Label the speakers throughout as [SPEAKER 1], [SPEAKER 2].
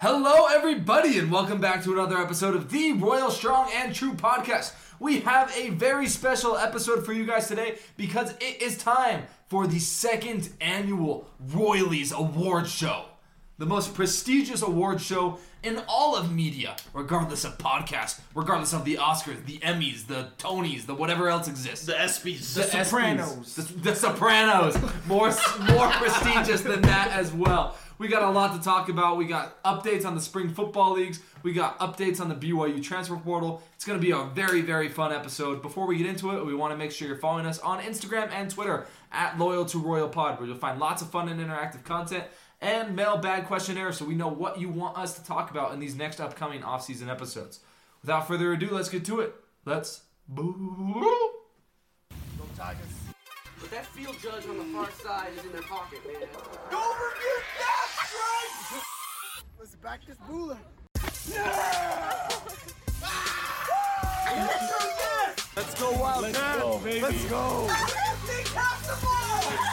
[SPEAKER 1] Hello, everybody, and welcome back to another episode of the Royal Strong and True podcast. We have a very special episode for you guys today because it is time for the second annual Royalies Award Show, the most prestigious award show in all of media, regardless of podcast, regardless of the Oscars, the Emmys, the Tonys, the whatever else exists.
[SPEAKER 2] The ESPYS.
[SPEAKER 1] The Sopranos. The, the Sopranos. More more prestigious than that as well. We got a lot to talk about. We got updates on the spring football leagues. We got updates on the BYU transfer portal. It's going to be a very, very fun episode. Before we get into it, we want to make sure you're following us on Instagram and Twitter at Loyal to Royal Pod, where you'll find lots of fun and interactive content and mailbag questionnaire so we know what you want us to talk about in these next upcoming offseason episodes. Without further ado, let's get to it. Let's boo.
[SPEAKER 3] But that field judge on the far side is in their pocket, man.
[SPEAKER 4] Let's back this Bula.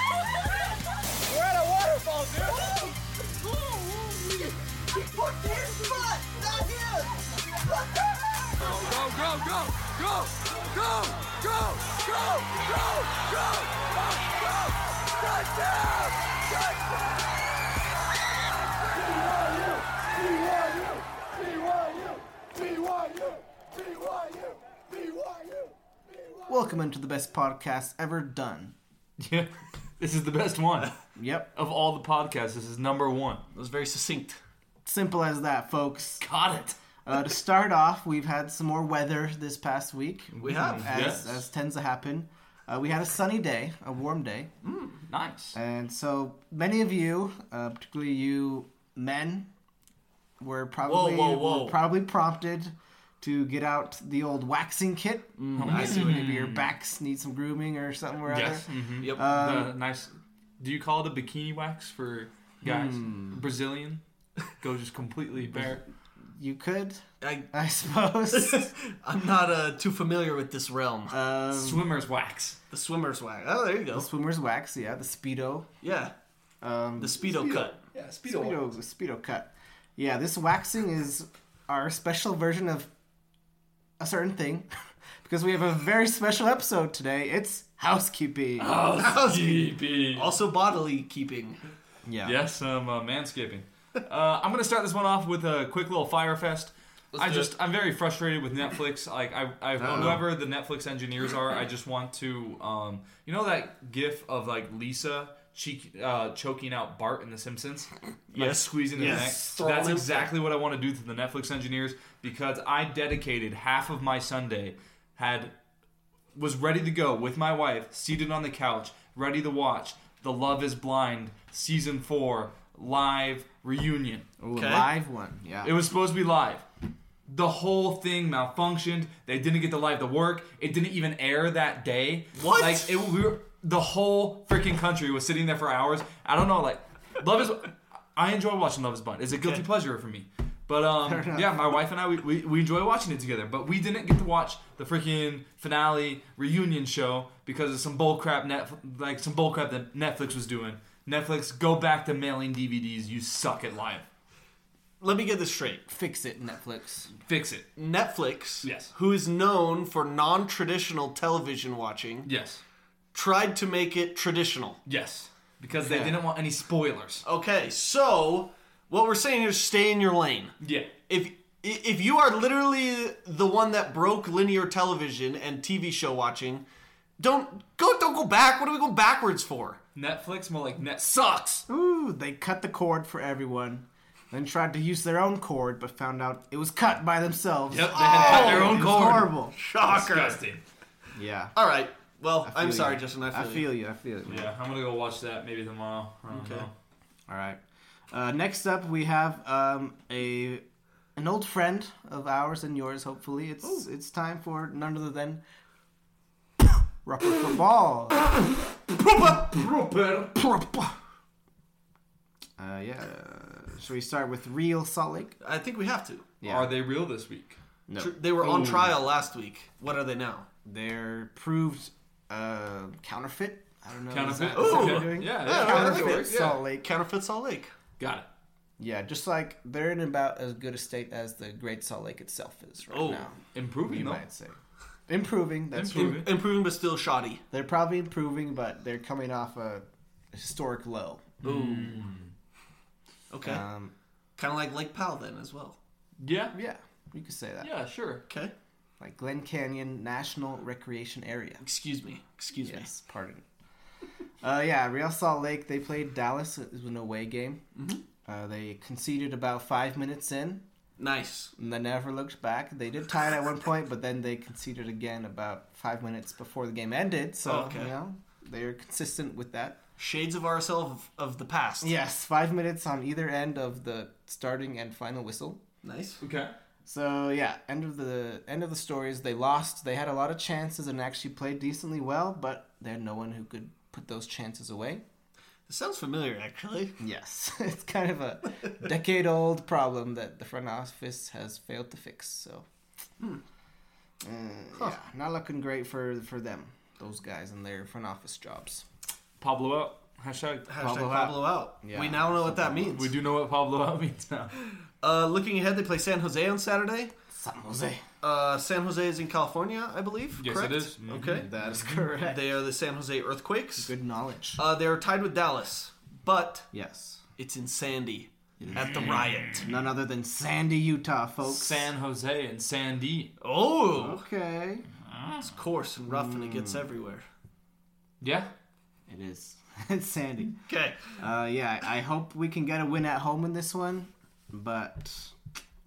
[SPEAKER 5] We're at a waterfall, dude. He fucked his butt, not his.
[SPEAKER 4] Welcome into the best podcast ever done.
[SPEAKER 1] Yeah, this is the best one
[SPEAKER 4] Yep.
[SPEAKER 1] of all the podcasts. This is number one.
[SPEAKER 2] It was very succinct.
[SPEAKER 4] Simple as that, folks.
[SPEAKER 1] Got it.
[SPEAKER 4] Uh, to start off, we've had some more weather this past week,
[SPEAKER 2] We have.
[SPEAKER 4] as,
[SPEAKER 1] yes.
[SPEAKER 4] as tends to happen. Uh, we had a sunny day, a warm day,
[SPEAKER 1] Nice.
[SPEAKER 4] and so many of you, uh, particularly you men, were probably
[SPEAKER 2] whoa, whoa.
[SPEAKER 4] were probably prompted to get out the old waxing kit.
[SPEAKER 2] Mm,
[SPEAKER 4] Maybe your backs need some grooming or something or other.
[SPEAKER 1] Yes. mhm.
[SPEAKER 2] Yep.
[SPEAKER 1] The nice. Do you call it a bikini wax for guys?
[SPEAKER 2] Hmm.
[SPEAKER 1] Brazilian. Go just completely bare.
[SPEAKER 4] You could,
[SPEAKER 2] I,
[SPEAKER 4] I suppose.
[SPEAKER 2] I'm not uh, too familiar with this realm.
[SPEAKER 4] um,
[SPEAKER 1] Swimmers wax.
[SPEAKER 2] Uh, The swimmer's wag. Oh, there you go.
[SPEAKER 4] The swimmer's wax, yeah, the speedo,
[SPEAKER 2] Yeah.
[SPEAKER 4] um,
[SPEAKER 2] The speedo, cut.
[SPEAKER 1] Yeah,
[SPEAKER 4] speedo, the speedo cut. Yeah, this waxing is our special version of a certain thing, because we have a very special episode today. It's housekeeping.
[SPEAKER 2] Oh, Also bodily keeping.
[SPEAKER 4] yeah.
[SPEAKER 1] Yes, I'm uh, manscaping. Uh, I'm gonna start this one off with a quick little fire fest. I
[SPEAKER 2] do
[SPEAKER 1] just I'm very frustrated with Netflix. Like I, I whoever the Netflix engineers are, I just want to um, you know that GIF of like Lisa cheek, uh, choking out Bart in The Simpsons, like
[SPEAKER 2] Yes.
[SPEAKER 1] squeezing
[SPEAKER 2] Yes.
[SPEAKER 1] the neck. That's exactly what I want to do to the Netflix engineers because I dedicated half of my Sunday had was ready to go with my wife, seated on the couch, ready to watch The Love is Blind season 4 live reunion.
[SPEAKER 4] Ooh, a
[SPEAKER 2] Okay.
[SPEAKER 4] live one. Yeah.
[SPEAKER 1] It was supposed to be live. The whole thing malfunctioned. They didn't get the live to work. It didn't even air that day.
[SPEAKER 2] What?
[SPEAKER 1] Like it, we were, the whole freaking country was sitting there for hours. I don't know. Like, Love is. I enjoy watching Love is Blind. It's a guilty pleasure for me. But um, yeah, my wife and I we, we, we enjoy watching it together. But we didn't get to watch the freaking finale reunion show because of some bullcrap net like some bullcrap that Netflix was doing. Netflix, go back to mailing DVDs. You suck at live.
[SPEAKER 2] Let me get this straight.
[SPEAKER 4] Fix it, Netflix.
[SPEAKER 1] Fix it.
[SPEAKER 2] Netflix,
[SPEAKER 1] Yes.
[SPEAKER 2] who is known for non traditional television watching,
[SPEAKER 1] Yes.
[SPEAKER 2] tried to make it traditional.
[SPEAKER 1] Yes. Because they
[SPEAKER 4] Yeah. Oh.
[SPEAKER 1] didn't want any spoilers.
[SPEAKER 2] Okay, so what we're saying is stay in your lane.
[SPEAKER 1] Yeah.
[SPEAKER 2] if if you are literally the one that broke linear television and TV show watching, don't go don't go back. What are we going backwards for?
[SPEAKER 1] Netflix more like net sucks.
[SPEAKER 4] Ooh, they cut the cord for everyone, then tried to use their own cord, but found out it was cut by themselves. Oh,
[SPEAKER 1] Yep, they had cut their
[SPEAKER 4] It
[SPEAKER 1] own
[SPEAKER 4] was
[SPEAKER 1] cord.
[SPEAKER 4] Horrible.
[SPEAKER 2] Shocker.
[SPEAKER 1] Disgusting.
[SPEAKER 4] Yeah.
[SPEAKER 2] All right. Well,
[SPEAKER 4] feel
[SPEAKER 2] I'm
[SPEAKER 4] you.
[SPEAKER 2] sorry, Justin. I feel,
[SPEAKER 4] I feel you. I feel you.
[SPEAKER 1] Yeah, I'm gonna go watch that maybe tomorrow. I don't
[SPEAKER 2] Okay.
[SPEAKER 1] know.
[SPEAKER 4] All right. Uh, next up, we have um, a an old friend of ours and yours. Hopefully, it's it's time for none other than Rupper football. uh, Uh, yeah. Should we start with real Salt Lake?
[SPEAKER 2] I think we have to.
[SPEAKER 4] Yeah.
[SPEAKER 1] Are they real this week?
[SPEAKER 4] No,
[SPEAKER 2] Tr- They were on
[SPEAKER 1] Ooh.
[SPEAKER 2] trial last week. What are they now?
[SPEAKER 4] they're proved uh, counterfeit. I don't know. is
[SPEAKER 1] Counterfeit.
[SPEAKER 4] that- is that what
[SPEAKER 2] Ooh.
[SPEAKER 4] they're doing?
[SPEAKER 1] Yeah,
[SPEAKER 2] Yeah,
[SPEAKER 1] yeah.
[SPEAKER 2] counterfeit.
[SPEAKER 4] Counterfeit
[SPEAKER 1] yeah.
[SPEAKER 4] Salt Lake.
[SPEAKER 2] Counterfeit Salt Lake.
[SPEAKER 1] Got it.
[SPEAKER 4] Yeah, just like they're in about as good a state as the Great Salt Lake itself is right
[SPEAKER 2] Oh,
[SPEAKER 4] now.
[SPEAKER 6] Improving,
[SPEAKER 4] You
[SPEAKER 6] though.
[SPEAKER 4] might say. Improving. That's
[SPEAKER 6] Improving.
[SPEAKER 4] true.
[SPEAKER 6] Good.
[SPEAKER 2] Improving but still shoddy.
[SPEAKER 4] They're probably improving, but they're coming off a historic low.
[SPEAKER 2] Okay.
[SPEAKER 4] Um,
[SPEAKER 2] kind of like Lake Powell then as well.
[SPEAKER 6] Yeah.
[SPEAKER 4] yeah, you could say that.
[SPEAKER 6] Yeah, sure.
[SPEAKER 2] Okay.
[SPEAKER 4] Like Glen Canyon National Recreation Area.
[SPEAKER 2] Excuse me. Excuse me.
[SPEAKER 4] Yes, pardon. Uh, yeah, Real Salt Lake. They played Dallas. It was an away game.
[SPEAKER 2] Mm-hmm.
[SPEAKER 4] Uh, they conceded about five minutes in,
[SPEAKER 2] Nice.
[SPEAKER 4] and they never looked back. They did tie it at one point, but then they conceded again about five minutes before the game ended. So
[SPEAKER 2] Okay.
[SPEAKER 4] you know they're consistent with that.
[SPEAKER 2] Shades of RSL of, of the past.
[SPEAKER 4] Yes, five minutes on either end of the starting and final whistle.
[SPEAKER 2] Nice.
[SPEAKER 6] Okay.
[SPEAKER 4] So yeah, end of the end of the story is they lost. They had a lot of chances and actually played decently well, but they had no one who could put those chances away.
[SPEAKER 2] It sounds familiar actually.
[SPEAKER 4] Yes, it's kind of a decade old problem that the front office has failed to fix. So,
[SPEAKER 2] Hmm.
[SPEAKER 4] Uh, yeah, not looking great for for them, those guys and their front office jobs.
[SPEAKER 6] Pablo out. Hashtag,
[SPEAKER 2] Hashtag
[SPEAKER 6] Pablo
[SPEAKER 2] Pablo,
[SPEAKER 6] out.
[SPEAKER 2] out.
[SPEAKER 4] Yeah.
[SPEAKER 2] We now know what that means.
[SPEAKER 6] We do know what Pablo out means now.
[SPEAKER 2] Uh, looking ahead, they play San Jose on Saturday.
[SPEAKER 4] San Jose.
[SPEAKER 2] Uh, San Jose is in California, I believe.
[SPEAKER 6] Yes, it
[SPEAKER 2] correct?
[SPEAKER 6] is. Mhm.
[SPEAKER 2] Okay.
[SPEAKER 4] That is correct.
[SPEAKER 2] They are the San Jose Earthquakes.
[SPEAKER 4] Good knowledge.
[SPEAKER 2] Uh, they are tied with Dallas, but
[SPEAKER 4] yes,
[SPEAKER 2] it's in Sandy at
[SPEAKER 4] Mm.
[SPEAKER 2] the riot.
[SPEAKER 4] none other than Sandy, Utah, folks.
[SPEAKER 6] San Jose and Sandy.
[SPEAKER 2] Oh,
[SPEAKER 4] Okay,
[SPEAKER 2] it's coarse and rough, and it gets
[SPEAKER 4] Mm.
[SPEAKER 2] everywhere.
[SPEAKER 6] Yeah.
[SPEAKER 4] it is. it's Sandy.
[SPEAKER 2] Okay.
[SPEAKER 4] Uh, yeah, I I hope we can get a win at home in this one, but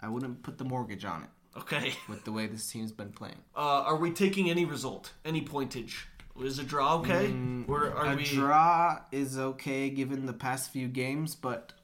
[SPEAKER 4] I wouldn't put the mortgage on it
[SPEAKER 2] Okay.
[SPEAKER 4] with the way this team's been playing.
[SPEAKER 2] Uh, are we taking any result, any pointage? Is a draw okay? We're, are
[SPEAKER 4] Mm. a
[SPEAKER 2] we?
[SPEAKER 4] draw is okay given the past few games, but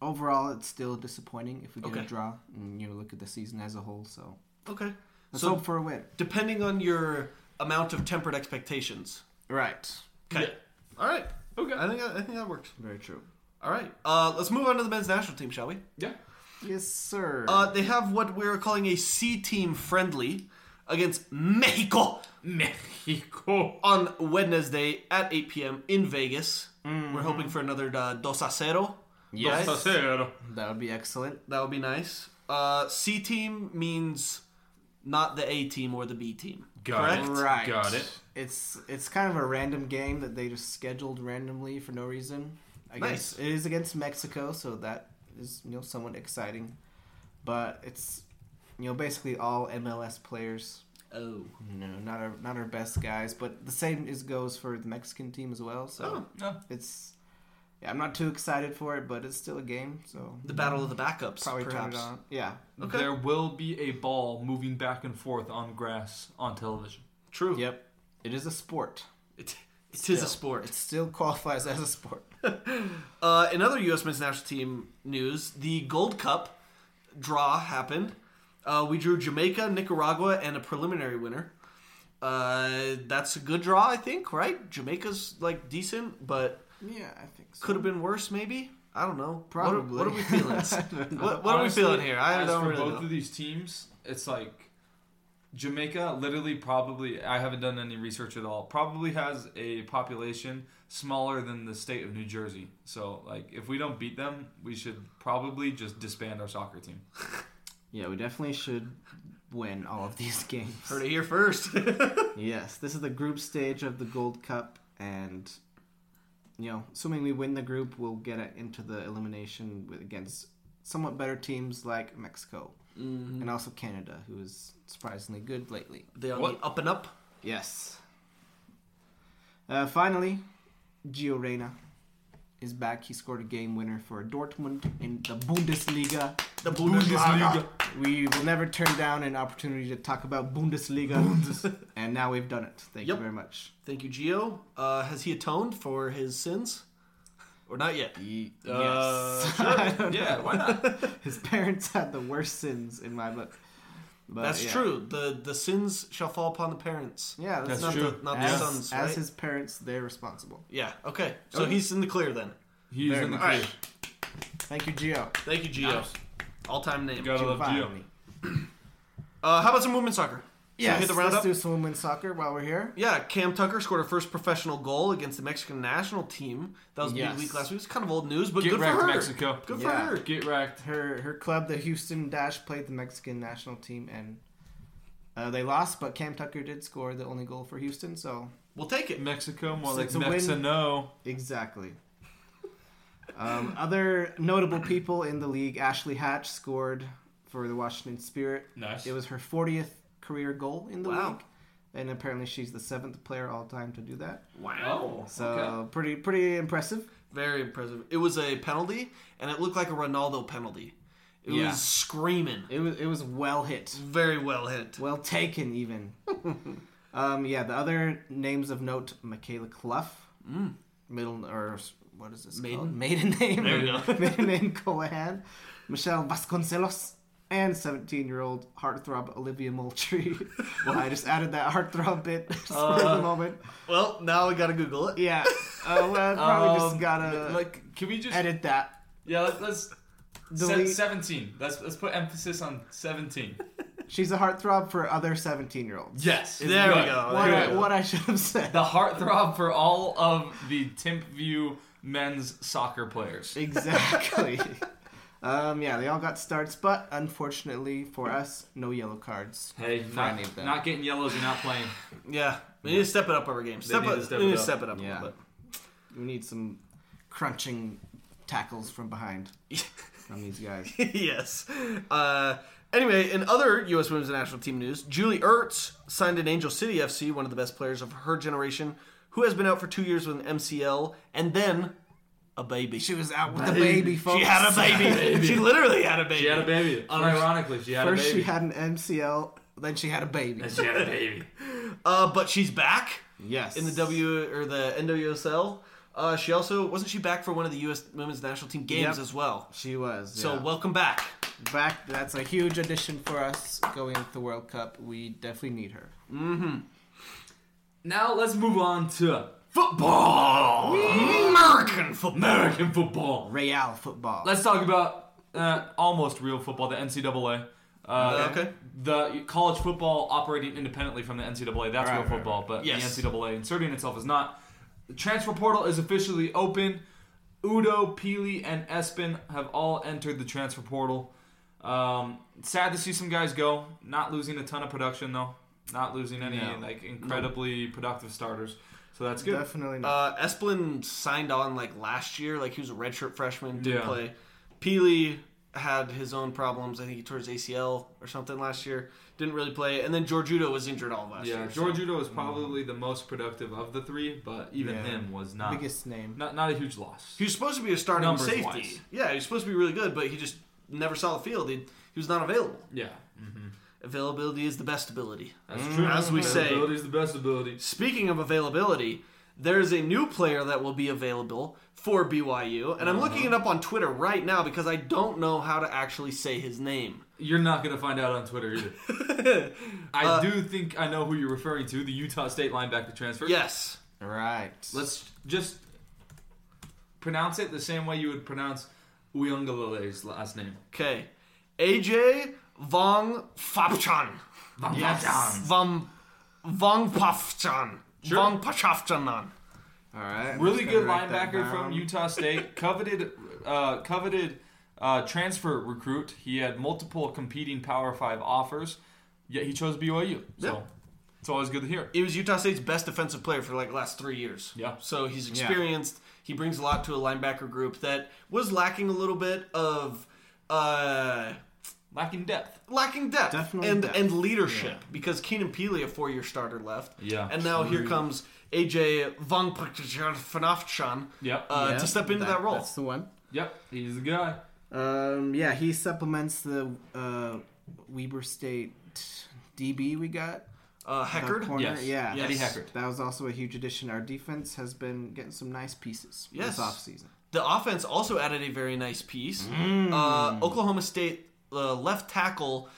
[SPEAKER 4] overall it's still disappointing if we get
[SPEAKER 2] Okay.
[SPEAKER 4] a draw and you look at the season as a whole. So
[SPEAKER 2] Okay.
[SPEAKER 4] let's
[SPEAKER 2] So
[SPEAKER 4] hope for a win.
[SPEAKER 2] depending on your amount of tempered expectations.
[SPEAKER 4] Right.
[SPEAKER 2] Okay. All right.
[SPEAKER 6] Okay.
[SPEAKER 2] I think I think that works.
[SPEAKER 4] Very true.
[SPEAKER 2] All right. Uh, let's move on to the men's national team, shall we?
[SPEAKER 6] Yeah.
[SPEAKER 4] Yes, sir.
[SPEAKER 2] Uh, they have what we're calling a C team friendly against Mexico
[SPEAKER 6] Mexico.
[SPEAKER 2] on Wednesday at 8 p.m. in Vegas.
[SPEAKER 4] Mm-hmm.
[SPEAKER 2] We're hoping for another uh, dos a cero.
[SPEAKER 4] Yes.
[SPEAKER 2] right?
[SPEAKER 4] that would be excellent.
[SPEAKER 2] That would be nice. Uh, C team means not the A team or the B team.
[SPEAKER 6] Got it.
[SPEAKER 2] correct?
[SPEAKER 4] Right.
[SPEAKER 6] Got it.
[SPEAKER 4] It's it's kind of a random game that they just scheduled randomly for no reason. I
[SPEAKER 2] Nice.
[SPEAKER 4] guess it is against Mexico, so that is you know somewhat exciting, but it's you know basically all MLS players
[SPEAKER 2] Oh.
[SPEAKER 4] No, not our not our best guys, but the same is goes for the Mexican team as well. So
[SPEAKER 6] Oh, Yeah.
[SPEAKER 4] it's yeah, I'm not too excited for it, but it's still a game, so
[SPEAKER 2] The battle of the backups,
[SPEAKER 4] probably turn
[SPEAKER 2] perhaps.
[SPEAKER 4] it on. Yeah,
[SPEAKER 2] Okay.
[SPEAKER 6] There will be a ball moving back and forth on grass on television.
[SPEAKER 2] True.
[SPEAKER 4] yep, it is a sport.
[SPEAKER 2] It, it is a
[SPEAKER 4] Still.
[SPEAKER 2] sport.
[SPEAKER 4] It still qualifies as a sport.
[SPEAKER 2] Uh, in other U.S. men's national team news, the Gold Cup draw happened. Uh, we drew Jamaica, Nicaragua, and a preliminary winner. Uh, that's a good draw, I think, right? Jamaica's like decent, but
[SPEAKER 4] yeah, I think so.
[SPEAKER 2] could have been worse, maybe. I don't know. What are-
[SPEAKER 4] Probably.
[SPEAKER 2] What are, we feeling?
[SPEAKER 4] I don't know.
[SPEAKER 2] what, what are we
[SPEAKER 6] Honestly,
[SPEAKER 2] feeling here? I
[SPEAKER 6] as
[SPEAKER 2] don't
[SPEAKER 6] for
[SPEAKER 2] really
[SPEAKER 6] both
[SPEAKER 2] know.
[SPEAKER 6] of these teams, it's like Jamaica literally probably I haven't done any research at all. Probably has a population smaller than the state of New Jersey. So like if we don't beat them, we should probably just disband our soccer team.
[SPEAKER 4] Yeah, we definitely should win all of these games.
[SPEAKER 2] Heard it here first.
[SPEAKER 4] Yes, this is the group stage of the Gold Cup, and you know, assuming we win the group, we'll get it into the elimination with, against somewhat better teams like Mexico and also Canada, who is surprisingly good lately.
[SPEAKER 2] Mm-hmm. they are
[SPEAKER 6] What?
[SPEAKER 2] the up and up.
[SPEAKER 4] Yes. Uh, finally, Gio Reyna is back. He scored a game winner for Dortmund in the Bundesliga.
[SPEAKER 2] The Bundesliga.
[SPEAKER 4] We will never turn down an opportunity to talk about Bundesliga, and now we've done it. Thank
[SPEAKER 2] Yep.
[SPEAKER 4] you very much.
[SPEAKER 2] Thank you, Gio. Uh, has he atoned for his sins? Or not yet?
[SPEAKER 4] yes.
[SPEAKER 6] Uh, sure. yeah, why not?
[SPEAKER 4] His parents had the worst sins in my book. But,
[SPEAKER 2] That's
[SPEAKER 4] yeah.
[SPEAKER 2] true. The the sins shall fall upon the parents.
[SPEAKER 4] Yeah,
[SPEAKER 6] That's
[SPEAKER 4] that's, not
[SPEAKER 6] true.
[SPEAKER 4] The,
[SPEAKER 2] Not the
[SPEAKER 4] as,
[SPEAKER 2] sons,
[SPEAKER 4] as
[SPEAKER 2] right?
[SPEAKER 4] his parents, they're responsible.
[SPEAKER 2] Yeah. Okay. So he's in the clear then.
[SPEAKER 6] He's
[SPEAKER 4] Very
[SPEAKER 6] in the
[SPEAKER 4] much.
[SPEAKER 6] clear.
[SPEAKER 2] Alright.
[SPEAKER 4] Thank you, Gio.
[SPEAKER 2] Thank you, Gio. All time name.
[SPEAKER 6] Gotta love Gio.
[SPEAKER 4] Finally.
[SPEAKER 2] Uh, how about some women's soccer? hit
[SPEAKER 4] Yes,
[SPEAKER 2] the
[SPEAKER 4] let's
[SPEAKER 2] roundup?
[SPEAKER 4] do some women's soccer while we're here.
[SPEAKER 2] Yeah, Cam Tucker scored her first professional goal against the Mexican national team. That was
[SPEAKER 4] Yes.
[SPEAKER 2] big week last week. It's kind of old news, but
[SPEAKER 1] Get
[SPEAKER 2] good for
[SPEAKER 1] wrecked,
[SPEAKER 2] her.
[SPEAKER 1] Mexico.
[SPEAKER 2] Good
[SPEAKER 4] Yeah.
[SPEAKER 2] for her.
[SPEAKER 1] Get wrecked.
[SPEAKER 4] Her her club, the Houston Dash, played the Mexican national team and uh, they lost, but Cam Tucker did score the only goal for Houston. So
[SPEAKER 2] We'll take it.
[SPEAKER 1] Mexico, more
[SPEAKER 4] So
[SPEAKER 1] like
[SPEAKER 4] it's a win.
[SPEAKER 1] Mexano.
[SPEAKER 4] exactly. Um, other notable people in the league: Ashley Hatch scored for the Washington Spirit.
[SPEAKER 7] Nice.
[SPEAKER 4] It was her 40th career goal in the
[SPEAKER 2] Wow.
[SPEAKER 4] league, and apparently she's the seventh player all time to do that.
[SPEAKER 1] Wow.
[SPEAKER 4] So pretty pretty impressive.
[SPEAKER 2] Very impressive. It was a penalty, and it looked like a Ronaldo penalty. It
[SPEAKER 4] Yeah.
[SPEAKER 2] was screaming.
[SPEAKER 4] It was it was well hit,
[SPEAKER 2] Very well hit.
[SPEAKER 4] well taken even. um, yeah, the other names of note: Michaela Clough, middle or s- what is this
[SPEAKER 2] Maiden?
[SPEAKER 4] called? Maiden name.
[SPEAKER 2] There we go.
[SPEAKER 4] Maiden name Cohen, Michelle Vasconcelos. And 17-year-old heartthrob Olivia Moultrie. well, I just added that heartthrob bit just for the moment.
[SPEAKER 2] Well, now we gotta Google it.
[SPEAKER 4] Yeah. Uh, well, probably
[SPEAKER 1] Um,
[SPEAKER 4] just gotta
[SPEAKER 7] Like, can we just
[SPEAKER 4] edit that.
[SPEAKER 7] yeah? Let's, let's se-
[SPEAKER 4] Delete.
[SPEAKER 7] seventeen. Let's let's put emphasis on seventeen.
[SPEAKER 4] She's a heartthrob for other 17 year olds.
[SPEAKER 7] yes,
[SPEAKER 2] There we
[SPEAKER 7] good.
[SPEAKER 2] go.
[SPEAKER 4] What,
[SPEAKER 2] There we
[SPEAKER 4] I,
[SPEAKER 2] go.
[SPEAKER 4] what I should have said.
[SPEAKER 7] The heartthrob for all of the Timpview men's soccer players.
[SPEAKER 4] Exactly. um, yeah, they all got starts, but unfortunately for us, no yellow cards.
[SPEAKER 1] Hey,
[SPEAKER 4] any of
[SPEAKER 1] not,
[SPEAKER 4] them.
[SPEAKER 1] not getting yellows, you're not playing.
[SPEAKER 2] Yeah, we need to step it up our game. Step
[SPEAKER 1] need
[SPEAKER 2] up.
[SPEAKER 1] to step
[SPEAKER 2] we
[SPEAKER 1] it
[SPEAKER 2] need to
[SPEAKER 1] up.
[SPEAKER 2] step it up.
[SPEAKER 4] Yeah.
[SPEAKER 2] A little
[SPEAKER 4] We need some crunching tackles from behind from these guys.
[SPEAKER 2] bit. yes. Uh, anyway, in other U.S. Women's National Team news, Julie Ertz signed in Angel City FC, one of the best players of her generation, who has been out for two years with an MCL and then a baby.
[SPEAKER 4] She was out with the baby, folks.
[SPEAKER 2] She had a baby. She literally had a baby.
[SPEAKER 1] She had a baby. Unironically, Uh, she had a
[SPEAKER 4] First,
[SPEAKER 1] baby.
[SPEAKER 4] she had an MCL, then she had a baby.
[SPEAKER 1] she had a baby.
[SPEAKER 2] Uh, but she's back
[SPEAKER 4] Yes.
[SPEAKER 2] in the W or the NWSL. Uh, she also wasn't she back for one of the U.S. Women's National Team games
[SPEAKER 4] Yep.
[SPEAKER 2] as well.
[SPEAKER 4] She was.
[SPEAKER 2] So
[SPEAKER 4] yeah.
[SPEAKER 2] welcome back.
[SPEAKER 4] back. That's a huge addition for us going into the World Cup. We definitely need her.
[SPEAKER 1] Now let's move on to football. American football. American football.
[SPEAKER 4] Real football.
[SPEAKER 1] Let's talk about uh, almost real football, the NCAA. Uh,
[SPEAKER 2] Okay.
[SPEAKER 1] The college football operating independently from the NCAA. That's
[SPEAKER 4] Right,
[SPEAKER 1] real
[SPEAKER 4] right,
[SPEAKER 1] football, but
[SPEAKER 2] Yes.
[SPEAKER 1] the NCAA inserting itself is not. The transfer portal is officially open. Udo, Peely, and Espin have all entered the transfer portal. Um, sad to see some guys go. Not losing a ton of production though. Not losing any
[SPEAKER 4] No.
[SPEAKER 1] like incredibly productive starters. So that's good.
[SPEAKER 4] Definitely not.
[SPEAKER 2] Uh, Esplin signed on like last year, like he was a redshirt freshman, didn't
[SPEAKER 1] Yeah.
[SPEAKER 2] play. Peely had his own problems. I think he tore his ACL or something last year. Didn't really play. And then George Udo was injured all of last
[SPEAKER 1] Yeah,
[SPEAKER 2] year.
[SPEAKER 1] George Udo is probably the most productive of the three, but even
[SPEAKER 4] Mm-hmm. Yeah.
[SPEAKER 1] him was not
[SPEAKER 4] Biggest name.
[SPEAKER 1] not not a huge loss.
[SPEAKER 2] He was supposed to be a starting
[SPEAKER 1] Numbers
[SPEAKER 2] safety.
[SPEAKER 1] wise.
[SPEAKER 2] Yeah, he was supposed to be really good, but he just never saw the field. He, he was not available.
[SPEAKER 1] Yeah,
[SPEAKER 4] Mm.
[SPEAKER 2] Availability is the best ability.
[SPEAKER 1] that's true.
[SPEAKER 2] As we say.
[SPEAKER 1] ability is the best ability.
[SPEAKER 2] Speaking of availability, there is a new player that will be available for BYU, and I'm looking
[SPEAKER 1] Uh-huh.
[SPEAKER 2] it up on Twitter right now because I don't know how to actually say his name.
[SPEAKER 1] You're not gonna find out on Twitter either. I
[SPEAKER 2] Uh,
[SPEAKER 1] do think I know who you're referring to. The Utah State linebacker transfer.
[SPEAKER 2] Yes.
[SPEAKER 4] Right.
[SPEAKER 1] Let's just pronounce it the same way you would pronounce Uyunglele's last name.
[SPEAKER 2] Okay. AJ Vong Fapchan.
[SPEAKER 1] Yes.
[SPEAKER 2] Vom Vong Pafchan.
[SPEAKER 1] Sure.
[SPEAKER 2] Vong Pachafchanan.
[SPEAKER 4] All right. I'm
[SPEAKER 1] Really
[SPEAKER 4] just gonna
[SPEAKER 1] good
[SPEAKER 4] write that
[SPEAKER 1] linebacker from
[SPEAKER 4] down.
[SPEAKER 1] Utah State. Coveted, uh, coveted uh, transfer recruit. He had multiple competing Power Five offers, yet he chose BYU. So it's always good to hear.
[SPEAKER 2] He was Utah State's best defensive player for like the last three years.
[SPEAKER 1] Yeah.
[SPEAKER 2] So he's experienced. He brings a lot to a linebacker group that was lacking a little bit of uh
[SPEAKER 1] Lacking depth.
[SPEAKER 2] lacking depth
[SPEAKER 4] Definitely
[SPEAKER 2] and
[SPEAKER 4] depth.
[SPEAKER 2] and leadership because Keenan Peely, a four year starter, left.
[SPEAKER 1] Yeah.
[SPEAKER 2] And now here comes AJ Vong Pachafchanan
[SPEAKER 1] Yep.
[SPEAKER 2] uh,
[SPEAKER 4] Yeah,
[SPEAKER 2] to step into that, role.
[SPEAKER 4] That's the one.
[SPEAKER 1] yep. He's the guy.
[SPEAKER 4] Um, yeah, he supplements the uh, Weber State DB we got.
[SPEAKER 2] Uh,
[SPEAKER 4] that
[SPEAKER 2] Heckard.
[SPEAKER 4] corner.
[SPEAKER 1] Yes.
[SPEAKER 4] Yeah.
[SPEAKER 2] Yes.
[SPEAKER 1] Eddie Hackard.
[SPEAKER 4] That was also a huge addition. Our defense has been getting some nice pieces
[SPEAKER 2] Yes.
[SPEAKER 4] this offseason.
[SPEAKER 2] The offense also added a very nice piece.
[SPEAKER 1] Mm.
[SPEAKER 2] Uh, Oklahoma State uh, left tackle,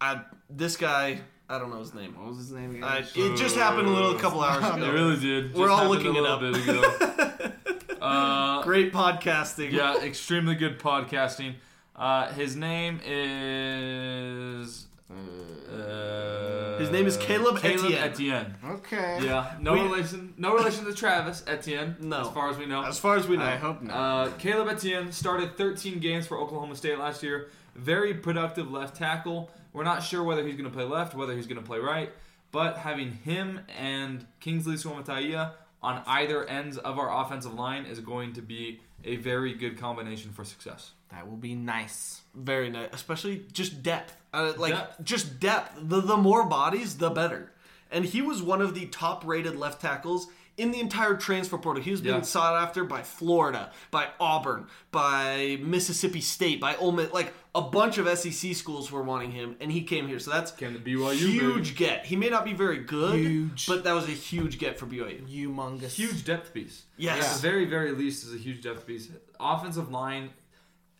[SPEAKER 2] uh, this guy, I don't know his name.
[SPEAKER 4] What was his name again?
[SPEAKER 2] I, it just happened a little a couple hours
[SPEAKER 1] It
[SPEAKER 2] ago.
[SPEAKER 1] really did.
[SPEAKER 2] We're all
[SPEAKER 1] happened a
[SPEAKER 2] looking it
[SPEAKER 1] little Bit ago. uh,
[SPEAKER 2] Great podcasting.
[SPEAKER 1] yeah, extremely good podcasting. Uh, his name is. Uh,
[SPEAKER 2] His name is Caleb,
[SPEAKER 1] Caleb
[SPEAKER 2] Etienne.
[SPEAKER 1] Etienne.
[SPEAKER 4] Okay.
[SPEAKER 1] Yeah, no
[SPEAKER 2] We-
[SPEAKER 1] relation, no relation to Travis Etienne.
[SPEAKER 2] No.
[SPEAKER 1] as far as we know.
[SPEAKER 2] As far as we know.
[SPEAKER 4] I hope not.
[SPEAKER 1] Uh, Caleb Etienne started 13 games for Oklahoma State last year. Very productive left tackle. We're not sure whether he's going to play left, whether he's going to play right, but having him and Kingsley Suamataia on either ends of our offensive line is going to be a very good combination for success.
[SPEAKER 4] That will be nice.
[SPEAKER 2] Very nice, especially just depth. Uh, like
[SPEAKER 1] Depth.
[SPEAKER 2] just depth. The the more bodies, the better. And he was one of the top rated left tackles in the entire transfer portal. He was being
[SPEAKER 1] Yeah.
[SPEAKER 2] sought after by Florida, by Auburn, by Mississippi State, by Ole Miss. Like a bunch of SEC schools were wanting him, and he came here. So that's
[SPEAKER 1] Came to BYU,
[SPEAKER 2] huge get. He may not be very good,
[SPEAKER 4] Huge.
[SPEAKER 2] but that was a huge get for BYU.
[SPEAKER 4] Humongous.
[SPEAKER 1] Huge depth piece.
[SPEAKER 2] Yes.
[SPEAKER 1] At the very, very least, is a huge depth piece. Offensive line,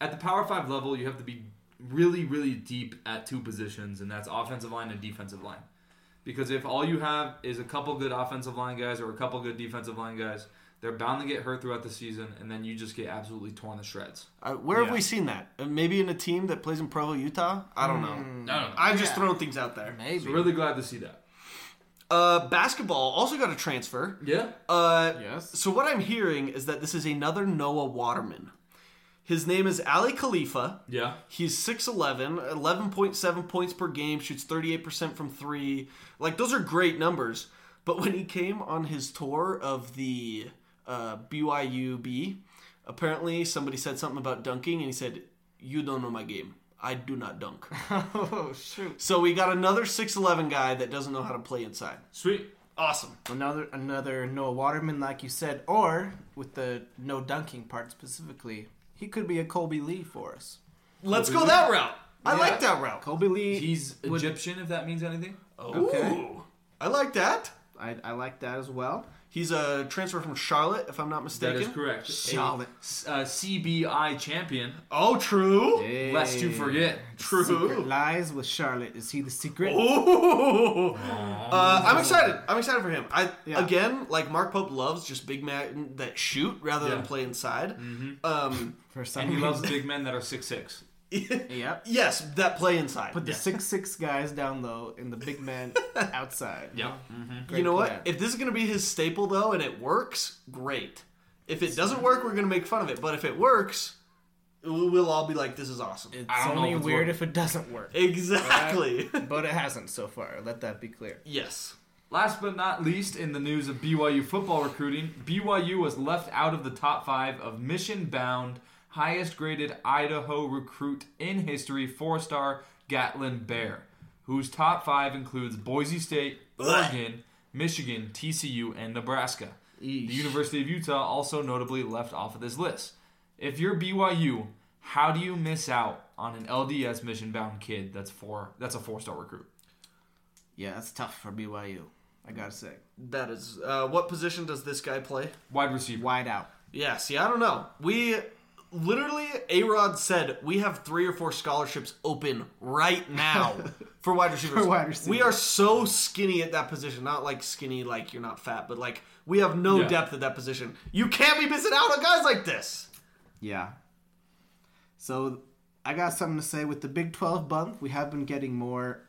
[SPEAKER 1] at the Power 5 level, you have to be really, really deep at two positions, and that's offensive line and defensive line. Because if all you have is a couple good offensive line guys or a couple good defensive line guys, they're bound to get hurt throughout the season, and then you just get absolutely torn to shreds.
[SPEAKER 2] Uh, where have
[SPEAKER 1] Yeah.
[SPEAKER 2] we seen that? Uh, Maybe in a team that plays in Provo, Utah. I don't know.
[SPEAKER 1] I don't know.
[SPEAKER 2] I've just
[SPEAKER 4] Yeah.
[SPEAKER 2] thrown things out there.
[SPEAKER 4] Maybe.
[SPEAKER 1] So really glad to see that.
[SPEAKER 2] Uh, basketball also got a transfer.
[SPEAKER 1] Yeah.
[SPEAKER 2] Uh,
[SPEAKER 4] Yes.
[SPEAKER 2] So what I'm hearing is that this is another Noah Waterman. His name is Ali Khalifa.
[SPEAKER 1] Yeah.
[SPEAKER 2] He's 6'11", 11.7 points per game, shoots 38% from three. Like, those are great numbers. But when he came on his tour of the uh, BYUB, apparently somebody said something about dunking, and he said, you don't know my game. I do not dunk.
[SPEAKER 4] Oh shoot.
[SPEAKER 2] so we got another 6'11 guy that doesn't know how to play inside.
[SPEAKER 1] Sweet.
[SPEAKER 2] Awesome.
[SPEAKER 4] Another another Noah Waterman, like you said, or with the no dunking part specifically, he could be a Colby Lee for us.
[SPEAKER 2] Let's go that route. I
[SPEAKER 4] Yeah.
[SPEAKER 2] like that route.
[SPEAKER 4] Colby Lee.
[SPEAKER 1] He's Egyptian, if that means anything.
[SPEAKER 4] Okay.
[SPEAKER 2] Ooh, I like that.
[SPEAKER 4] I, I like that as well.
[SPEAKER 2] He's a transfer from Charlotte, if I'm not
[SPEAKER 1] That
[SPEAKER 2] mistaken.
[SPEAKER 1] is correct. A,
[SPEAKER 4] Solid.
[SPEAKER 1] uh, CBI champion.
[SPEAKER 2] Oh, true.
[SPEAKER 4] Hey.
[SPEAKER 1] Lest you forget.
[SPEAKER 4] Secret
[SPEAKER 2] True.
[SPEAKER 4] lies with Charlotte. Is he the secret?
[SPEAKER 1] Oh,
[SPEAKER 2] Ooh. Uh, I'm excited. I'm excited for him. I
[SPEAKER 4] Yeah.
[SPEAKER 2] again, like Mark Pope loves just big men that shoot rather than
[SPEAKER 1] Yeah.
[SPEAKER 2] play inside.
[SPEAKER 4] Mm-hmm.
[SPEAKER 2] Um,
[SPEAKER 4] For some
[SPEAKER 1] And he
[SPEAKER 4] reason.
[SPEAKER 1] loves big men that are six six.
[SPEAKER 4] Yep.
[SPEAKER 2] yes, that play inside.
[SPEAKER 4] Put the
[SPEAKER 1] Yeah.
[SPEAKER 4] six six guys down low and the big man outside.
[SPEAKER 1] Yeah.
[SPEAKER 2] you know
[SPEAKER 4] plan.
[SPEAKER 2] what? If this is gonna be his staple though, and it works, great. If it doesn't work, we're gonna make fun of it. But if it works, we- we'll all be like, "This is awesome."
[SPEAKER 4] It's
[SPEAKER 1] I don't know
[SPEAKER 4] only
[SPEAKER 1] if it's
[SPEAKER 4] weird
[SPEAKER 1] working.
[SPEAKER 4] if it doesn't work.
[SPEAKER 2] exactly.
[SPEAKER 4] But it hasn't so far. Let that be clear.
[SPEAKER 2] yes.
[SPEAKER 1] Last but not least, in the news of BYU football recruiting, BYU was left out of the top five of mission bound, highest graded Idaho recruit in history, four star Gatlin Bear, whose top five includes Boise State, Oregon, Michigan, TCU, and Nebraska. The University of Utah also notably left off of this list. If you're BYU, how do you miss out on an LDS mission bound kid that's four that's a four star recruit?
[SPEAKER 4] Yeah, that's tough for BYU. I gotta say,
[SPEAKER 2] That is. Uh, what position does this guy play?
[SPEAKER 1] Wide receiver.
[SPEAKER 4] wide out.
[SPEAKER 2] Yeah, see, I don't know. We literally, A Rod said we have three or four scholarships open right now for wide receivers.
[SPEAKER 4] For wide receivers.
[SPEAKER 2] We are so skinny at that position. Not like skinny, like you're not fat, but like we have no
[SPEAKER 1] Yeah.
[SPEAKER 2] depth at that position. You can't be missing out on guys like this.
[SPEAKER 4] Yeah. So I got something to say with the Big 12 bump. We have been getting more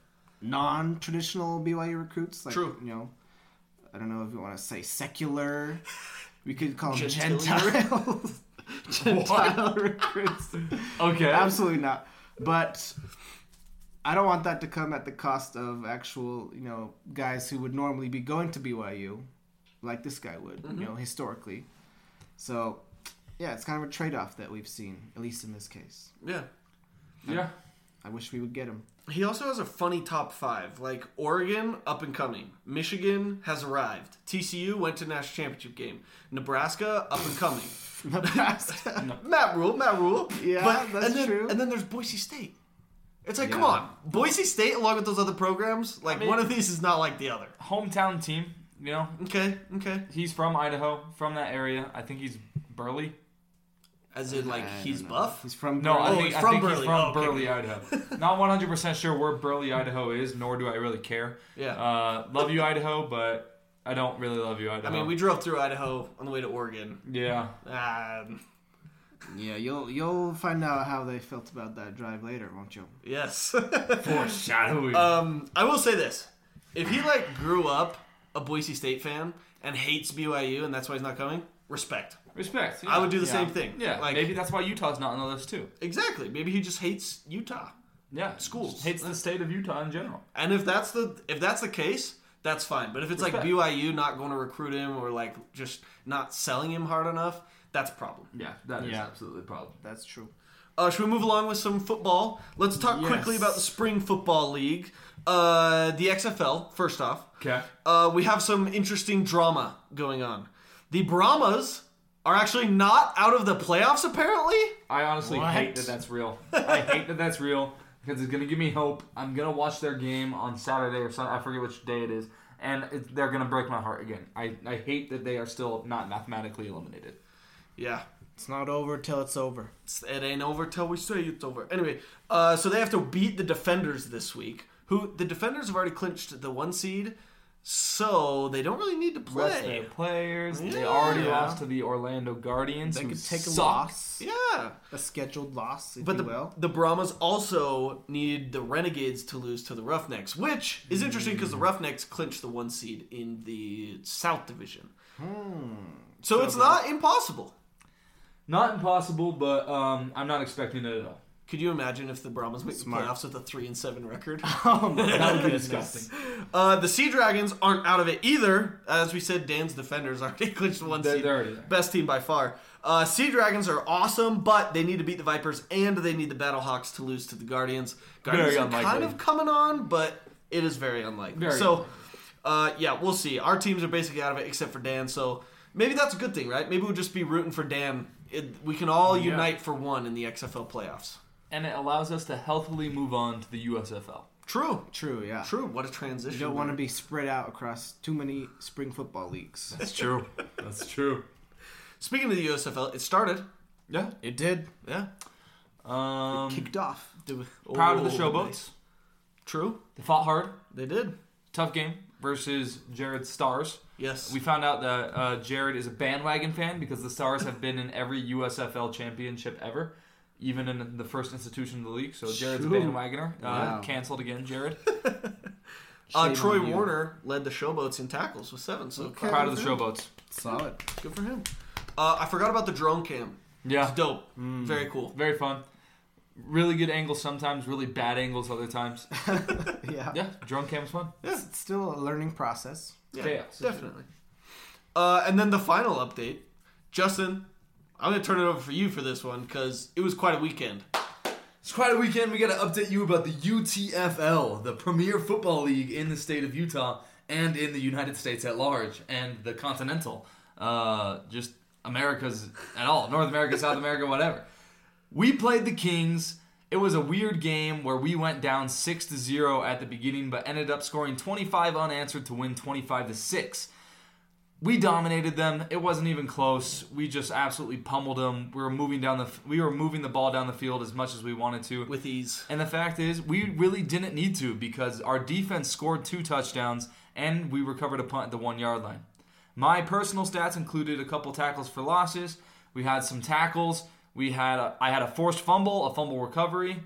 [SPEAKER 4] non-traditional BYU recruits. Like,
[SPEAKER 2] True.
[SPEAKER 4] You know, I don't know if you want to say secular. We could call them
[SPEAKER 2] Gentilier?
[SPEAKER 4] Gentiles. Gentile recruits.
[SPEAKER 1] Okay.
[SPEAKER 4] Absolutely not. But I don't want that to come at the cost of actual, you know, guys who would normally be going to BYU, like this guy would, you know, historically. So, yeah, it's kind of a trade-off that we've seen, at least in this case.
[SPEAKER 2] Yeah.
[SPEAKER 1] Yeah.
[SPEAKER 4] I wish we would get him.
[SPEAKER 2] He also has a funny top five. Like Oregon, up and coming. Michigan has arrived. TCU went to national championship game. Nebraska, up and coming.
[SPEAKER 4] Nebraska.
[SPEAKER 2] Matt Rule, Matt Rule.
[SPEAKER 4] Yeah, that's
[SPEAKER 2] and then,
[SPEAKER 4] true.
[SPEAKER 2] And then there's Boise State. It's like, come
[SPEAKER 4] Yeah.
[SPEAKER 2] on, Boise State, along with those other programs, like
[SPEAKER 1] mean-
[SPEAKER 2] one of these is not like the other.
[SPEAKER 1] Hometown team, you know.
[SPEAKER 2] Okay, okay.
[SPEAKER 1] He's from Idaho, from that area. I think he's Burley.
[SPEAKER 2] As in, like
[SPEAKER 4] I don't
[SPEAKER 2] he's
[SPEAKER 4] know.
[SPEAKER 2] buff.
[SPEAKER 4] He's from
[SPEAKER 1] No, I
[SPEAKER 2] Oh,
[SPEAKER 4] Burley.
[SPEAKER 1] think,
[SPEAKER 2] he's
[SPEAKER 1] I
[SPEAKER 2] from
[SPEAKER 1] think
[SPEAKER 2] Burley.
[SPEAKER 1] he's from
[SPEAKER 2] Oh, okay.
[SPEAKER 1] Burley, Idaho. Not 100% sure where Burley, Idaho is, nor do I really care.
[SPEAKER 2] Yeah.
[SPEAKER 1] Uh, love you, Idaho, but I don't really love you, Idaho.
[SPEAKER 2] I mean, we drove through Idaho on the way to Oregon.
[SPEAKER 1] Yeah.
[SPEAKER 2] Um,
[SPEAKER 4] Yeah, you'll you'll find out how they felt about that drive later, won't you?
[SPEAKER 2] yes. Uh,
[SPEAKER 1] Foreshadowing.
[SPEAKER 2] um, I will say this: If he like grew up a Boise State fan and hates BYU and that's why he's not coming, respect.
[SPEAKER 1] Respect.
[SPEAKER 2] I would do the
[SPEAKER 4] Yeah.
[SPEAKER 2] same thing.
[SPEAKER 1] Yeah,
[SPEAKER 2] like
[SPEAKER 1] maybe that's why Utah's not on the list too.
[SPEAKER 2] exactly. Maybe he just hates Utah.
[SPEAKER 1] Yeah,
[SPEAKER 2] Schools.
[SPEAKER 1] Just hates the state of Utah in general.
[SPEAKER 2] And if that's the if that's the case, that's fine. But if it's
[SPEAKER 1] Respect.
[SPEAKER 2] like BYU not going to recruit him or like just not selling him hard enough, that's a problem.
[SPEAKER 1] Yeah, that is
[SPEAKER 4] Yeah.
[SPEAKER 1] absolutely a problem.
[SPEAKER 4] That's true.
[SPEAKER 2] Uh, should we move along with some football? Let's talk
[SPEAKER 4] Yes.
[SPEAKER 2] quickly about the spring football league, uh, the XFL. First off,
[SPEAKER 1] Okay.
[SPEAKER 2] uh, we have some interesting drama going on. The Brahmas are actually not out of the playoffs. Apparently,
[SPEAKER 1] I honestly
[SPEAKER 4] What?
[SPEAKER 1] hate that that's real. I hate that that's real because it's gonna give me hope. I'm gonna watch their game on Saturday or Sunday. I forget which day it is, and it, they're gonna break my heart again. I, I hate that they are still not mathematically eliminated.
[SPEAKER 2] yeah,
[SPEAKER 4] It's not over till it's over.
[SPEAKER 2] it's- it ain't over till we say it's over. Anyway, uh, so they have to beat the Defenders this week. Who the Defenders have already clinched the one seed, so they don't really need to
[SPEAKER 1] Rest their
[SPEAKER 2] play.
[SPEAKER 1] players. They
[SPEAKER 2] Yeah.
[SPEAKER 1] already lost to the Orlando Guardians.
[SPEAKER 4] They
[SPEAKER 1] who
[SPEAKER 4] could take a
[SPEAKER 1] suck.
[SPEAKER 4] loss,
[SPEAKER 2] Yeah.
[SPEAKER 4] a scheduled loss, if
[SPEAKER 2] But the,
[SPEAKER 4] you will.
[SPEAKER 2] the Brahmas also need the Renegades to lose to the Roughnecks, which is interesting because the Roughnecks clinched the one seed in the South Division. So, it's not impossible.
[SPEAKER 1] Not impossible, but um, I'm not expecting it at all.
[SPEAKER 2] Could you imagine if the Brahmas make the
[SPEAKER 4] Smart.
[SPEAKER 2] playoffs with a three and seven record?
[SPEAKER 4] Oh my
[SPEAKER 1] That would be
[SPEAKER 4] goodness.
[SPEAKER 1] disgusting.
[SPEAKER 2] uh, the Sea Dragons aren't out of it either. As we said, Dan's Defenders already clinched the one
[SPEAKER 1] They're,
[SPEAKER 2] seed.
[SPEAKER 1] they're already there.
[SPEAKER 2] Best team by far. Uh, sea Dragons are awesome, but they need to beat the Vipers and they need the Battlehawks to lose to the Guardians. Guardians
[SPEAKER 1] Very
[SPEAKER 2] are kind
[SPEAKER 1] unlikely.
[SPEAKER 2] of coming on, but it is very unlikely.
[SPEAKER 1] Very
[SPEAKER 2] so, uh, yeah, we'll see. Our teams are basically out of it except for Dan, so maybe that's a good thing, right? Maybe we'll just be rooting for Dan. It, we can all
[SPEAKER 1] Yeah.
[SPEAKER 2] unite for one in the XFL playoffs.
[SPEAKER 1] And it allows us to healthily move on to the USFL.
[SPEAKER 2] True.
[SPEAKER 4] True, yeah.
[SPEAKER 2] True. What a transition.
[SPEAKER 4] You don't want to be spread out across too many spring football leagues.
[SPEAKER 1] That's true. That's true.
[SPEAKER 2] Speaking of the USFL, it started.
[SPEAKER 1] Yeah.
[SPEAKER 4] It did.
[SPEAKER 2] Yeah.
[SPEAKER 1] Um,
[SPEAKER 4] Kicked off.
[SPEAKER 2] Do-
[SPEAKER 1] proud of the
[SPEAKER 2] Oh,
[SPEAKER 1] Showboats.
[SPEAKER 2] nice. True.
[SPEAKER 1] They fought hard.
[SPEAKER 2] They did.
[SPEAKER 1] Tough game versus Jared Stars.
[SPEAKER 2] Yes.
[SPEAKER 1] We found out that uh, Jared is a bandwagon fan because the Stars have been in every USFL championship ever, even in the first institution of the league. So Jared's
[SPEAKER 4] Shoot.
[SPEAKER 1] a bandwagoner. Uh,
[SPEAKER 4] Wow.
[SPEAKER 1] Canceled again, Jared.
[SPEAKER 2] Uh,
[SPEAKER 4] Shame
[SPEAKER 2] Troy
[SPEAKER 4] on you.
[SPEAKER 2] Warner led the Showboats in tackles with seven, so
[SPEAKER 4] Okay.
[SPEAKER 1] Proud of the Showboats.
[SPEAKER 4] Solid.
[SPEAKER 2] good for him. Uh, I forgot about the drone cam.
[SPEAKER 1] Yeah.
[SPEAKER 2] It's dope.
[SPEAKER 4] Mm.
[SPEAKER 2] Very cool.
[SPEAKER 1] Very fun. Really good angles sometimes, really bad angles other times.
[SPEAKER 4] Yeah.
[SPEAKER 1] Yeah, drone cam's fun.
[SPEAKER 4] It's it's still a learning process.
[SPEAKER 2] Yeah,
[SPEAKER 1] Chaos.
[SPEAKER 2] definitely. Uh, and then the final update, Justin. I'm gonna turn it over for you for this one because it was quite a weekend.
[SPEAKER 6] It's quite a weekend. We got to update you about the UTFL, the premier football league in the state of Utah and in the United States at large, and the continental, uh, just America's at all, North America, South America, whatever. We played the Kings. It was a weird game where we went down six to zero at the beginning, but ended up scoring 25 unanswered to win 25 to six. We dominated them. It wasn't even close. We just absolutely pummeled them. We were moving down the we were moving the ball down the field as much as we wanted to.
[SPEAKER 2] With ease,
[SPEAKER 1] And the fact is, we really didn't need to because our defense scored two touchdowns and we recovered a punt at the one yard line. My personal stats included a couple tackles for losses. We had some tackles. We had a, I had a forced fumble, a fumble recovery,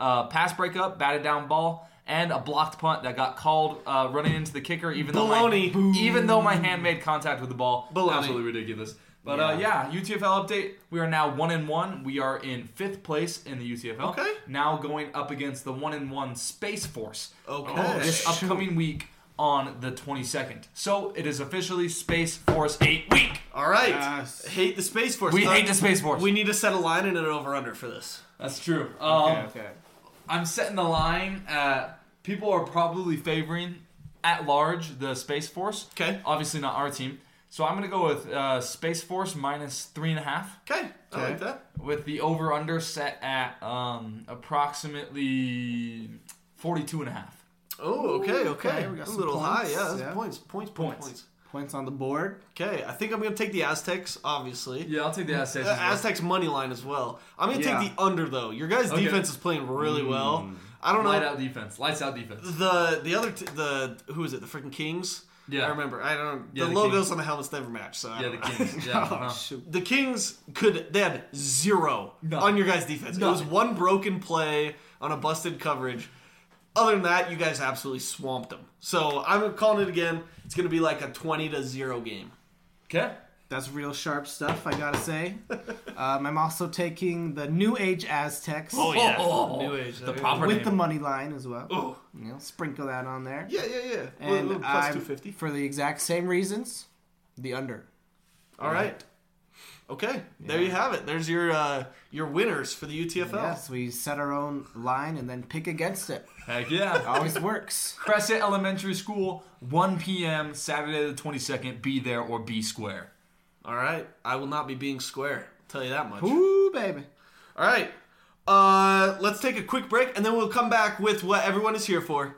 [SPEAKER 1] uh, pass breakup, batted down ball, and a blocked punt that got called uh, running into the kicker. Even
[SPEAKER 2] Baloney.
[SPEAKER 1] though my, even though my hand made contact with the ball,
[SPEAKER 2] Baloney.
[SPEAKER 1] absolutely ridiculous. But uh, yeah, UTFL update. We are now one and one. We are in fifth place in the UTFL
[SPEAKER 2] Okay.
[SPEAKER 1] now going up against the one in one Space Force.
[SPEAKER 2] Okay.
[SPEAKER 1] uh, This
[SPEAKER 2] Shoot.
[SPEAKER 1] upcoming week on the 22nd. So it is officially Space Force 8 week.
[SPEAKER 2] all right.
[SPEAKER 4] Yes.
[SPEAKER 2] Hate the space force.
[SPEAKER 1] We
[SPEAKER 2] Uh,
[SPEAKER 1] hate the Space Force.
[SPEAKER 2] We need to set a line and an over under for this.
[SPEAKER 1] That's true. Um,
[SPEAKER 4] okay.
[SPEAKER 1] I'm setting the line. Uh, people are probably favoring at large the Space Force.
[SPEAKER 2] Okay.
[SPEAKER 1] Obviously not our team. So I'm going to go with uh, Space Force minus three and a half.
[SPEAKER 2] Okay, I
[SPEAKER 4] Okay.
[SPEAKER 2] like that.
[SPEAKER 1] with the over under set at um, approximately 42 and a half.
[SPEAKER 2] Oh, okay, okay.
[SPEAKER 4] okay, we got
[SPEAKER 2] a
[SPEAKER 4] some
[SPEAKER 2] little high,
[SPEAKER 4] points,
[SPEAKER 2] yeah. that's
[SPEAKER 4] yeah.
[SPEAKER 2] Points, points, points,
[SPEAKER 1] Points.
[SPEAKER 2] points.
[SPEAKER 4] Points on the board.
[SPEAKER 2] Okay, I think I'm gonna take the Aztecs, obviously.
[SPEAKER 1] Yeah, I'll take the Aztecs.
[SPEAKER 2] Uh, Aztecs money line as well. I'm gonna
[SPEAKER 4] Yeah.
[SPEAKER 2] take the under though. Your guys'
[SPEAKER 1] Okay. Hmm.
[SPEAKER 2] defense is playing really well. I don't know
[SPEAKER 1] Light out defense. Lights out defense.
[SPEAKER 2] the the other t- the who is it? The freaking Kings.
[SPEAKER 1] Yeah.
[SPEAKER 2] I remember. I don't.
[SPEAKER 1] Yeah,
[SPEAKER 2] the,
[SPEAKER 1] the
[SPEAKER 2] logos
[SPEAKER 1] Kings.
[SPEAKER 2] on the helmets never match. So I
[SPEAKER 1] Yeah, the
[SPEAKER 2] don't know.
[SPEAKER 1] Kings. Yeah, uh-huh. I don't know.
[SPEAKER 4] Oh, shoot.
[SPEAKER 2] The Kings could they had zero
[SPEAKER 1] Nothing.
[SPEAKER 2] on your guys' defense. It was
[SPEAKER 1] Nothing.
[SPEAKER 2] one broken play on a busted coverage. Other than that, you guys absolutely swamped them. So I'm calling it again. It's going to be like a 20 to 0 game.
[SPEAKER 1] Okay.
[SPEAKER 4] That's real sharp stuff, I gotta say. um, I'm also taking the New Age Aztecs
[SPEAKER 1] Oh,
[SPEAKER 2] Oh, yeah.
[SPEAKER 4] Oh.
[SPEAKER 1] New
[SPEAKER 2] Age.
[SPEAKER 1] The proper
[SPEAKER 4] with
[SPEAKER 1] name.
[SPEAKER 4] the money line as well.
[SPEAKER 2] Oh.
[SPEAKER 4] You know, sprinkle that on there.
[SPEAKER 2] Yeah, yeah, yeah.
[SPEAKER 4] And
[SPEAKER 2] Well, plus
[SPEAKER 4] I'm-
[SPEAKER 2] 250.
[SPEAKER 4] for the exact same reasons, the under.
[SPEAKER 2] All right. Okay. There you have it. There's your uh, your winners for the UTFL.
[SPEAKER 4] Yes, we set our own line and then pick against it.
[SPEAKER 1] Heck yeah.
[SPEAKER 4] Always works.
[SPEAKER 1] Crescent Elementary School, 1 p.m. Saturday the 22nd. Be there or be square.
[SPEAKER 2] All right. I will not be being square. Tell you that much.
[SPEAKER 4] Ooh, baby.
[SPEAKER 2] All right. Uh, let's take a quick break and then we'll come back with what everyone is here for.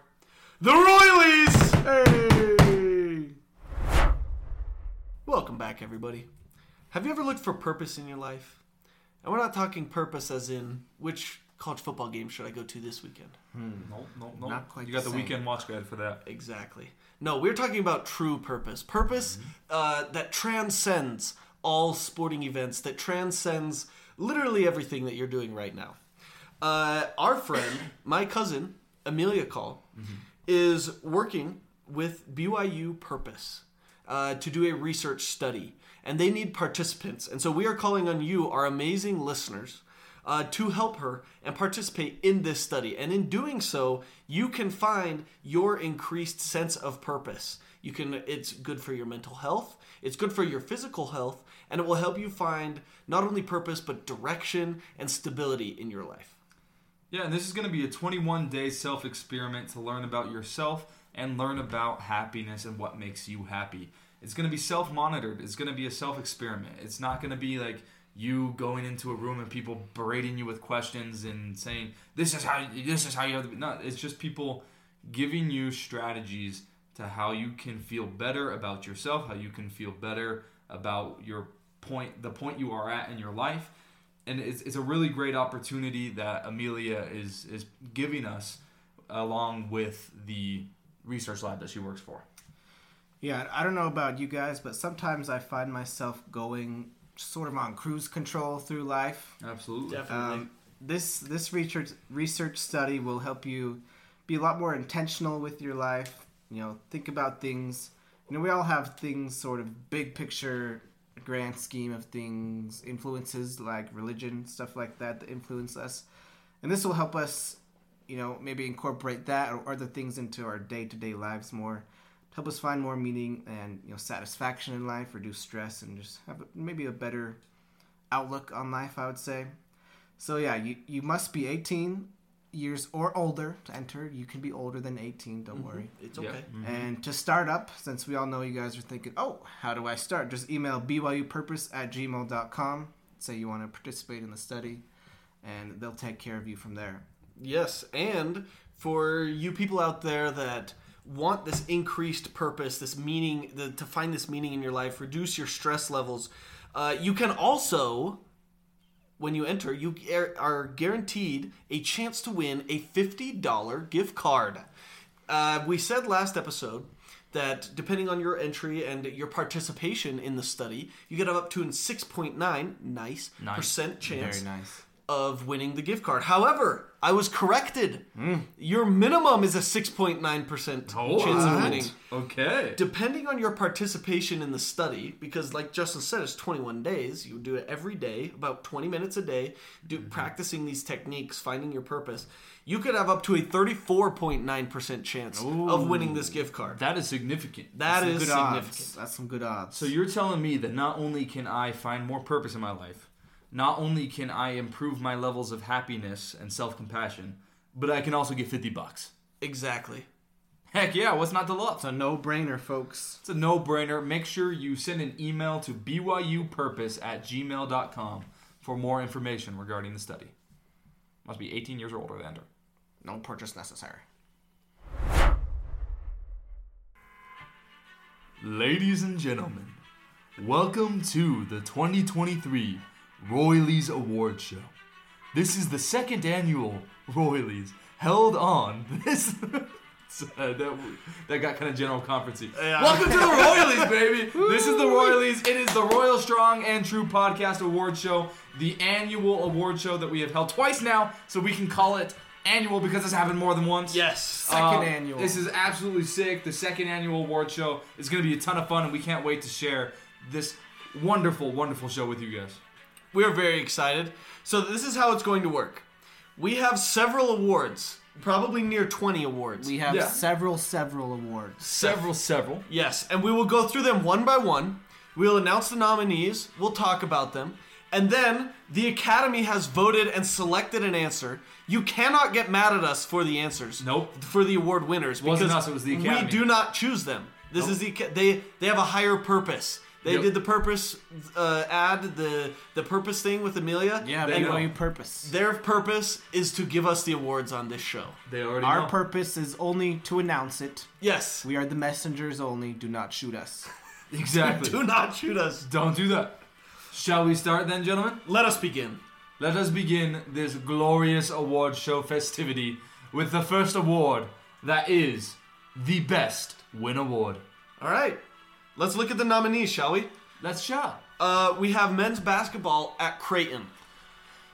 [SPEAKER 2] The Royalies! Hey! Welcome back, everybody. Have you ever looked for purpose in your life? And we're not talking purpose as in which college football game should I go to this weekend?
[SPEAKER 1] Nope, nope, nope.
[SPEAKER 4] Not quite
[SPEAKER 1] you got
[SPEAKER 4] the
[SPEAKER 1] the,
[SPEAKER 4] same.
[SPEAKER 1] weekend watch guide for that.
[SPEAKER 2] Exactly. No, we're talking about true purpose. Purpose uh, that transcends all sporting events, that transcends literally everything that you're doing right now. Uh, our friend, my cousin, Amelia Call, is working with BYU Purpose uh, to do a research study, and they need participants. And so we are calling on you, our amazing listeners, uh, to help her and participate in this study. And in doing so, you can find your increased sense of purpose. You can. It's good for your mental health. It's good for your physical health, and it will help you find not only purpose but direction and stability in your life.
[SPEAKER 1] Yeah, and this is going to be a 21 day self experiment to learn about yourself and learn about happiness and what makes you happy. It's going to be self monitored, it's going to be a self experiment. It's not going to be like you going into a room and people berating you with questions and saying this is how this is how you have to be. No, it's just people giving you strategies to how you can feel better about yourself, how you can feel better about your point, the point you are at in your life, and it's, it's a really great opportunity that Amelia is is giving us along with the research lab that she works for.
[SPEAKER 4] Yeah, I don't know about you guys, but sometimes I find myself going sort of on cruise control through life.
[SPEAKER 1] Absolutely.
[SPEAKER 4] Um, this this research research study will help you be a lot more intentional with your life. You know, think about things. You know, we all have things sort of big picture, grand scheme of things, influences like religion, stuff like that that influence us, and this will help us. You know, maybe incorporate that or other things into our day to day lives more. Help us find more meaning and you know satisfaction in life, reduce stress, and just have a- maybe a better outlook on life. I would say. So yeah, you, you must be 18 years or older to enter. You can be older than 18, don't worry.
[SPEAKER 2] It's
[SPEAKER 1] Yeah.
[SPEAKER 2] okay.
[SPEAKER 4] And to start up, since we all know you guys are thinking, oh, how do I start? Just email byupurpose at gmail.com. Say you want to participate in the study, and they'll take care of you from there.
[SPEAKER 2] Yes, and for you people out there that want this increased purpose, this meaning, the, to find this meaning in your life, reduce your stress levels, uh, you can also, when you enter, you are- are guaranteed a chance to win a $50 gift card. Uh, we said last episode that depending on your entry and your participation in the study, you get up to a 6.9 nice, percent chance
[SPEAKER 4] Very nice.
[SPEAKER 2] of winning the gift card. However, I was corrected.
[SPEAKER 4] Hmm.
[SPEAKER 2] Your minimum is a 6.9%
[SPEAKER 4] Oh,
[SPEAKER 2] chance of winning.
[SPEAKER 1] Okay.
[SPEAKER 2] Depending on your participation in the study, because like Justin said, it's 21 days. You do it every day, about 20 minutes a day, do
[SPEAKER 4] Mm-hmm.
[SPEAKER 2] practicing these techniques, finding your purpose. You could have up to a 34.9% chance of winning this gift card.
[SPEAKER 1] That is significant.
[SPEAKER 2] That is
[SPEAKER 4] Good
[SPEAKER 2] significant.
[SPEAKER 4] odds. That's some good odds.
[SPEAKER 1] So you're telling me that not only can I find more purpose in my life, not only can I improve my levels of happiness and self-compassion, but I can also get 50 bucks.
[SPEAKER 2] Exactly.
[SPEAKER 1] Heck yeah, what's not to love?
[SPEAKER 4] it's a no-brainer, folks.
[SPEAKER 1] It's a no brainer. Make sure you send an email to byupurpose at gmail.com for more information regarding the study. Must be 18 years or older to enter.
[SPEAKER 4] No purchase necessary.
[SPEAKER 1] Ladies and gentlemen, welcome to the 2023 Royleys Award Show. This is the second annual Royleys held on this. Sorry, that, that got kind of general conferencey. Welcome to the Royleys, baby. This is the Royleys. It is the Royal Strong and True Podcast Award Show, the annual award show that we have held twice now, so we can call it annual because this happened more than once.
[SPEAKER 2] Yes.
[SPEAKER 4] Second
[SPEAKER 1] Um,
[SPEAKER 4] annual.
[SPEAKER 1] This is absolutely sick. The second annual award show is going to be a ton of fun, and we can't wait to share this wonderful, wonderful show with you guys.
[SPEAKER 2] We're very excited. So this is how it's going to work. We have several awards, probably near 20 awards.
[SPEAKER 4] We have
[SPEAKER 1] Yeah.
[SPEAKER 4] several, several awards.
[SPEAKER 1] Several, several.
[SPEAKER 2] yes, and we will go through them one by one. We'll announce the nominees, we'll talk about them, and then the Academy has voted and selected an answer. You cannot get mad at us for the answers.
[SPEAKER 1] Nope.
[SPEAKER 2] For the award winners
[SPEAKER 1] Wasn't
[SPEAKER 2] because
[SPEAKER 1] us, it was the Academy.
[SPEAKER 2] We do not choose them. This is the Aca- they they have a higher purpose. They
[SPEAKER 1] Yep.
[SPEAKER 2] did the purpose uh, ad the the purpose thing with Amelia.
[SPEAKER 4] Yeah,
[SPEAKER 2] And
[SPEAKER 4] BYU purpose.
[SPEAKER 2] Their purpose is to give us the awards on this show.
[SPEAKER 1] They already
[SPEAKER 4] Our
[SPEAKER 1] know.
[SPEAKER 4] purpose is only to announce it.
[SPEAKER 2] Yes.
[SPEAKER 4] We are the messengers only. Do not shoot us.
[SPEAKER 1] exactly.
[SPEAKER 2] Do not shoot us.
[SPEAKER 1] Don't do that. Shall we start then, gentlemen?
[SPEAKER 2] Let us begin.
[SPEAKER 1] Let us begin this glorious award show festivity with the first award that is the best win award.
[SPEAKER 2] All right. Let's look at the nominees, shall we?
[SPEAKER 1] That's Shaw.
[SPEAKER 2] Uh, we have men's basketball at Creighton.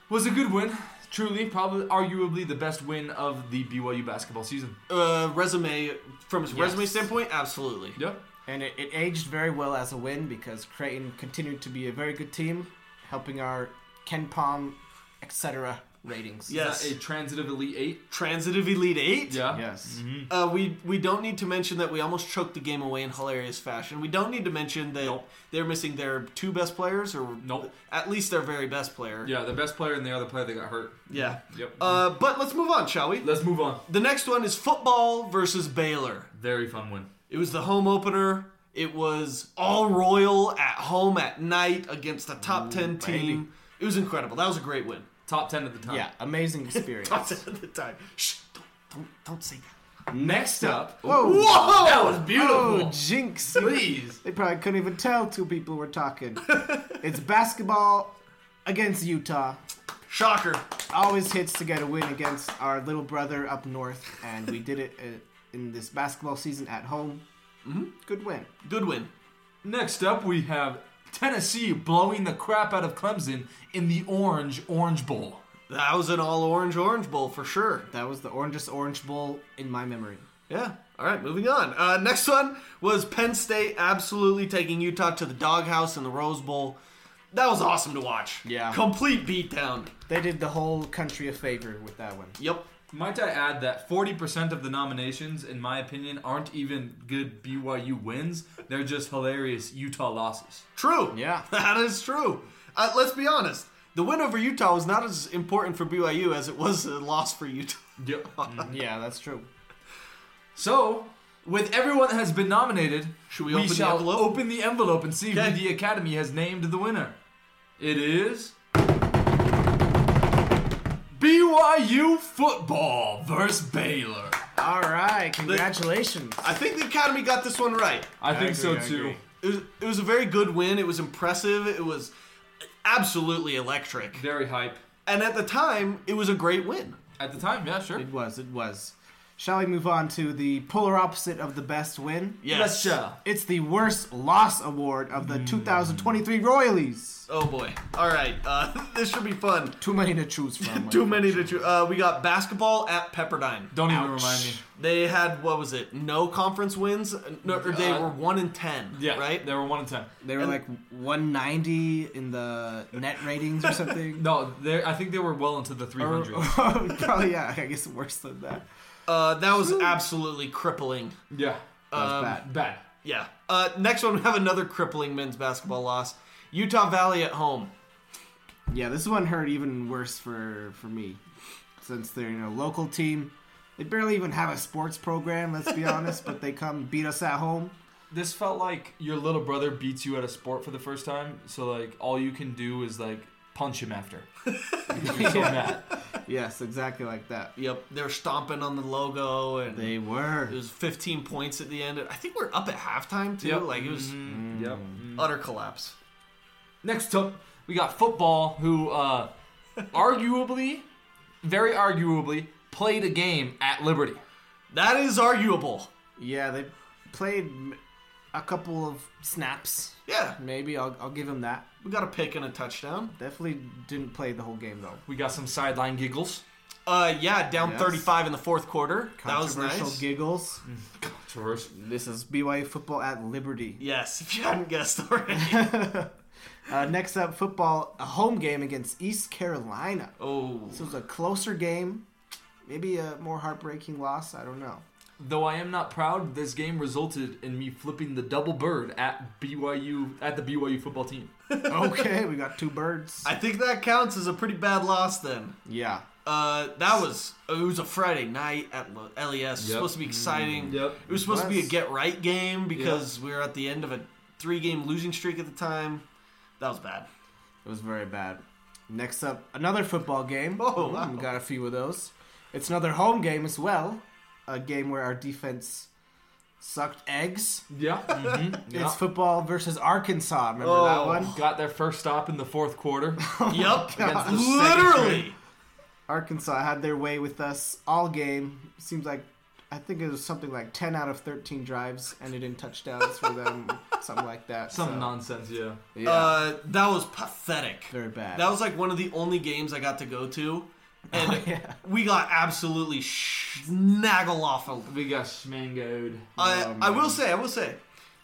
[SPEAKER 1] Was a good win. Truly, probably, arguably the best win of the BYU basketball season.
[SPEAKER 2] Uh, resume from his resume
[SPEAKER 4] Yes.
[SPEAKER 2] standpoint, absolutely.
[SPEAKER 1] Yep.
[SPEAKER 4] And it, it aged very well as a win because Creighton continued to be a very good team, helping our Ken Palm, etc. ratings.
[SPEAKER 2] Yes.
[SPEAKER 1] A transitive Elite Eight.
[SPEAKER 2] Transitive Elite Eight.
[SPEAKER 1] Yeah.
[SPEAKER 4] Yes.
[SPEAKER 2] Uh, we we don't need to mention that we almost choked the game away in hilarious fashion. We don't need to mention that they're missing their two best players, or
[SPEAKER 1] Nope.
[SPEAKER 2] at least their very best player.
[SPEAKER 1] Yeah, the best player and the other player that got hurt.
[SPEAKER 2] Yeah.
[SPEAKER 1] Yep.
[SPEAKER 2] Uh, but let's move on, shall we?
[SPEAKER 1] Let's move on.
[SPEAKER 2] The next one is football versus Baylor.
[SPEAKER 1] Very fun win.
[SPEAKER 2] It was the home opener. It was all royal at home at night against a top 10 team. It was incredible. That was a great win.
[SPEAKER 1] Top 10 at the time.
[SPEAKER 4] Yeah, amazing experience.
[SPEAKER 2] Top 10 at the time. Shh, don't, don't, don't say that.
[SPEAKER 1] Next up.
[SPEAKER 4] Whoa!
[SPEAKER 2] Whoa!
[SPEAKER 1] That was beautiful.
[SPEAKER 4] Oh, jinx!
[SPEAKER 1] Please.
[SPEAKER 4] They probably couldn't even tell two people were talking. it's basketball against Utah.
[SPEAKER 2] Shocker.
[SPEAKER 4] Always hits to get a win against our little brother up north, and we did it uh, in this basketball season at home. Mm-hmm. Good win.
[SPEAKER 2] Good win.
[SPEAKER 1] Next up, we have Tennessee blowing the crap out of Clemson in the Orange Orange Bowl.
[SPEAKER 2] That was an all orange Orange Bowl for sure.
[SPEAKER 4] That was the orangest orange bowl in my memory.
[SPEAKER 2] Yeah. All right, moving on. Uh, next one was Penn State absolutely taking Utah to the doghouse in the Rose Bowl. That was awesome to watch.
[SPEAKER 4] Yeah.
[SPEAKER 2] Complete beatdown.
[SPEAKER 4] They did the whole country a favor with that one.
[SPEAKER 2] Yep.
[SPEAKER 1] Might I add that 40% of the nominations, in my opinion, aren't even good BYU wins. They're just hilarious Utah losses.
[SPEAKER 2] True.
[SPEAKER 4] Yeah.
[SPEAKER 2] That is true. Uh, let's be honest. The win over Utah was not as important for BYU as it was a loss for Utah.
[SPEAKER 1] Yep.
[SPEAKER 4] Yeah, that's true.
[SPEAKER 1] So, with everyone that has been nominated,
[SPEAKER 2] Should we open the
[SPEAKER 1] shall
[SPEAKER 2] envelope?
[SPEAKER 1] open the envelope and see
[SPEAKER 2] Okay.
[SPEAKER 1] who the Academy has named the winner. It is BYU football versus Baylor.
[SPEAKER 4] All right, congratulations.
[SPEAKER 2] I think the Academy got this one right.
[SPEAKER 1] I, think
[SPEAKER 4] agree,
[SPEAKER 1] so
[SPEAKER 4] I
[SPEAKER 1] too.
[SPEAKER 4] agree.
[SPEAKER 2] It was, it was a very good win. It was impressive. It was absolutely electric.
[SPEAKER 1] Very hype
[SPEAKER 2] And at the time, it was a great win.
[SPEAKER 1] at the time. Yeah, sure.
[SPEAKER 4] It was, it was. Shall we move on to the polar opposite of the best win?
[SPEAKER 2] Yes. Hmm.
[SPEAKER 1] Let's, uh,
[SPEAKER 4] It's the worst loss award of the 2023 Royalies.
[SPEAKER 2] Oh boy. All right. Uh, this should be fun.
[SPEAKER 4] Too many to choose from.
[SPEAKER 2] Too many to choose. Uh, we got basketball at Pepperdine.
[SPEAKER 1] Don't even remind me.
[SPEAKER 2] They had what was it? No conference wins. No, or they
[SPEAKER 1] Uh,
[SPEAKER 2] were one in ten.
[SPEAKER 1] Yeah,
[SPEAKER 2] Right.
[SPEAKER 1] They were one in ten.
[SPEAKER 4] They were like 190 in the net ratings or something.
[SPEAKER 1] No, they. I think they were well into the three
[SPEAKER 4] Or-
[SPEAKER 1] hundred.
[SPEAKER 4] probably yeah. I guess worse than that.
[SPEAKER 2] Uh, that was absolutely crippling.
[SPEAKER 1] yeah,
[SPEAKER 4] That's
[SPEAKER 2] Um,
[SPEAKER 4] bad.
[SPEAKER 1] bad.
[SPEAKER 2] Yeah. Uh, next one, we have another crippling men's basketball loss. Utah Valley at home.
[SPEAKER 4] Yeah, this one hurt even worse for for me, since they're you know local team. They barely even have a sports program. Let's be honest, but they come beat us at home.
[SPEAKER 1] This felt like your little brother beats you at a sport for the first time. So like, all you can do is like punch him after. You're so mad.
[SPEAKER 4] Yes, exactly like that.
[SPEAKER 2] Yep. They're stomping on the logo, and
[SPEAKER 4] They were.
[SPEAKER 2] it was 15 points at the end. I think we're up at halftime too.
[SPEAKER 1] Yep.
[SPEAKER 2] Like it was
[SPEAKER 4] Mm-hmm.
[SPEAKER 1] Yep.
[SPEAKER 2] utter collapse.
[SPEAKER 1] Mm. Next up, we got football, who uh, arguably, very arguably, played a game at Liberty.
[SPEAKER 2] That is arguable.
[SPEAKER 4] Yeah, they played m- a couple of snaps.
[SPEAKER 2] Yeah.
[SPEAKER 4] Maybe I'll I'll give them that.
[SPEAKER 2] We got a pick and a touchdown.
[SPEAKER 4] Definitely didn't play the whole game though.
[SPEAKER 1] We got some sideline giggles.
[SPEAKER 2] Uh, yeah, down
[SPEAKER 4] Yes.
[SPEAKER 2] 35 in the fourth quarter. That was
[SPEAKER 4] Controversial
[SPEAKER 2] nice. Mm-hmm.
[SPEAKER 4] giggles.
[SPEAKER 1] Traverse.
[SPEAKER 4] This is BYU football at Liberty.
[SPEAKER 2] Yes, if you hadn't guessed already.
[SPEAKER 4] Uh, next up, football, a home game against East Carolina.
[SPEAKER 2] oh,
[SPEAKER 4] This was a closer game, maybe a more heartbreaking loss. I don't know.
[SPEAKER 1] Though I am not proud, this game resulted in me flipping the double bird at BYU at the BYU football team.
[SPEAKER 4] Okay, we got two birds.
[SPEAKER 2] I think that counts as a pretty bad loss then.
[SPEAKER 4] yeah.
[SPEAKER 2] Uh, that was it was a Friday night at L- LES. It was
[SPEAKER 1] Yep.
[SPEAKER 2] supposed to be exciting.
[SPEAKER 1] Yep.
[SPEAKER 2] It was supposed to be a
[SPEAKER 4] was.
[SPEAKER 2] get right game because we were at the end of a three game losing streak at the time. That was bad.
[SPEAKER 4] It was very bad. Next up, another football game.
[SPEAKER 2] Oh,
[SPEAKER 4] Mm,
[SPEAKER 2] wow.
[SPEAKER 4] got a few of those. It's another home game as well. A game where our defense sucked eggs.
[SPEAKER 1] Yeah. Mm-hmm.
[SPEAKER 4] It's football versus Arkansas. Remember that
[SPEAKER 2] Oh.
[SPEAKER 4] one?
[SPEAKER 1] Got their first stop in the fourth quarter.
[SPEAKER 2] yep,
[SPEAKER 1] Against the
[SPEAKER 2] literally.
[SPEAKER 4] Arkansas had their way with us all game. Seems like I think it was something like 10 out of 13 drives ended in touchdowns for them, something like that.
[SPEAKER 1] Some
[SPEAKER 4] so,
[SPEAKER 1] nonsense, yeah.
[SPEAKER 4] yeah,
[SPEAKER 2] Uh, that was pathetic.
[SPEAKER 4] very bad.
[SPEAKER 2] That was like one of the only games I got to go to, and
[SPEAKER 4] yeah.
[SPEAKER 2] we got absolutely snaggle off of.
[SPEAKER 1] We got Um, schmangoed.
[SPEAKER 2] I,
[SPEAKER 4] Oh,
[SPEAKER 2] I will
[SPEAKER 4] man.
[SPEAKER 2] say, I will say,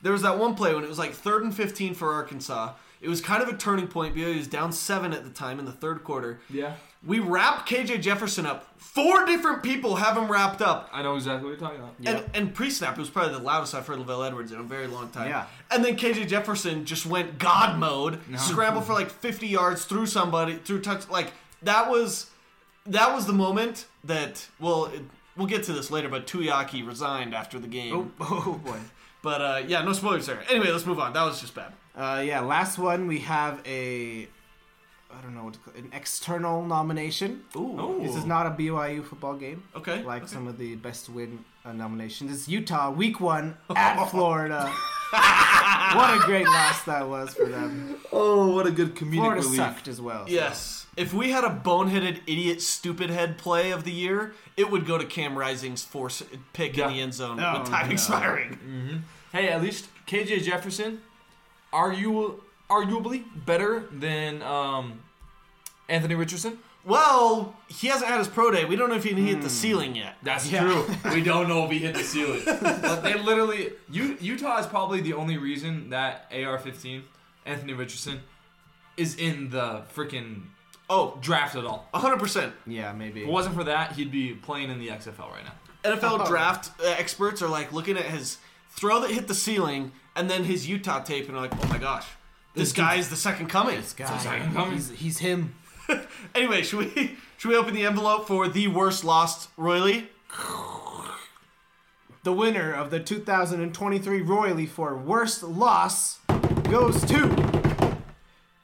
[SPEAKER 2] there was that one play when it was like third and fifteen for Arkansas. It was kind of a turning point. BYU was down seven at the time in the third quarter.
[SPEAKER 1] Yeah.
[SPEAKER 2] We wrap KJ Jefferson up. Four different people have him wrapped up.
[SPEAKER 1] I know exactly what you're talking about.
[SPEAKER 4] Yep.
[SPEAKER 2] And, and pre-snap, it was probably the loudest I've heard Lavelle Edwards in a very long time.
[SPEAKER 4] Yeah.
[SPEAKER 2] And then KJ Jefferson just went God mode, scrambled for like 50 yards through somebody, through touch. Like that was, that was the moment that. Well, it, we'll get to this later, but Tuyaki resigned after the game.
[SPEAKER 4] oh, oh boy.
[SPEAKER 2] But uh, yeah, no spoilers there. Anyway, let's move on. That was just bad.
[SPEAKER 4] Uh, yeah, last one we have a I don't know what to call an external nomination.
[SPEAKER 2] Ooh.
[SPEAKER 4] This is not a BYU football game.
[SPEAKER 2] Oh. Okay.
[SPEAKER 4] Like some of the best win uh, nominations. It's Utah week 1 at Florida. what a great loss that was for them.
[SPEAKER 1] Oh, what a good comedic
[SPEAKER 4] Florida
[SPEAKER 1] relief.
[SPEAKER 4] sucked as well. so.
[SPEAKER 2] Yes. If we had a boneheaded, idiot, stupid head play of the year, it would go to Cam Rising's force pick
[SPEAKER 1] Yeah.
[SPEAKER 2] in the end zone
[SPEAKER 4] Oh,
[SPEAKER 2] with time
[SPEAKER 4] no.
[SPEAKER 2] expiring.
[SPEAKER 1] Hey, at least KJ Jefferson, argu- arguably better than um, Anthony Richardson.
[SPEAKER 2] Well, he hasn't had his pro day. We don't know if he can
[SPEAKER 4] Hmm.
[SPEAKER 2] hit the ceiling yet.
[SPEAKER 1] That's
[SPEAKER 4] Yeah.
[SPEAKER 1] true. We don't know if he hit the ceiling. but they literally, U- Utah is probably the only reason that AR-15, Anthony Richardson, is in the freaking
[SPEAKER 2] Oh,
[SPEAKER 1] draft at all.
[SPEAKER 2] 100%.
[SPEAKER 4] Yeah, maybe.
[SPEAKER 1] If it wasn't for that, he'd be playing in the XFL right now.
[SPEAKER 2] NFL
[SPEAKER 4] Oh.
[SPEAKER 2] draft uh, experts are like looking at his throw that hit the ceiling and then his Utah tape and are like, oh my gosh, this guy is the second coming.
[SPEAKER 4] Guy,
[SPEAKER 1] coming.
[SPEAKER 4] he's, he's him.
[SPEAKER 2] Anyway, should we should we open the envelope for the worst lost royally?
[SPEAKER 4] The winner of the 2023 Roy Lee for worst loss goes to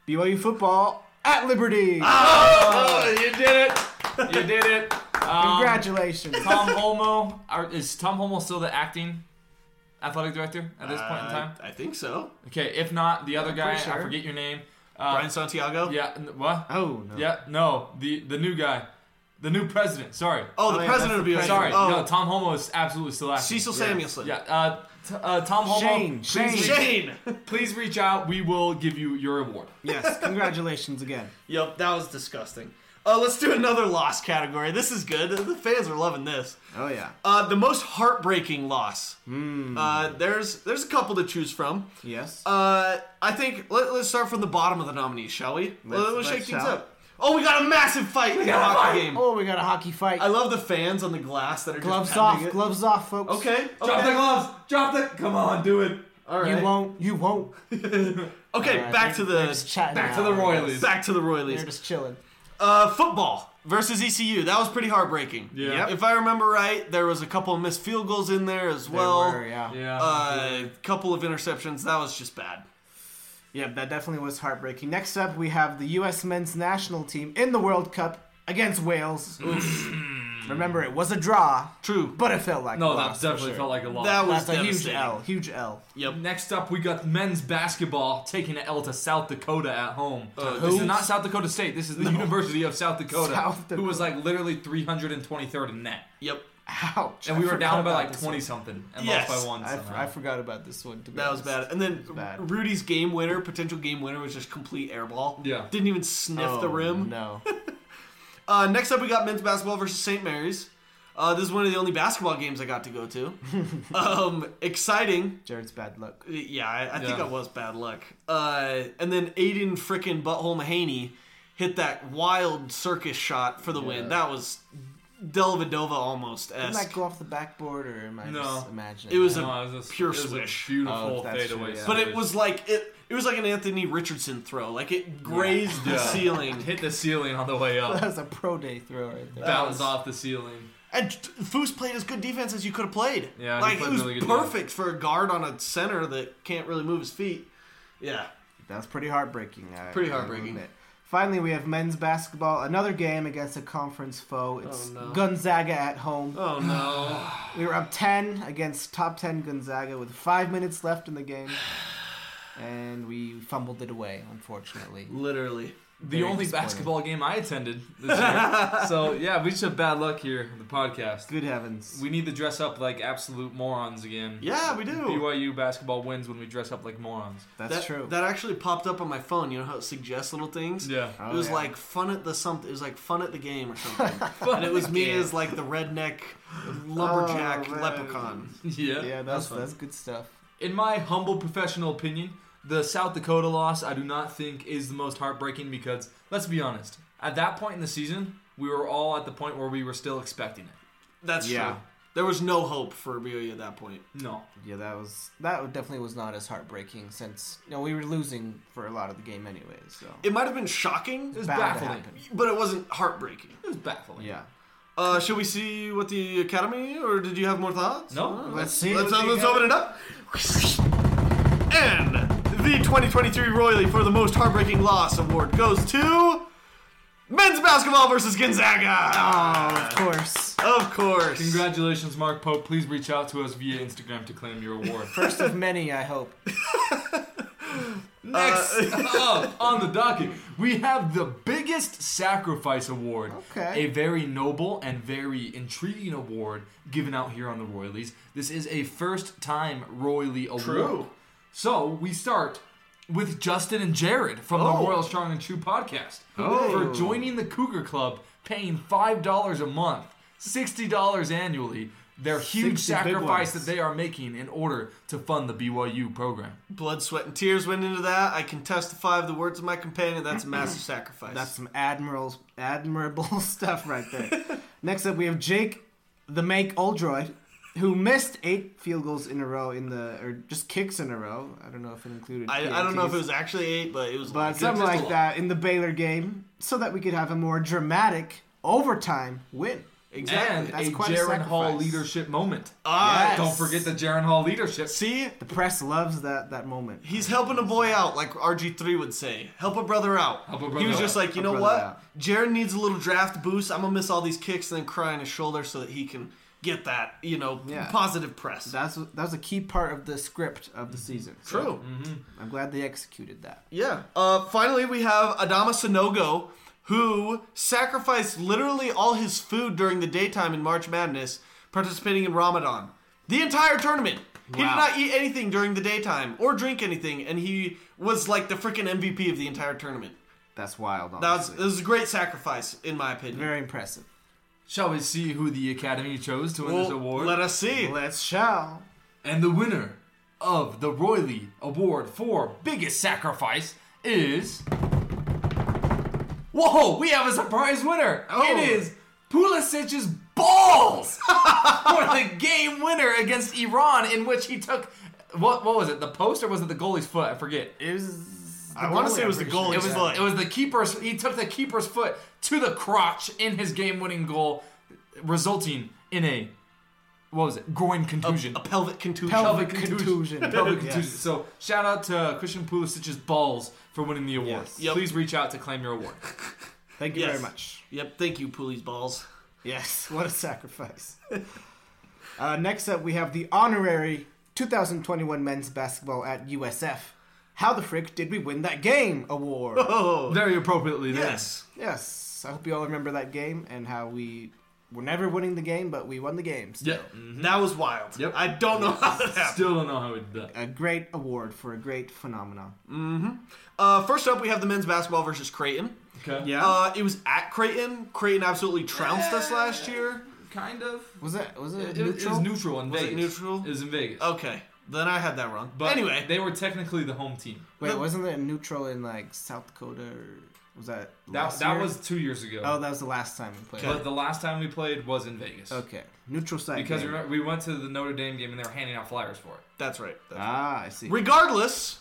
[SPEAKER 4] BYU football at Liberty.
[SPEAKER 1] Oh, you did it! You did it! Um,
[SPEAKER 4] Congratulations.
[SPEAKER 1] Tom Holmoe, are, is Tom Holmoe still the acting athletic director at this point in time?
[SPEAKER 2] I think so.
[SPEAKER 1] Okay, if not, the other guy,
[SPEAKER 4] Uh, pretty sure.
[SPEAKER 1] I forget your name. Uh,
[SPEAKER 2] Brian Santiago.
[SPEAKER 1] Yeah, n- what?
[SPEAKER 4] Oh no.
[SPEAKER 1] Yeah, no, the the new guy, the new president. Sorry,
[SPEAKER 2] Oh, the
[SPEAKER 4] Oh, yeah,
[SPEAKER 2] president
[SPEAKER 4] that's
[SPEAKER 2] of BYU.
[SPEAKER 4] the
[SPEAKER 1] sorry.
[SPEAKER 2] Oh,
[SPEAKER 1] No, Tom Homo is absolutely still acting.
[SPEAKER 2] Cecil Samuelson.
[SPEAKER 1] Yeah, uh, t- uh, Tom Homo.
[SPEAKER 4] Shane, Shane.
[SPEAKER 1] Please, reach-
[SPEAKER 2] Shane.
[SPEAKER 1] please reach out. We will give you your award.
[SPEAKER 4] Yes, congratulations again.
[SPEAKER 2] yep, that was disgusting. Uh, let's do another loss category. This is good. The fans are loving this.
[SPEAKER 4] Oh yeah.
[SPEAKER 2] Uh, the most heartbreaking loss. Uh, there's there's a couple to choose from.
[SPEAKER 4] Yes.
[SPEAKER 2] Uh, I think let, let's start from the bottom of the nominees, shall we? Let's,
[SPEAKER 4] let's
[SPEAKER 2] shake things
[SPEAKER 4] shall.
[SPEAKER 2] up. Oh, we got a massive fight in the hockey game.
[SPEAKER 4] oh, we got a hockey fight.
[SPEAKER 2] I love the fans on the glass that are
[SPEAKER 4] gloves
[SPEAKER 2] just
[SPEAKER 4] off,
[SPEAKER 2] pounding it.
[SPEAKER 4] gloves off, folks.
[SPEAKER 2] Okay.
[SPEAKER 1] Drop the
[SPEAKER 2] Okay.
[SPEAKER 1] gloves. Drop the. Come on, do it.
[SPEAKER 2] All
[SPEAKER 4] You
[SPEAKER 2] right.
[SPEAKER 4] won't. You won't.
[SPEAKER 2] okay.
[SPEAKER 4] All right,
[SPEAKER 2] back to
[SPEAKER 4] they're- they're just
[SPEAKER 2] the
[SPEAKER 4] chatting
[SPEAKER 1] Back to
[SPEAKER 4] now.
[SPEAKER 1] the Royals.
[SPEAKER 2] back to the Royals.
[SPEAKER 4] They're just chilling.
[SPEAKER 2] Uh, football versus ECU. That was pretty heartbreaking.
[SPEAKER 1] Yeah. Yep.
[SPEAKER 2] If I remember right, there was a couple of missed field goals in there as
[SPEAKER 4] They
[SPEAKER 2] well.
[SPEAKER 4] were, yeah. yeah.
[SPEAKER 1] Yeah.
[SPEAKER 2] Uh, couple of interceptions. That was just bad.
[SPEAKER 4] that definitely was heartbreaking. Next up, we have the U.S. men's national team in the World Cup against Wales. Remember, it was a draw,
[SPEAKER 2] True.
[SPEAKER 4] but it felt like a
[SPEAKER 1] no, that
[SPEAKER 4] loss for
[SPEAKER 1] definitely
[SPEAKER 4] sure.
[SPEAKER 1] felt like a loss.
[SPEAKER 2] That was
[SPEAKER 4] That's a huge
[SPEAKER 2] devastating.
[SPEAKER 4] L. Huge L.
[SPEAKER 1] Next up, we got men's basketball taking an L to South Dakota at home.
[SPEAKER 2] Uh,
[SPEAKER 1] this is
[SPEAKER 2] who?
[SPEAKER 1] not South Dakota State. This is the University of South Dakota,
[SPEAKER 4] South
[SPEAKER 1] who was
[SPEAKER 4] Dakota.
[SPEAKER 1] like literally 323rd in net,
[SPEAKER 2] Yep.
[SPEAKER 4] Ouch.
[SPEAKER 1] and
[SPEAKER 4] I
[SPEAKER 1] we were
[SPEAKER 4] forgot
[SPEAKER 1] down by
[SPEAKER 4] about
[SPEAKER 1] like
[SPEAKER 4] this
[SPEAKER 1] 20
[SPEAKER 4] one.
[SPEAKER 1] something and
[SPEAKER 2] Yes.
[SPEAKER 1] lost by one.
[SPEAKER 4] I,
[SPEAKER 1] somehow.
[SPEAKER 4] I forgot about this one. To be
[SPEAKER 2] That was
[SPEAKER 4] honest.
[SPEAKER 2] bad. And then
[SPEAKER 4] bad.
[SPEAKER 2] Rudy's game winner, potential game winner, was just complete airball.
[SPEAKER 1] Yeah.
[SPEAKER 2] Didn't even sniff
[SPEAKER 4] Oh,
[SPEAKER 2] the rim.
[SPEAKER 4] No.
[SPEAKER 2] Uh, next up, we got men's basketball versus St. Mary's. Uh, this is one of the only basketball games I got to go to. um, exciting.
[SPEAKER 4] Jared's bad luck.
[SPEAKER 2] Yeah, I, I think
[SPEAKER 1] Yeah.
[SPEAKER 2] I was bad luck. Uh, and then Aiden frickin' Butthole Mahaney hit that wild circus shot for the
[SPEAKER 1] Yeah.
[SPEAKER 2] win. That was Delvedova almost
[SPEAKER 4] Didn't that
[SPEAKER 2] esque.
[SPEAKER 4] go off the backboard, or am I
[SPEAKER 1] No.
[SPEAKER 4] just imagining?
[SPEAKER 2] It was
[SPEAKER 4] that?
[SPEAKER 2] a
[SPEAKER 1] No, it was a,
[SPEAKER 2] pure
[SPEAKER 1] it was a
[SPEAKER 2] swish.
[SPEAKER 4] Oh,
[SPEAKER 1] beautiful
[SPEAKER 4] that's
[SPEAKER 1] fadeaway.
[SPEAKER 4] true, yeah.
[SPEAKER 2] But it
[SPEAKER 1] swish.
[SPEAKER 2] was like it. It was like an Anthony Richardson throw. Like it grazed the
[SPEAKER 1] Yeah.
[SPEAKER 2] ceiling.
[SPEAKER 1] hit the ceiling on the way
[SPEAKER 4] that
[SPEAKER 1] up,
[SPEAKER 4] was a pro day throw right there.
[SPEAKER 1] bounce
[SPEAKER 2] was-
[SPEAKER 1] off the ceiling.
[SPEAKER 2] And Foose played as good defense as you could have played.
[SPEAKER 1] Yeah, he
[SPEAKER 2] like it
[SPEAKER 1] played
[SPEAKER 2] was
[SPEAKER 1] really good
[SPEAKER 2] perfect for a guard on a center that can't really move his feet. Yeah,
[SPEAKER 4] That was pretty heartbreaking. I-
[SPEAKER 2] Pretty
[SPEAKER 4] I will
[SPEAKER 2] heartbreaking.
[SPEAKER 4] admit. Finally, we have men's basketball. Another game against a conference foe. It's
[SPEAKER 2] Oh, no.
[SPEAKER 4] Gonzaga at home.
[SPEAKER 2] Oh no.
[SPEAKER 4] We were up 10 against top 10 Gonzaga with five minutes left in the game. And we fumbled it away, unfortunately.
[SPEAKER 2] Literally.
[SPEAKER 1] The
[SPEAKER 4] Very
[SPEAKER 1] only
[SPEAKER 4] disappointing.
[SPEAKER 1] basketball game I attended this year. so yeah, we just have bad luck here on the podcast.
[SPEAKER 4] Good heavens.
[SPEAKER 1] We need to dress up like absolute morons again.
[SPEAKER 2] Yeah, we do.
[SPEAKER 1] BYU basketball wins when we dress up like morons.
[SPEAKER 4] That's
[SPEAKER 2] that,
[SPEAKER 4] true.
[SPEAKER 2] That actually popped up on my phone. You know how it suggests little things?
[SPEAKER 1] Yeah.
[SPEAKER 4] Oh,
[SPEAKER 2] it was
[SPEAKER 4] yeah.
[SPEAKER 2] like fun at the something. It was like fun at the game or something. and it was me as like the redneck lumberjack
[SPEAKER 4] Oh, man.
[SPEAKER 2] leprechaun.
[SPEAKER 1] Yeah.
[SPEAKER 4] yeah, that's,
[SPEAKER 1] fun.
[SPEAKER 4] that's good stuff.
[SPEAKER 1] In my humble professional opinion, the South Dakota loss I do not think is the most heartbreaking because let's be honest, at that point in the season, we were all at the point where we were still expecting it.
[SPEAKER 2] That's
[SPEAKER 4] Yeah.
[SPEAKER 2] true. There was no hope for BYU at that point.
[SPEAKER 1] No.
[SPEAKER 4] Yeah, that was that definitely was not as heartbreaking since you know, we were losing for a lot of the game anyway. So
[SPEAKER 2] It might have been shocking,
[SPEAKER 1] It was
[SPEAKER 4] Bound to
[SPEAKER 1] baffling.
[SPEAKER 4] happen.
[SPEAKER 2] but it wasn't heartbreaking.
[SPEAKER 1] It was baffling.
[SPEAKER 4] yeah,
[SPEAKER 2] Uh, should we see what the academy, or did you have more thoughts?
[SPEAKER 1] No?
[SPEAKER 4] let's see.
[SPEAKER 2] Let's, uh,
[SPEAKER 4] what they
[SPEAKER 2] let's
[SPEAKER 4] got.
[SPEAKER 2] open it up. And the 2023 Royally for the most heartbreaking loss award goes to men's basketball versus Gonzaga.
[SPEAKER 4] Oh, of course.
[SPEAKER 2] Of course.
[SPEAKER 1] Congratulations, Mark Pope. Please reach out to us via Instagram to claim your award.
[SPEAKER 4] First of many, I hope.
[SPEAKER 1] Next
[SPEAKER 4] Uh,
[SPEAKER 1] up on the docket, we have the biggest sacrifice award.
[SPEAKER 4] Okay.
[SPEAKER 1] A very noble and very intriguing award given out here on the Royleys. This is a first time Royally award.
[SPEAKER 2] True.
[SPEAKER 1] So we start with Justin and Jared from
[SPEAKER 2] Oh.
[SPEAKER 1] the Royal Strong and True podcast
[SPEAKER 4] Oh.
[SPEAKER 1] for joining the Cougar Club, paying five dollars a month, sixty dollars annually. Their huge
[SPEAKER 4] 60 big
[SPEAKER 1] sacrifice
[SPEAKER 4] ones.
[SPEAKER 1] that they are making in order to fund the BYU program.
[SPEAKER 2] Blood, sweat, and tears went into that. I can testify of the words of my companion. That's a massive sacrifice.
[SPEAKER 4] That's some admirals, admirable stuff right there. Next up, we have Jake, the Make Oldroyd, who missed eight field goals in a row in the or just kicks in a row. I don't know if it included.
[SPEAKER 2] I, I don't know if it
[SPEAKER 4] PATs.
[SPEAKER 2] was actually eight, but it was.
[SPEAKER 4] but something
[SPEAKER 1] just a
[SPEAKER 4] like
[SPEAKER 1] lot.
[SPEAKER 4] that in the Baylor game, so that we could have a more dramatic overtime win.
[SPEAKER 1] and
[SPEAKER 2] exactly.
[SPEAKER 4] That's
[SPEAKER 1] a
[SPEAKER 4] quite a
[SPEAKER 1] Jaron Hall
[SPEAKER 4] sacrifice.
[SPEAKER 1] leadership moment.
[SPEAKER 2] Ah,
[SPEAKER 4] Yes.
[SPEAKER 1] Don't forget the Jaron Hall leadership.
[SPEAKER 2] See,
[SPEAKER 4] The press loves that that moment.
[SPEAKER 2] He's helping a boy out, like RG3 would say. Help a brother out.
[SPEAKER 1] Help a brother
[SPEAKER 2] he was
[SPEAKER 1] out.
[SPEAKER 2] just like, you
[SPEAKER 4] A
[SPEAKER 2] know
[SPEAKER 4] brother
[SPEAKER 2] what?
[SPEAKER 4] out.
[SPEAKER 2] Jared needs a little draft boost. I'm gonna miss all these kicks and then cry on his shoulder so that he can get that, you know,
[SPEAKER 4] Yeah.
[SPEAKER 2] positive press.
[SPEAKER 4] That's that was a key part of the script of the season. So
[SPEAKER 2] True.
[SPEAKER 4] I'm glad they executed that.
[SPEAKER 2] Yeah. Uh, finally, we have Adama Sinogo, who sacrificed literally all his food during the daytime in March Madness, participating in Ramadan. The entire tournament. He did
[SPEAKER 4] Wow.
[SPEAKER 2] not eat anything during the daytime or drink anything, and he was like the freaking MVP of the entire tournament.
[SPEAKER 4] That's wild.
[SPEAKER 2] That was, it
[SPEAKER 4] Honestly.
[SPEAKER 2] was a great sacrifice, in my opinion.
[SPEAKER 4] very impressive.
[SPEAKER 1] Shall we see who the Academy chose to win
[SPEAKER 2] Well,
[SPEAKER 1] this award?
[SPEAKER 2] Let us see.
[SPEAKER 4] Let's shall.
[SPEAKER 1] and the winner of the Royley Award for Biggest Sacrifice is. Whoa, we have a surprise winner!
[SPEAKER 4] Oh.
[SPEAKER 1] It is Pulisic's balls for the game winner against Iran, in which he took. What, what was it? The post or was it the goalie's foot? I forget.
[SPEAKER 4] It was.
[SPEAKER 2] I want to say it was the goalie's
[SPEAKER 1] It was
[SPEAKER 2] foot.
[SPEAKER 1] it was the keeper's. He took the keeper's foot to the crotch in his game-winning goal, resulting in a what was it? Groin contusion.
[SPEAKER 2] a pelvic contusion.
[SPEAKER 4] Pelvic contusion.
[SPEAKER 1] Pelvic
[SPEAKER 4] Yes.
[SPEAKER 1] contusion. So shout out to Christian Pulisic's balls for winning the award.
[SPEAKER 4] Yes.
[SPEAKER 2] Yep.
[SPEAKER 1] Please reach out to claim your award.
[SPEAKER 4] Thank you
[SPEAKER 2] Yes.
[SPEAKER 4] very much.
[SPEAKER 2] Yep. Thank you, Pooley's balls.
[SPEAKER 4] Yes, what a sacrifice. uh, next up, we have the honorary 2021 men's basketball at USF. How the frick did we win that game award?
[SPEAKER 2] Oh.
[SPEAKER 1] Very appropriately. there.
[SPEAKER 2] Yes.
[SPEAKER 4] yes, I hope you all remember that game and how we were never winning the game, but we won the game. still.
[SPEAKER 1] Yeah.
[SPEAKER 2] That was wild.
[SPEAKER 1] Yep.
[SPEAKER 2] I don't know how that happened.
[SPEAKER 1] Still don't know how we did that.
[SPEAKER 4] A great award for a great phenomenon.
[SPEAKER 2] Uh, first up, we have the men's basketball versus Creighton.
[SPEAKER 1] Okay.
[SPEAKER 4] Yeah.
[SPEAKER 2] Uh, it was at Creighton. Creighton absolutely trounced us last year.
[SPEAKER 1] Kind of.
[SPEAKER 4] was it was it,
[SPEAKER 1] It, it
[SPEAKER 4] neutral?
[SPEAKER 1] was neutral in
[SPEAKER 2] Was it
[SPEAKER 1] Vegas.
[SPEAKER 2] neutral?
[SPEAKER 1] It was in Vegas.
[SPEAKER 4] Oh,
[SPEAKER 2] Okay, then I had that wrong.
[SPEAKER 1] But
[SPEAKER 2] anyway,
[SPEAKER 1] they were technically the home team.
[SPEAKER 4] Wait, wasn't it neutral in like South Dakota? or Was that
[SPEAKER 1] That
[SPEAKER 4] last
[SPEAKER 1] that
[SPEAKER 4] year?
[SPEAKER 1] was two years ago.
[SPEAKER 4] Oh, that Oh, was the last time we played.
[SPEAKER 1] But the last time we played was in Vegas.
[SPEAKER 4] Okay, neutral site.
[SPEAKER 1] Because
[SPEAKER 4] game.
[SPEAKER 1] remember, we went to the Notre Dame game and they were handing out flyers for it.
[SPEAKER 2] that's right. That's right.
[SPEAKER 4] ah, I see.
[SPEAKER 2] Regardless,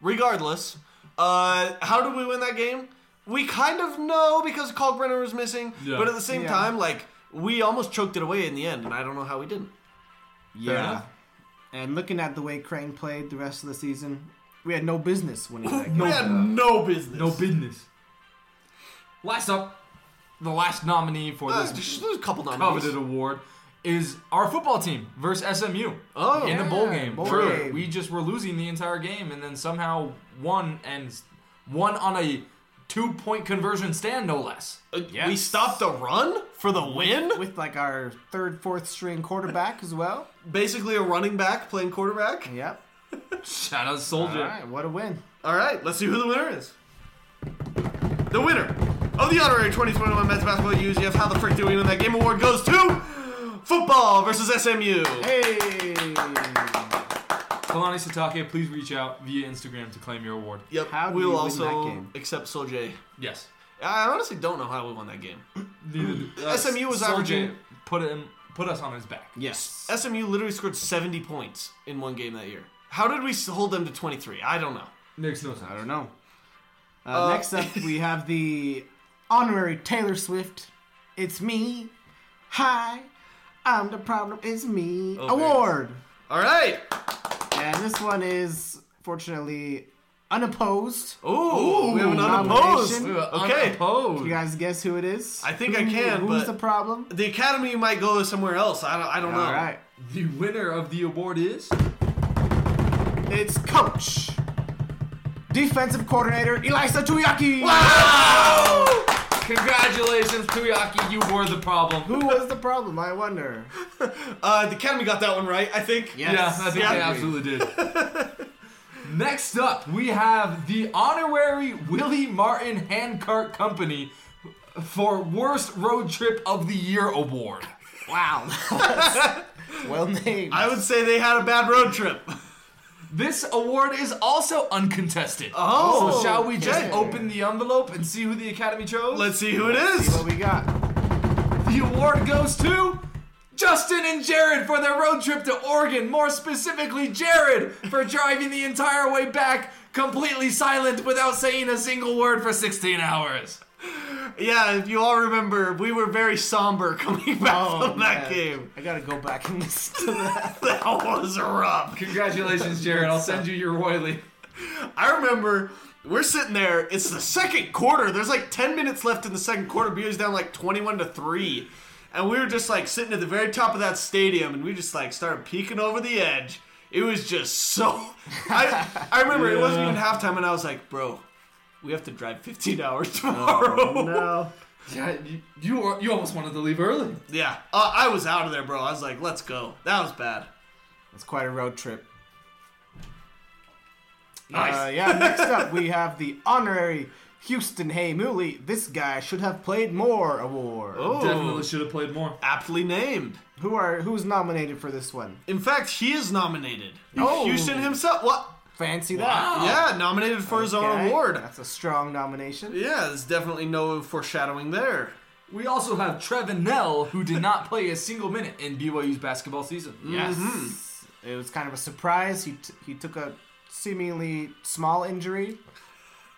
[SPEAKER 2] regardless, uh, how did we win that game? We kind of know because Kalkbrenner was missing,
[SPEAKER 1] Yeah.
[SPEAKER 2] but at the same
[SPEAKER 4] Yeah.
[SPEAKER 2] time, like we almost choked it away in the end, and I don't know how we didn't.
[SPEAKER 4] yeah.
[SPEAKER 1] enough.
[SPEAKER 4] And looking at the way Crane played the rest of the season, we had no business winning that game. Uh,
[SPEAKER 2] we had no business.
[SPEAKER 1] No business. Last up, the last nominee for
[SPEAKER 2] Uh,
[SPEAKER 1] this
[SPEAKER 2] just- there's a couple nominees.
[SPEAKER 1] coveted award is our football team versus SMU
[SPEAKER 2] Oh,
[SPEAKER 1] in the bowl
[SPEAKER 4] yeah,
[SPEAKER 1] game.
[SPEAKER 4] bowl
[SPEAKER 1] True.
[SPEAKER 4] game.
[SPEAKER 1] We just were losing the entire game and then somehow won and s- won on a two point conversion stand, no less.
[SPEAKER 2] Uh, We stopped the run for the win.
[SPEAKER 4] with like our third, fourth string quarterback as well.
[SPEAKER 2] Basically, a running back playing quarterback.
[SPEAKER 4] Yep.
[SPEAKER 1] Shout out
[SPEAKER 4] All
[SPEAKER 1] Soldier.
[SPEAKER 4] right, what a win.
[SPEAKER 2] All right, let's see who the winner is. The winner of the honorary 2021 Men's Basketball UCF How the Frick Do We Win That Game Award goes to football versus SMU.
[SPEAKER 4] Hey.
[SPEAKER 1] Kalani Satake, please reach out via Instagram to claim your award.
[SPEAKER 2] Yep,
[SPEAKER 4] How do
[SPEAKER 2] we'll
[SPEAKER 4] we win
[SPEAKER 2] also
[SPEAKER 4] that game?
[SPEAKER 2] accept Soljay.
[SPEAKER 1] Yes.
[SPEAKER 2] I honestly don't know how we won that game.
[SPEAKER 1] Neither do- uh,
[SPEAKER 2] SMU was
[SPEAKER 1] Soldier
[SPEAKER 2] averaging-
[SPEAKER 1] put him put us on his back.
[SPEAKER 4] Yes.
[SPEAKER 2] SMU literally scored 70 points in one game that year. How did we s- hold them to 23? I don't know.
[SPEAKER 1] Makes no sense.
[SPEAKER 4] I don't know. Uh,
[SPEAKER 2] Uh,
[SPEAKER 4] next up, we have the honorary Taylor Swift. It's me. Hi, I'm the problem. It's me.
[SPEAKER 2] Oh,
[SPEAKER 4] Award.
[SPEAKER 2] All right.
[SPEAKER 4] And this one is fortunately unopposed.
[SPEAKER 2] Oh. Ooh, we have an unopposed.
[SPEAKER 4] nomination.
[SPEAKER 2] Okay.
[SPEAKER 1] Unopposed.
[SPEAKER 4] You guys guess who it is?
[SPEAKER 2] I think
[SPEAKER 4] Who-
[SPEAKER 2] I can,
[SPEAKER 4] Who's
[SPEAKER 2] but-
[SPEAKER 4] the problem?
[SPEAKER 2] The academy might go somewhere else. I don't, I don't know.
[SPEAKER 4] All right.
[SPEAKER 1] The winner of the award is
[SPEAKER 4] It's coach, defensive coordinator Elisa Tuyaki.
[SPEAKER 2] Wow!
[SPEAKER 1] Congratulations, Tuyaki, you were the problem.
[SPEAKER 4] Who was the problem? I wonder.
[SPEAKER 2] Uh, the Academy got that one right, I think.
[SPEAKER 1] Yeah, I think
[SPEAKER 2] Yeah.
[SPEAKER 1] they absolutely did. Next up, we have the honorary Willie Martin Handcart Company for Worst Road Trip of the Year award.
[SPEAKER 4] Wow. well named.
[SPEAKER 2] I would say they had a bad road trip.
[SPEAKER 1] This award is also uncontested.
[SPEAKER 2] Oh,
[SPEAKER 1] so shall we just
[SPEAKER 4] okay.
[SPEAKER 1] open the envelope and see who the Academy chose?
[SPEAKER 2] Let's see who it is.
[SPEAKER 4] what we got?
[SPEAKER 1] The award goes to Justin and Jared for their road trip to Oregon. More specifically, Jared for driving the entire way back completely silent without saying a single word for 16 hours.
[SPEAKER 2] Yeah, if you all remember, we were very somber coming back
[SPEAKER 4] Oh,
[SPEAKER 2] from that
[SPEAKER 4] man.
[SPEAKER 2] game.
[SPEAKER 4] I gotta go back and listen to that.
[SPEAKER 2] That was rough.
[SPEAKER 1] Congratulations, Jared. I'll send you your roily.
[SPEAKER 2] I remember we're sitting there. It's the second quarter. There's like 10 minutes left in the second quarter. BYU's down like 21 to 3. And we were just like sitting at the very top of that stadium and we just like started peeking over the edge. It was just so. I, I remember it wasn't even halftime and I was like, bro, we have to drive 15 hours tomorrow.
[SPEAKER 4] Oh, no.
[SPEAKER 1] Yeah, you, you, were- you almost wanted to leave early.
[SPEAKER 2] Yeah, uh, I was out of there, bro. I was like, let's go. That was bad.
[SPEAKER 4] It's quite a road trip.
[SPEAKER 1] Nice.
[SPEAKER 4] Uh, yeah, next up we have the honorary Houston Hey Muley. This guy should have played more award.
[SPEAKER 2] Oh,
[SPEAKER 1] Definitely should have played more.
[SPEAKER 2] aptly named.
[SPEAKER 4] Who are who's nominated for this one?
[SPEAKER 2] In fact, he is nominated.
[SPEAKER 4] Oh.
[SPEAKER 2] Houston himself. What?
[SPEAKER 4] Fancy that.
[SPEAKER 2] Yeah, nominated for his own
[SPEAKER 4] Okay,
[SPEAKER 2] award.
[SPEAKER 4] That's a strong nomination.
[SPEAKER 2] Yeah, there's definitely no foreshadowing there.
[SPEAKER 1] We also have Trevin Nell, who did not play a single minute in BYU's basketball season.
[SPEAKER 4] Yes. It was kind of a surprise. He t- he took a seemingly small injury,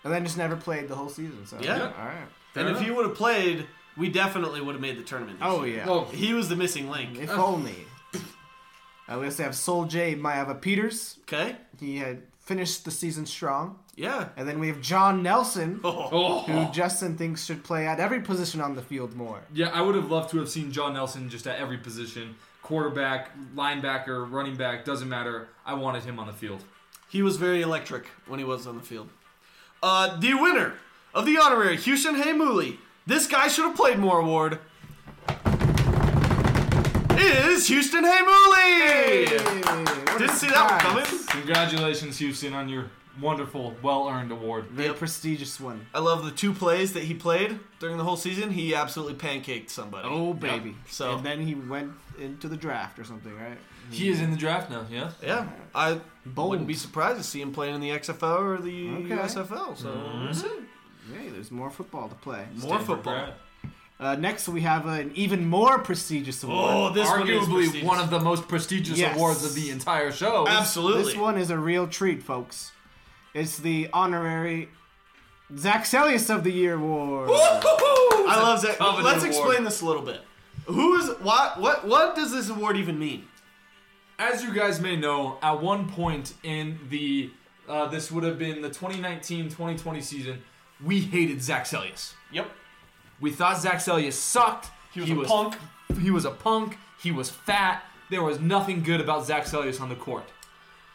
[SPEAKER 4] and then just never played the whole season. So
[SPEAKER 2] Yeah.
[SPEAKER 4] all right.
[SPEAKER 2] and if he would have played, we definitely would have made the tournament. this
[SPEAKER 4] Oh
[SPEAKER 2] year.
[SPEAKER 4] yeah.
[SPEAKER 1] Oh,
[SPEAKER 2] He was the missing link.
[SPEAKER 4] If only. Uh, we also have Soul J Mayava Peters.
[SPEAKER 2] Okay?
[SPEAKER 4] He had finished the season strong.
[SPEAKER 2] Yeah.
[SPEAKER 4] And then we have John Nelson,
[SPEAKER 2] Oh.
[SPEAKER 4] who Justin thinks should play at every position on the field more.
[SPEAKER 1] Yeah, I would have loved to have seen John Nelson just at every position quarterback, linebacker, running back, doesn't matter. I wanted him on the field.
[SPEAKER 2] He was very electric when he was on the field. Uh, the winner of the honorary Houston Hey Mooley. This guy should have played more award. is Houston Hey Mooley!
[SPEAKER 4] What a
[SPEAKER 2] Didn't see that one coming.
[SPEAKER 4] surprise.
[SPEAKER 1] Congratulations, Houston, on your wonderful, well earned award.
[SPEAKER 4] Very
[SPEAKER 2] Yep.
[SPEAKER 4] prestigious one.
[SPEAKER 2] I love the two plays that he played during the whole season. He absolutely pancaked somebody.
[SPEAKER 4] Oh baby.
[SPEAKER 2] So-
[SPEAKER 4] and then he went into the draft or something, right?
[SPEAKER 1] He is in the draft now, yeah?
[SPEAKER 2] Yeah, I
[SPEAKER 4] Bold.
[SPEAKER 2] wouldn't be surprised to see him playing in the XFL or the
[SPEAKER 4] Okay. Mm-hmm.
[SPEAKER 2] USFL. So we'll see.
[SPEAKER 4] Hey, there's more football to play.
[SPEAKER 2] more football.
[SPEAKER 4] Uh, next, we have an even more prestigious award.
[SPEAKER 2] Oh, this one
[SPEAKER 1] Arguably
[SPEAKER 2] is
[SPEAKER 1] one of the most prestigious
[SPEAKER 4] Yes.
[SPEAKER 1] awards of the entire show.
[SPEAKER 2] absolutely.
[SPEAKER 4] This one is a real treat, folks. It's the honorary Zach Selius of the Year Award.
[SPEAKER 2] I love Zach.
[SPEAKER 1] coveted
[SPEAKER 2] Let's
[SPEAKER 1] award.
[SPEAKER 2] explain this a little bit. Who is what? What? What does this award even mean?
[SPEAKER 1] As you guys may know, at one point in the uh, this would have been the 2019-2020 season, we hated Zach Selius.
[SPEAKER 2] Yep.
[SPEAKER 1] We thought Zach Selius sucked. He
[SPEAKER 2] was a punk.
[SPEAKER 1] He was a punk. He was fat. There was nothing good about Zach Selius on the court.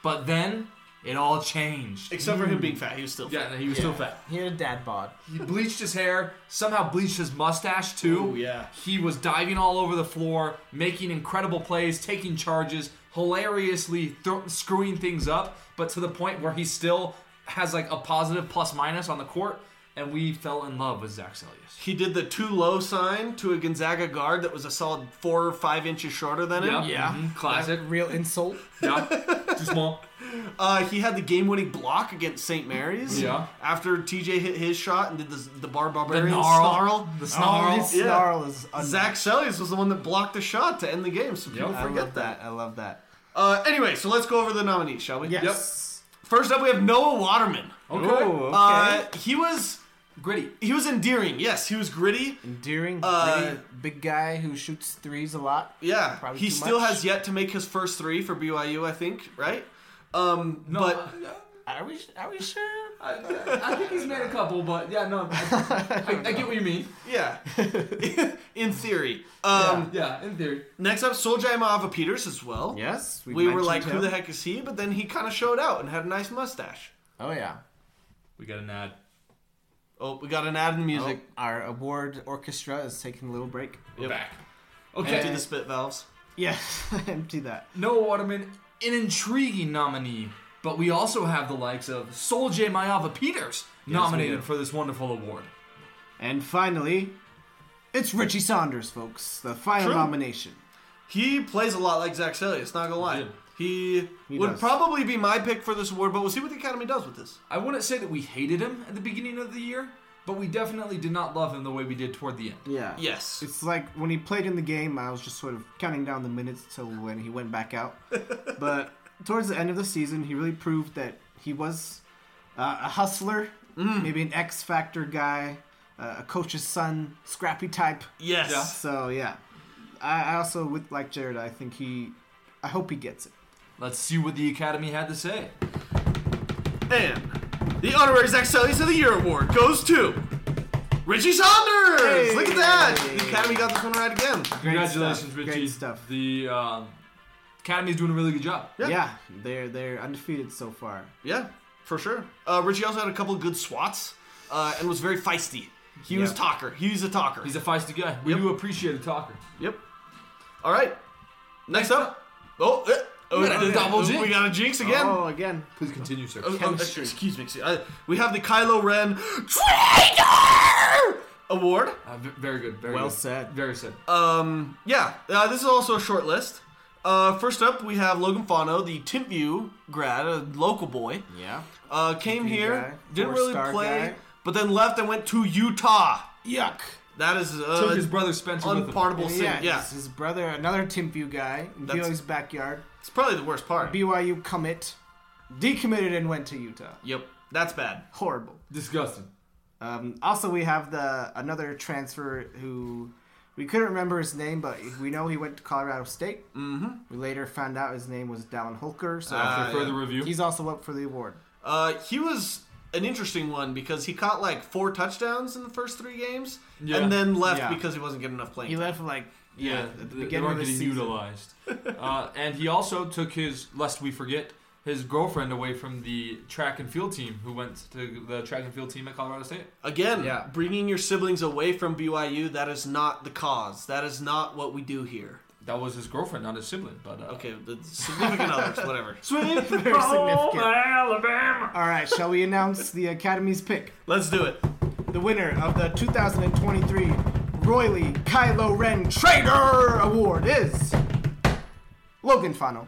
[SPEAKER 1] But then it all changed.
[SPEAKER 2] Except for him being fat, he was still.
[SPEAKER 1] Yeah,
[SPEAKER 2] Fat.
[SPEAKER 1] no, he was still fat.
[SPEAKER 4] He had a dad bod.
[SPEAKER 1] He bleached his hair, somehow bleached his mustache too.
[SPEAKER 2] Oh, yeah.
[SPEAKER 1] He was diving all over the floor, making incredible plays, taking charges, hilariously thro- screwing things up, but to the point where he still has like a positive plus minus on the court. And we fell in love with Zach Selius.
[SPEAKER 2] He did the too low sign to a Gonzaga guard that was a solid four or five inches shorter than him. Mm-hmm.
[SPEAKER 1] Yeah. Mm-hmm. Classic.
[SPEAKER 4] Real insult.
[SPEAKER 1] Yeah. Too small.
[SPEAKER 2] Uh, he had the game-winning block against St. Mary's.
[SPEAKER 1] Yeah.
[SPEAKER 2] After TJ hit his shot and did the, the bar barbarian
[SPEAKER 1] gnarl.
[SPEAKER 2] snarl. Oh,
[SPEAKER 1] The snarl.
[SPEAKER 4] His
[SPEAKER 2] Yeah.
[SPEAKER 4] snarl is unmatched.
[SPEAKER 2] Zach Sellius was the one that blocked the shot to end the game, so
[SPEAKER 1] Yep.
[SPEAKER 2] people
[SPEAKER 4] I love
[SPEAKER 2] forget that.
[SPEAKER 4] that. I love that.
[SPEAKER 2] Uh, anyway, so let's go over the nominees, shall we?
[SPEAKER 4] Yes.
[SPEAKER 2] First up, we have Noah Waterman.
[SPEAKER 1] Okay.
[SPEAKER 4] Oh, okay.
[SPEAKER 2] Uh, he was
[SPEAKER 1] Gritty.
[SPEAKER 2] he was endearing. Yes, he was gritty.
[SPEAKER 4] Endearing,
[SPEAKER 2] uh,
[SPEAKER 4] pretty, big guy who shoots threes a lot.
[SPEAKER 2] Yeah,
[SPEAKER 4] Probably
[SPEAKER 2] he
[SPEAKER 4] too
[SPEAKER 2] still
[SPEAKER 4] much.
[SPEAKER 2] has yet to make his first three for BYU, I think. Right? Um,
[SPEAKER 1] No,
[SPEAKER 2] but
[SPEAKER 4] Are we? Are we sure?
[SPEAKER 1] I, I- I think he's made a couple, but yeah, no. I, I, I get what you mean.
[SPEAKER 2] yeah, in theory. Um,
[SPEAKER 1] Yeah, in theory.
[SPEAKER 2] Next up, Soljai Maava Peters as well.
[SPEAKER 4] Yes.
[SPEAKER 2] We were
[SPEAKER 4] mentioned
[SPEAKER 2] like, who
[SPEAKER 4] him.
[SPEAKER 2] the heck is he? But then he kind of showed out and had a nice mustache.
[SPEAKER 4] Oh yeah.
[SPEAKER 1] We got an ad.
[SPEAKER 2] Oh, we got an ad in music.
[SPEAKER 4] Our award orchestra is taking a little break.
[SPEAKER 1] We're back.
[SPEAKER 2] Okay. Empty
[SPEAKER 1] Okay.
[SPEAKER 2] the spit valves.
[SPEAKER 4] Yes, empty that.
[SPEAKER 1] Noah Waterman, an intriguing nominee, but we also have the likes of Sol J. Mayava Peters nominated
[SPEAKER 4] do.
[SPEAKER 1] for this wonderful award.
[SPEAKER 4] And finally, it's Richie Saunders, folks. The final
[SPEAKER 2] True.
[SPEAKER 4] nomination.
[SPEAKER 2] He plays a lot like Zach Selius, not gonna lie.
[SPEAKER 1] did.
[SPEAKER 2] He,
[SPEAKER 4] He
[SPEAKER 2] would
[SPEAKER 4] does.
[SPEAKER 2] probably be my pick for this award, but we'll see what the Academy does with this.
[SPEAKER 1] I wouldn't say that we hated him at the beginning of the year, but we definitely did not love him the way we did toward the end.
[SPEAKER 4] Yeah.
[SPEAKER 2] Yes.
[SPEAKER 4] It's like when he played in the game, I was just sort of counting down the minutes till when he went back out. but towards the end of the season, he really proved that he was uh, a hustler, maybe an X Factor guy, uh, a coach's son, scrappy type.
[SPEAKER 2] Yes.
[SPEAKER 4] So yeah, I, I also with like Jared, I think he, I hope he gets it.
[SPEAKER 1] Let's see what the Academy had to say.
[SPEAKER 2] And the honorary Zach Selius of the Year award goes to Richie Saunders. Look at that! The Academy got this one right again.
[SPEAKER 1] Congratulations,
[SPEAKER 4] stuff.
[SPEAKER 1] Richie.
[SPEAKER 4] Great stuff.
[SPEAKER 1] The um, Academy's doing a really good job.
[SPEAKER 2] Yeah.
[SPEAKER 4] Yeah. they're they're undefeated so far.
[SPEAKER 2] Yeah, for sure. Uh, Richie also had a couple good swats uh, and was very feisty. He was
[SPEAKER 4] Yeah.
[SPEAKER 2] talker. He's a talker.
[SPEAKER 1] He's a feisty guy. We do appreciate a talker.
[SPEAKER 2] Yep. All right. Next up. Oh, eh, oh,
[SPEAKER 1] We got a
[SPEAKER 2] eh,
[SPEAKER 1] double
[SPEAKER 2] oh,
[SPEAKER 1] jinx.
[SPEAKER 2] We got a jinx again.
[SPEAKER 4] Oh, again.
[SPEAKER 1] Please continue, sir.
[SPEAKER 2] Oh, oh,
[SPEAKER 4] Chemistry.
[SPEAKER 2] excuse me. excuse- I- we have the Kylo Ren Traitor Award.
[SPEAKER 1] Uh, v- very good. Very
[SPEAKER 4] oh. Well
[SPEAKER 1] good.
[SPEAKER 4] said.
[SPEAKER 1] Very said.
[SPEAKER 2] Um, yeah, uh, this is also a short list. Uh, first up, we have Logan Fano, the Tintview grad, a local boy.
[SPEAKER 4] Yeah.
[SPEAKER 2] Uh, came here,
[SPEAKER 4] guy,
[SPEAKER 2] didn't really
[SPEAKER 4] four-star
[SPEAKER 2] play,
[SPEAKER 4] guy.
[SPEAKER 2] but then left and went to Utah.
[SPEAKER 4] Yuck.
[SPEAKER 2] That is uh,
[SPEAKER 1] Took his brother Spencer with him.
[SPEAKER 2] unpardonable sin.
[SPEAKER 4] yeah,
[SPEAKER 2] Yeah,
[SPEAKER 4] His, his brother, another Timview guy, in
[SPEAKER 2] That's-
[SPEAKER 4] BYU's backyard.
[SPEAKER 2] it's probably the worst part.
[SPEAKER 4] BYU commit, decommitted, and went to Utah.
[SPEAKER 2] yep, that's bad.
[SPEAKER 4] Horrible.
[SPEAKER 1] Disgusting.
[SPEAKER 4] Um, also, we have the another transfer who we couldn't remember his name, but we know he went to Colorado State. Mm-hmm. We later found out his name was Dallin Holker, so
[SPEAKER 2] Ah,
[SPEAKER 1] Further
[SPEAKER 2] yeah.
[SPEAKER 1] review.
[SPEAKER 4] he's also up for the award.
[SPEAKER 2] Uh, he was an interesting one because he caught like four touchdowns in the first three games,
[SPEAKER 1] Yeah.
[SPEAKER 2] and then left
[SPEAKER 4] Yeah.
[SPEAKER 2] because he wasn't getting enough playing.
[SPEAKER 4] He
[SPEAKER 2] time.
[SPEAKER 4] left like
[SPEAKER 1] Yeah,
[SPEAKER 4] at the
[SPEAKER 1] they- they
[SPEAKER 4] beginning
[SPEAKER 1] weren't
[SPEAKER 4] of the
[SPEAKER 1] getting
[SPEAKER 4] season.
[SPEAKER 1] utilized. uh, and he also took his, lest we forget, his girlfriend away from the track and field team, who went to the track and field team at Colorado State.
[SPEAKER 2] Again,
[SPEAKER 1] Yeah.
[SPEAKER 2] bringing your siblings away from BYU, that is not the cause. That is not what we do here.
[SPEAKER 1] That was his girlfriend, not his sibling. But uh,
[SPEAKER 2] Okay, the significant others, whatever.
[SPEAKER 4] Very significant. All right, shall we announce the Academy's pick?
[SPEAKER 2] Let's do it.
[SPEAKER 4] The winner of the 2023 Roy Lee Kylo Ren Traitor Award is Logan Fano.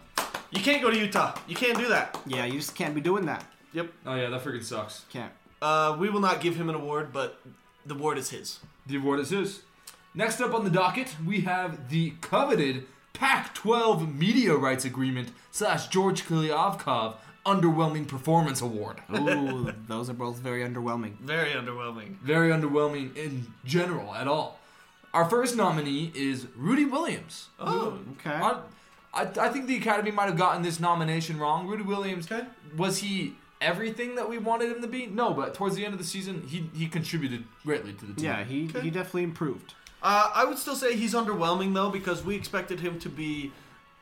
[SPEAKER 2] You can't go to Utah. You can't do that.
[SPEAKER 4] Yeah, you just can't be doing that.
[SPEAKER 2] Yep.
[SPEAKER 1] Oh yeah, that freaking sucks.
[SPEAKER 4] Can't.
[SPEAKER 2] Uh, we will not give him an award, but the award is his.
[SPEAKER 1] The award is his. Next up on the docket, we have the coveted Pac-12 Media Rights Agreement slash George Klyovkov Underwhelming Performance Award.
[SPEAKER 4] Ooh, those are both very underwhelming.
[SPEAKER 2] Very underwhelming.
[SPEAKER 1] Very underwhelming in general at all. Our first nominee is Rudy Williams.
[SPEAKER 2] Oh,
[SPEAKER 4] Okay.
[SPEAKER 1] I, I, I think the Academy might have gotten this nomination wrong. Rudy Williams,
[SPEAKER 2] Okay.
[SPEAKER 1] was he everything that we wanted him to be? No, but towards the end of the season, he, he contributed greatly to the team.
[SPEAKER 4] Yeah, he he definitely improved.
[SPEAKER 2] Uh, I would still say he's underwhelming though because we expected him to be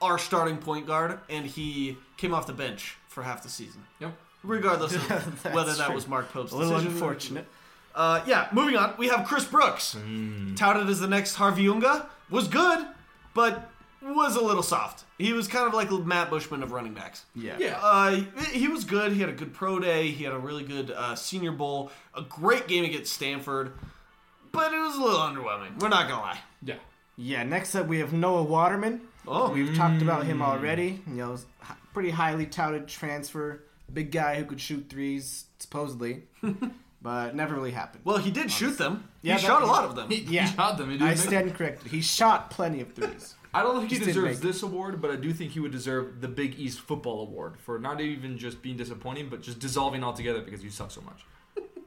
[SPEAKER 2] our starting point guard, and he came off the bench for half the season.
[SPEAKER 1] Yep.
[SPEAKER 2] Regardless of
[SPEAKER 4] That's
[SPEAKER 2] whether that
[SPEAKER 4] true.
[SPEAKER 2] was Mark Pope's
[SPEAKER 4] A little
[SPEAKER 2] decision.
[SPEAKER 4] unfortunate.
[SPEAKER 2] Uh, yeah, moving on. We have Chris Brooks,
[SPEAKER 4] Hmm.
[SPEAKER 2] touted as the next Harvey Unga, was good, but was a little soft. He was kind of like Matt Bushman of running backs.
[SPEAKER 4] Yeah.
[SPEAKER 1] Yeah.
[SPEAKER 2] Uh, he- he was good. He had a good pro day. He had a really good uh, Senior Bowl. A great game against Stanford, but it was a little underwhelming. We're not gonna lie.
[SPEAKER 1] Yeah.
[SPEAKER 4] Yeah. Next up, we have Noah Waterman.
[SPEAKER 2] Oh,
[SPEAKER 4] We've talked about him already. You know, h- pretty highly touted transfer, big guy who could shoot threes supposedly, but never really happened.
[SPEAKER 2] well, he did shoot them.
[SPEAKER 4] Yeah,
[SPEAKER 2] he
[SPEAKER 4] that-
[SPEAKER 2] shot a lot of them.
[SPEAKER 1] He,
[SPEAKER 4] Yeah.
[SPEAKER 1] he shot them. He didn't
[SPEAKER 4] I
[SPEAKER 1] make-
[SPEAKER 4] stand corrected. He shot plenty of threes.
[SPEAKER 1] I don't think he
[SPEAKER 4] Just didn't
[SPEAKER 1] deserves
[SPEAKER 4] make
[SPEAKER 1] this award, but I do think he would deserve the Big East Football Award for not even just being disappointing, but just dissolving altogether because you suck so much.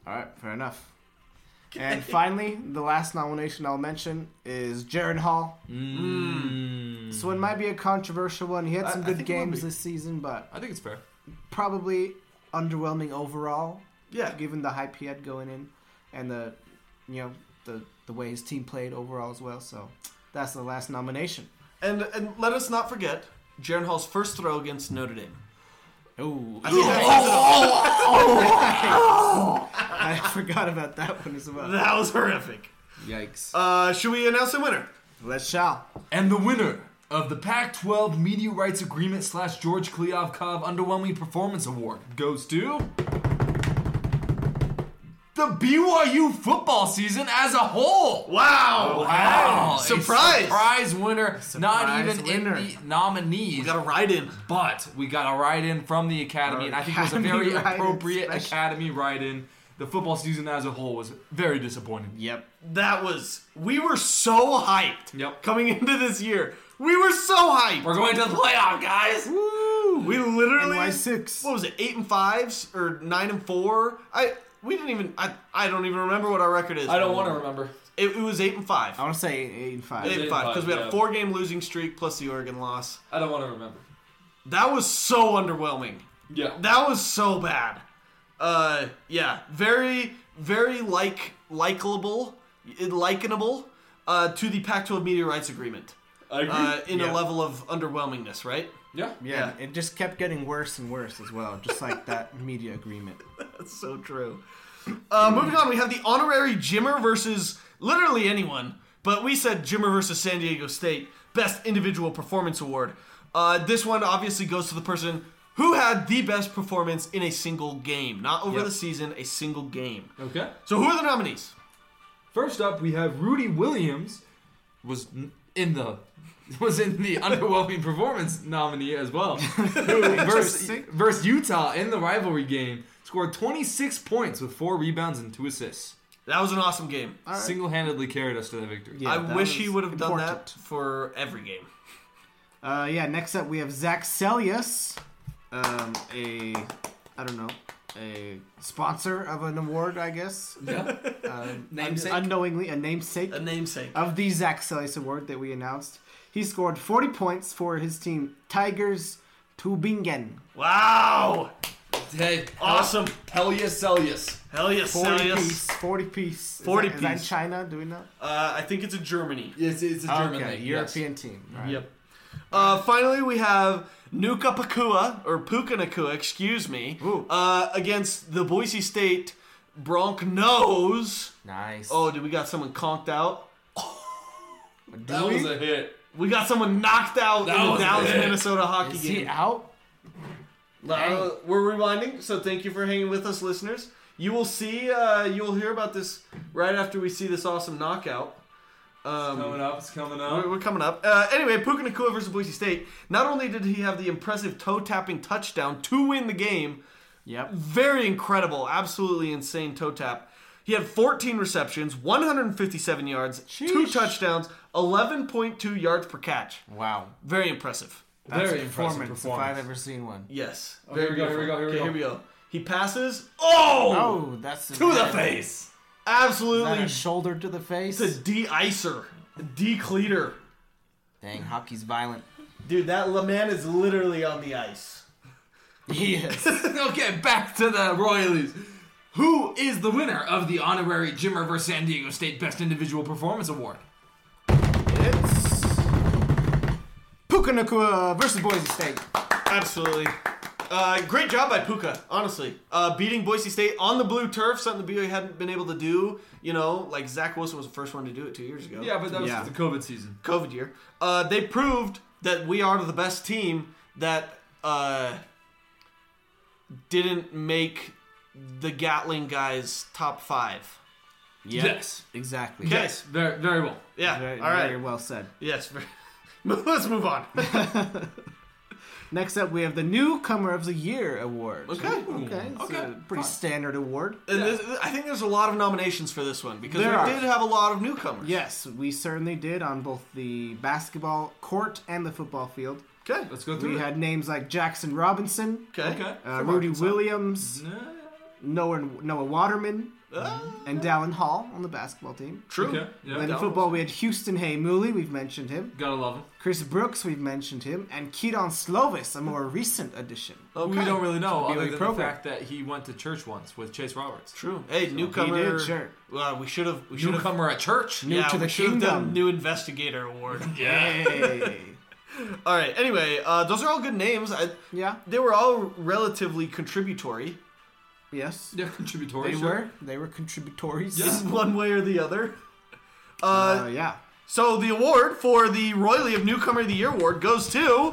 [SPEAKER 4] All right, fair enough. And finally, the last nomination I'll mention is Jaron Hall.
[SPEAKER 1] Mm.
[SPEAKER 4] So it might be a controversial one. He had
[SPEAKER 1] I-
[SPEAKER 4] some
[SPEAKER 1] I
[SPEAKER 4] good
[SPEAKER 1] think it will
[SPEAKER 4] games
[SPEAKER 1] be.
[SPEAKER 4] this season, but
[SPEAKER 1] I think it's fair.
[SPEAKER 4] probably underwhelming overall,
[SPEAKER 2] yeah,
[SPEAKER 4] given the hype he had going in, and the you know the the way his team played overall as well. So that's the last nomination.
[SPEAKER 2] and and let us not forget Jaron Hall's first throw against Notre Dame.
[SPEAKER 4] Oh,
[SPEAKER 2] I think that's-
[SPEAKER 4] I forgot about that one as well.
[SPEAKER 2] that was horrific.
[SPEAKER 4] Yikes!
[SPEAKER 2] Uh, should we announce the winner?
[SPEAKER 4] Let's shall.
[SPEAKER 1] And the winner of the Pac-12 Media Rights Agreement slash George Klyovkov Underwhelming Performance Award goes to the BYU football season as a whole.
[SPEAKER 2] Wow!
[SPEAKER 1] Wow! A
[SPEAKER 2] Surprise!
[SPEAKER 1] surprise winner! not
[SPEAKER 4] Surprise
[SPEAKER 1] even
[SPEAKER 4] winner.
[SPEAKER 1] in the nominees.
[SPEAKER 2] We got a ride in.
[SPEAKER 1] But we got a write in from the Academy, and I think it was a
[SPEAKER 4] Academy
[SPEAKER 1] very
[SPEAKER 4] write-in
[SPEAKER 1] appropriate
[SPEAKER 4] special.
[SPEAKER 1] Academy write in. The football season as a whole was very disappointing.
[SPEAKER 4] Yep.
[SPEAKER 2] That was. We were so hyped.
[SPEAKER 1] Yep.
[SPEAKER 2] Coming into this year, we were so hyped.
[SPEAKER 1] We're going to the playoff, guys!
[SPEAKER 2] We literally.
[SPEAKER 4] NY six.
[SPEAKER 2] What was it? Eight and fives or nine and four? I we didn't even. I I don't even remember what our record is.
[SPEAKER 1] I don't want to remember.
[SPEAKER 2] It, it was eight and five.
[SPEAKER 4] I want to say eight, eight and five.
[SPEAKER 2] Eight and five because we had
[SPEAKER 1] yeah.
[SPEAKER 2] a four game losing streak plus the Oregon loss.
[SPEAKER 1] I don't want to remember.
[SPEAKER 2] That was so underwhelming.
[SPEAKER 1] Yeah.
[SPEAKER 2] That was so bad. Uh, yeah, very, very like likable, likenable uh, to the Pac-12 media rights agreement
[SPEAKER 1] I agree.
[SPEAKER 2] uh, in a
[SPEAKER 4] Yeah.
[SPEAKER 2] level of underwhelmingness, right?
[SPEAKER 1] yeah.
[SPEAKER 4] Yeah,
[SPEAKER 2] Yeah.
[SPEAKER 4] it just kept getting worse and worse as well, just like that media agreement.
[SPEAKER 2] That's so true. Uh, moving on, we have the honorary Jimmer versus literally anyone, but we said Jimmer versus San Diego State Best Individual Performance Award. Uh, this one obviously goes to the person who had the best performance in a single game, not over
[SPEAKER 1] Yep.
[SPEAKER 2] the season, a single game.
[SPEAKER 1] Okay.
[SPEAKER 2] So who are the nominees?
[SPEAKER 1] First up, we have Rudy Williams was n- in the was in the underwhelming performance nominee as well. Who versus,
[SPEAKER 4] Interesting.
[SPEAKER 1] versus Utah in the rivalry game scored 26 points with four rebounds and two assists.
[SPEAKER 2] That was an awesome game.
[SPEAKER 4] Alright.
[SPEAKER 1] Single-handedly carried us to that victory.
[SPEAKER 4] Yeah,
[SPEAKER 2] I
[SPEAKER 4] Uh, that
[SPEAKER 2] wish he
[SPEAKER 4] was
[SPEAKER 2] would have done that
[SPEAKER 4] important.
[SPEAKER 2] for every game.
[SPEAKER 4] Uh, yeah, next up we have Zach Celius, um, a I don't know, a sponsor of an award, I guess,
[SPEAKER 1] Yeah.
[SPEAKER 2] Namesake?
[SPEAKER 4] unknowingly a namesake
[SPEAKER 2] A namesake.
[SPEAKER 4] of the Zach Celius Award that we announced. He scored 40 points for his team Tigers Tubingen.
[SPEAKER 2] Wow!
[SPEAKER 1] Hey,
[SPEAKER 4] Uh,
[SPEAKER 2] Awesome.
[SPEAKER 1] Helius Celius.
[SPEAKER 2] Hell yes,
[SPEAKER 4] 40
[SPEAKER 2] Celius.
[SPEAKER 4] piece. 40 piece. Is
[SPEAKER 2] 40
[SPEAKER 4] that- Is that in
[SPEAKER 2] piece.
[SPEAKER 4] China doing that?
[SPEAKER 2] Uh, I think it's a Germany.
[SPEAKER 1] It's, it's a German
[SPEAKER 4] okay,
[SPEAKER 1] league, yes.
[SPEAKER 4] European team. All right.
[SPEAKER 2] Yep. Uh, finally, we have Nuka Pakua, or Puka Nakua, excuse me,
[SPEAKER 4] Ooh.
[SPEAKER 2] uh, against the Boise State Oh, Broncos.
[SPEAKER 1] Nice.
[SPEAKER 2] Oh, did we got someone conked out?
[SPEAKER 4] Do
[SPEAKER 1] that
[SPEAKER 4] we?
[SPEAKER 1] was a hit.
[SPEAKER 2] We got someone knocked out
[SPEAKER 6] That
[SPEAKER 2] in the
[SPEAKER 6] was
[SPEAKER 2] Dallas
[SPEAKER 6] big.
[SPEAKER 2] Minnesota hockey
[SPEAKER 4] Is
[SPEAKER 2] game.
[SPEAKER 4] he out?
[SPEAKER 2] Uh, we're rewinding, so thank you for hanging with us, listeners. You will see, uh, you will hear about this right after we see this awesome knockout.
[SPEAKER 1] Coming
[SPEAKER 2] Um,
[SPEAKER 1] up, it's coming
[SPEAKER 2] we're,
[SPEAKER 1] up.
[SPEAKER 2] we're coming up. Uh, anyway, Puka Nakua versus Boise State. Not only did he have the impressive toe tapping touchdown to win the game,
[SPEAKER 4] Yep.
[SPEAKER 2] very incredible, absolutely insane toe tap. He had 14 receptions, 157 yards, two
[SPEAKER 4] Sheesh.
[SPEAKER 2] touchdowns, 11.2 yards per catch.
[SPEAKER 4] Wow.
[SPEAKER 2] Very impressive.
[SPEAKER 4] That's
[SPEAKER 1] Very
[SPEAKER 4] a
[SPEAKER 1] impressive
[SPEAKER 4] performance, if I've
[SPEAKER 1] performance.
[SPEAKER 4] ever seen one.
[SPEAKER 2] Yes.
[SPEAKER 1] Oh, here we go, here we go, here we
[SPEAKER 2] Okay,
[SPEAKER 1] go.
[SPEAKER 2] Here we go. He passes. Oh!
[SPEAKER 4] Oh, that's to
[SPEAKER 1] face.
[SPEAKER 2] Absolutely.
[SPEAKER 4] a shoulder to the face.
[SPEAKER 2] It's a de-icer, de-cleater.
[SPEAKER 4] Dang, hockey's violent.
[SPEAKER 2] Dude, that La man is literally on the ice.
[SPEAKER 4] Yes.
[SPEAKER 6] okay, back to the Royalies. Who is the winner of the honorary Jimmer vs. San Diego State Best Individual Performance Award?
[SPEAKER 4] it's Puka Nakua versus Boise State.
[SPEAKER 2] Absolutely. Uh, great job by Puka, honestly. Uh, beating Boise State on the blue turf, something the BYU hadn't been able to do. You know, like Zach Wilson was the first one to do it two years ago.
[SPEAKER 1] Yeah, but that was
[SPEAKER 4] Yeah.
[SPEAKER 1] the COVID season.
[SPEAKER 2] COVID year. Uh, they proved that we are the best team that uh, didn't make the Gatling guys top five.
[SPEAKER 6] Yes.
[SPEAKER 4] Exactly.
[SPEAKER 2] Yes.
[SPEAKER 6] Very, very well.
[SPEAKER 2] Yeah.
[SPEAKER 4] Very,
[SPEAKER 2] All right.
[SPEAKER 4] very well said.
[SPEAKER 2] Yes. very- Let's move on.
[SPEAKER 4] Next up, we have the Newcomer of the Year award.
[SPEAKER 2] Okay.
[SPEAKER 4] Okay. It's
[SPEAKER 6] Okay,
[SPEAKER 4] A pretty standard award.
[SPEAKER 2] And this, I think there's a lot of nominations for this one because
[SPEAKER 4] There
[SPEAKER 2] we
[SPEAKER 4] are.
[SPEAKER 2] did have a lot of newcomers.
[SPEAKER 4] Yes, we certainly did on both the basketball court and the football field.
[SPEAKER 2] Okay.
[SPEAKER 1] Let's go through
[SPEAKER 4] We
[SPEAKER 1] it.
[SPEAKER 4] had names like Jackson Robinson,
[SPEAKER 2] Okay.
[SPEAKER 1] Okay.
[SPEAKER 4] uh,
[SPEAKER 2] From
[SPEAKER 4] Rudy
[SPEAKER 2] Arkansas.
[SPEAKER 4] Williams,
[SPEAKER 1] Nah.
[SPEAKER 4] Noah, Noah Waterman,
[SPEAKER 2] Ah,
[SPEAKER 4] and Dallin Hall on the basketball team.
[SPEAKER 2] true.
[SPEAKER 1] Okay. Yeah.
[SPEAKER 4] Then in
[SPEAKER 2] Dallin
[SPEAKER 4] football, we had Houston Hay Mooley, we've mentioned him.
[SPEAKER 1] Gotta love him.
[SPEAKER 4] Chris Brooks, we've mentioned him. And Keaton Slovis, a more recent addition.
[SPEAKER 2] Okay.
[SPEAKER 1] We don't really know
[SPEAKER 4] It's a
[SPEAKER 1] other
[SPEAKER 4] BYU
[SPEAKER 1] than the
[SPEAKER 4] program.
[SPEAKER 1] fact that he went to church once with Chase Roberts.
[SPEAKER 2] True. Hey, newcomer.
[SPEAKER 4] He did, sure.
[SPEAKER 2] Well, we should have. We should have.
[SPEAKER 6] Newcomer at church.
[SPEAKER 4] New
[SPEAKER 2] yeah,
[SPEAKER 4] to the
[SPEAKER 2] we should have done
[SPEAKER 4] kingdom.
[SPEAKER 2] new investigator award.
[SPEAKER 6] Yeah.
[SPEAKER 4] Hey.
[SPEAKER 2] all right. Anyway, uh, those are all good names. I,
[SPEAKER 4] yeah,
[SPEAKER 2] they were all relatively contributory,
[SPEAKER 4] yes.
[SPEAKER 1] Yeah, contributory.
[SPEAKER 4] They
[SPEAKER 1] sure.
[SPEAKER 4] were. They were contributories.
[SPEAKER 2] in one way or the other. Uh,
[SPEAKER 4] Uh, yeah.
[SPEAKER 2] so the award for the Royally of Newcomer of the Year award goes to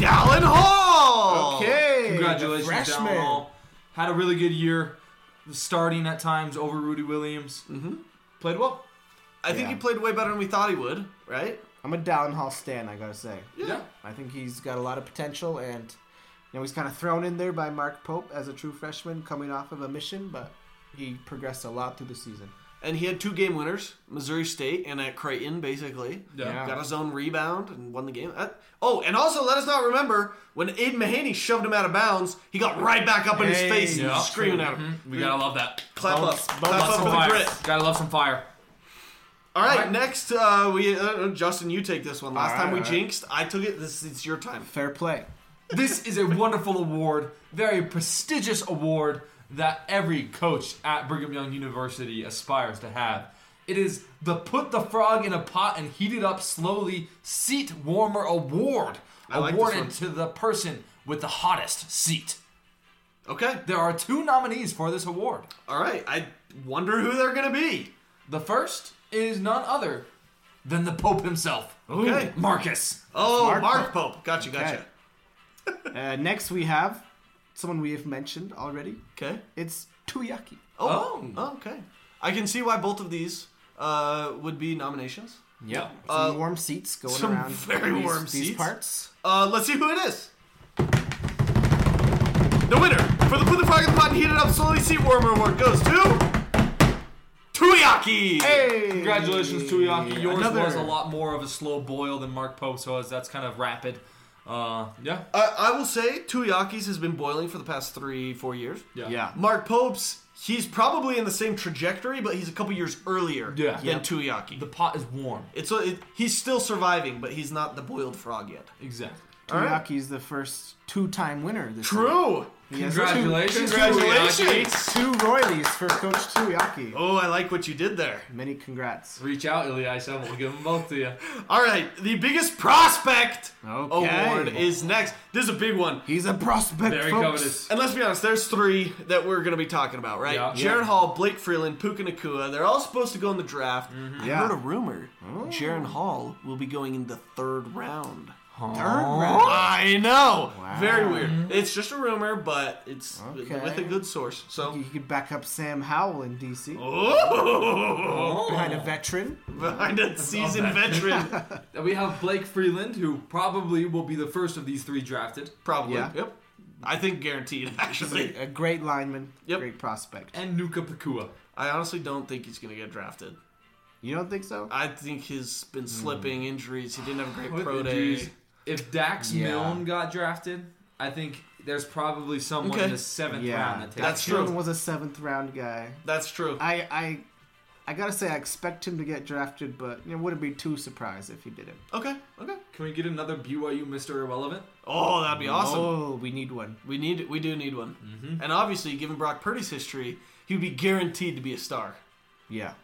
[SPEAKER 2] Dallin Hall.
[SPEAKER 4] Okay.
[SPEAKER 1] Congratulations,
[SPEAKER 4] the freshman.
[SPEAKER 1] Dallin Hall. Had a really good year, starting at times over Rudy Williams. Mm-hmm. Played well.
[SPEAKER 2] I think
[SPEAKER 4] Yeah.
[SPEAKER 2] he played way better than we thought he would, right?
[SPEAKER 4] I'm a Dallin Hall stan, I gotta say.
[SPEAKER 1] Yeah.
[SPEAKER 4] I think he's got a lot of potential, and you know he's kind of thrown in there by Mark Pope as a true freshman coming off of a mission, but he progressed a lot through the season.
[SPEAKER 2] And he had two game winners, Missouri State and at Creighton, basically.
[SPEAKER 1] Yeah.
[SPEAKER 2] Got his own rebound and won the game. Uh, oh, and also let us not remember when Aiden Mahaney shoved him out of bounds, he got right back up in his
[SPEAKER 4] Hey.
[SPEAKER 2] face and
[SPEAKER 1] Yeah.
[SPEAKER 2] screaming at him.
[SPEAKER 1] Mhm. We gotta love that.
[SPEAKER 2] Clap
[SPEAKER 4] Bonus-
[SPEAKER 2] up,
[SPEAKER 4] bonus
[SPEAKER 2] clap up
[SPEAKER 4] some
[SPEAKER 2] for the
[SPEAKER 1] Fire.
[SPEAKER 2] grit.
[SPEAKER 1] Gotta love some fire.
[SPEAKER 2] All right,
[SPEAKER 1] Alright.
[SPEAKER 2] next uh, we uh, uh, Justin, you take this one. Last
[SPEAKER 4] Alright,
[SPEAKER 2] time we
[SPEAKER 4] alright.
[SPEAKER 2] jinxed, I took it. This it's your time.
[SPEAKER 4] Fair play.
[SPEAKER 1] this is a wonderful award, very prestigious award that every coach at Brigham Young University aspires to have. It is the Put the Frog in a Pot and Heat It Up Slowly Seat Warmer Award,
[SPEAKER 2] like this
[SPEAKER 1] awarded
[SPEAKER 2] one.
[SPEAKER 1] to the person with the hottest seat.
[SPEAKER 2] Okay.
[SPEAKER 1] There are two nominees for this award.
[SPEAKER 2] All right. I wonder who they're gonna be.
[SPEAKER 1] The first is none other than the Pope himself,
[SPEAKER 2] Okay.
[SPEAKER 1] Marcus.
[SPEAKER 2] Oh, Mark,
[SPEAKER 4] Mark
[SPEAKER 2] Pope. Gotcha. Gotcha.
[SPEAKER 4] Uh, next we have someone we have mentioned already.
[SPEAKER 2] Okay.
[SPEAKER 4] It's Tuyaki.
[SPEAKER 2] Oh.
[SPEAKER 1] Oh.
[SPEAKER 2] Okay. I can see why both of these uh, would be nominations.
[SPEAKER 4] Yeah,
[SPEAKER 2] Uh,
[SPEAKER 4] some warm seats going
[SPEAKER 2] some
[SPEAKER 4] around.
[SPEAKER 2] very
[SPEAKER 4] these,
[SPEAKER 2] warm
[SPEAKER 4] these
[SPEAKER 2] seats.
[SPEAKER 4] parts.
[SPEAKER 2] Uh, let's see who it is. The winner for the Put the Frog in the Pot and Heat It Up Slowly Seat Warmer Award goes to Tuiaki.
[SPEAKER 4] Hey,
[SPEAKER 1] Congratulations, Tuyaki. Yours
[SPEAKER 4] Another-
[SPEAKER 1] was a lot more of a slow boil than Mark Pope's was. That's kind of rapid. Uh, yeah.
[SPEAKER 2] I, I will say Tuiaki's has been boiling for the past three, four years.
[SPEAKER 4] Yeah,
[SPEAKER 2] Mark Pope's, he's probably in the same trajectory, but he's a couple years earlier
[SPEAKER 1] Yeah.
[SPEAKER 2] than
[SPEAKER 1] Yeah.
[SPEAKER 2] Tuiaki.
[SPEAKER 1] The pot is warm.
[SPEAKER 2] It's a, it, he's still surviving, but he's not the boiled frog yet.
[SPEAKER 1] Exactly.
[SPEAKER 2] right.
[SPEAKER 4] Tuiaki is the first two-time winner this year.
[SPEAKER 2] True.
[SPEAKER 4] He has
[SPEAKER 1] Congratulations.
[SPEAKER 2] Congratulations.
[SPEAKER 4] Two, two Royleys for Coach Tuiaki.
[SPEAKER 2] Oh, I like what you did there.
[SPEAKER 4] Many congrats.
[SPEAKER 1] Reach out, Ilyasha. We'll give them both to you.
[SPEAKER 2] All right, the biggest prospect
[SPEAKER 4] Okay.
[SPEAKER 2] award is next. This is a big one.
[SPEAKER 4] He's a prospect,
[SPEAKER 1] Very
[SPEAKER 4] folks.
[SPEAKER 1] covetous.
[SPEAKER 2] And let's be honest, there's three that we're going to be talking about, right?
[SPEAKER 1] Yeah.
[SPEAKER 2] Jaron Hall, Blake Freeland, Puka Nakua. They're all supposed to go in the draft. I heard a
[SPEAKER 4] Yeah.
[SPEAKER 2] rumor. Jaron Hall will be going in the third round.
[SPEAKER 4] Third round.
[SPEAKER 2] I know. Very weird. It's just a rumor, but it's
[SPEAKER 4] Okay.
[SPEAKER 2] with a good source. So.
[SPEAKER 4] You could back up Sam Howell in DC
[SPEAKER 2] Oh,
[SPEAKER 4] behind a veteran.
[SPEAKER 2] behind a seasoned veteran,
[SPEAKER 1] And we have Blake Freeland, who probably will be the first of these three drafted.
[SPEAKER 2] probably.
[SPEAKER 4] Yeah.
[SPEAKER 2] Yep, I think guaranteed. Actually,
[SPEAKER 4] A great lineman.
[SPEAKER 2] Yep.
[SPEAKER 4] Great prospect.
[SPEAKER 1] And Nuka Pakua.
[SPEAKER 2] I honestly don't think he's going to get drafted.
[SPEAKER 4] You don't think so?
[SPEAKER 2] I think he's been slipping injuries. He didn't have a great
[SPEAKER 1] With
[SPEAKER 2] pro
[SPEAKER 1] injuries,
[SPEAKER 2] day.
[SPEAKER 1] If Dax
[SPEAKER 4] Yeah.
[SPEAKER 1] Milne got drafted, I think there's probably someone
[SPEAKER 2] Okay.
[SPEAKER 1] in the seventh round
[SPEAKER 4] yeah.
[SPEAKER 1] that takes
[SPEAKER 2] That's
[SPEAKER 1] him.
[SPEAKER 2] true.
[SPEAKER 4] Jordan was a seventh round guy.
[SPEAKER 2] That's true.
[SPEAKER 4] I I I gotta say I expect him to get drafted, but you know, wouldn't be too surprised if he didn't.
[SPEAKER 2] Okay. Okay.
[SPEAKER 1] Can we get another BYU Mr. Irrelevant?
[SPEAKER 2] Oh, that'd be awesome.
[SPEAKER 4] Oh, we need one.
[SPEAKER 2] We need. We do need one. And obviously, given Brock Purdy's history, he'd be guaranteed to be a star.
[SPEAKER 4] Yeah.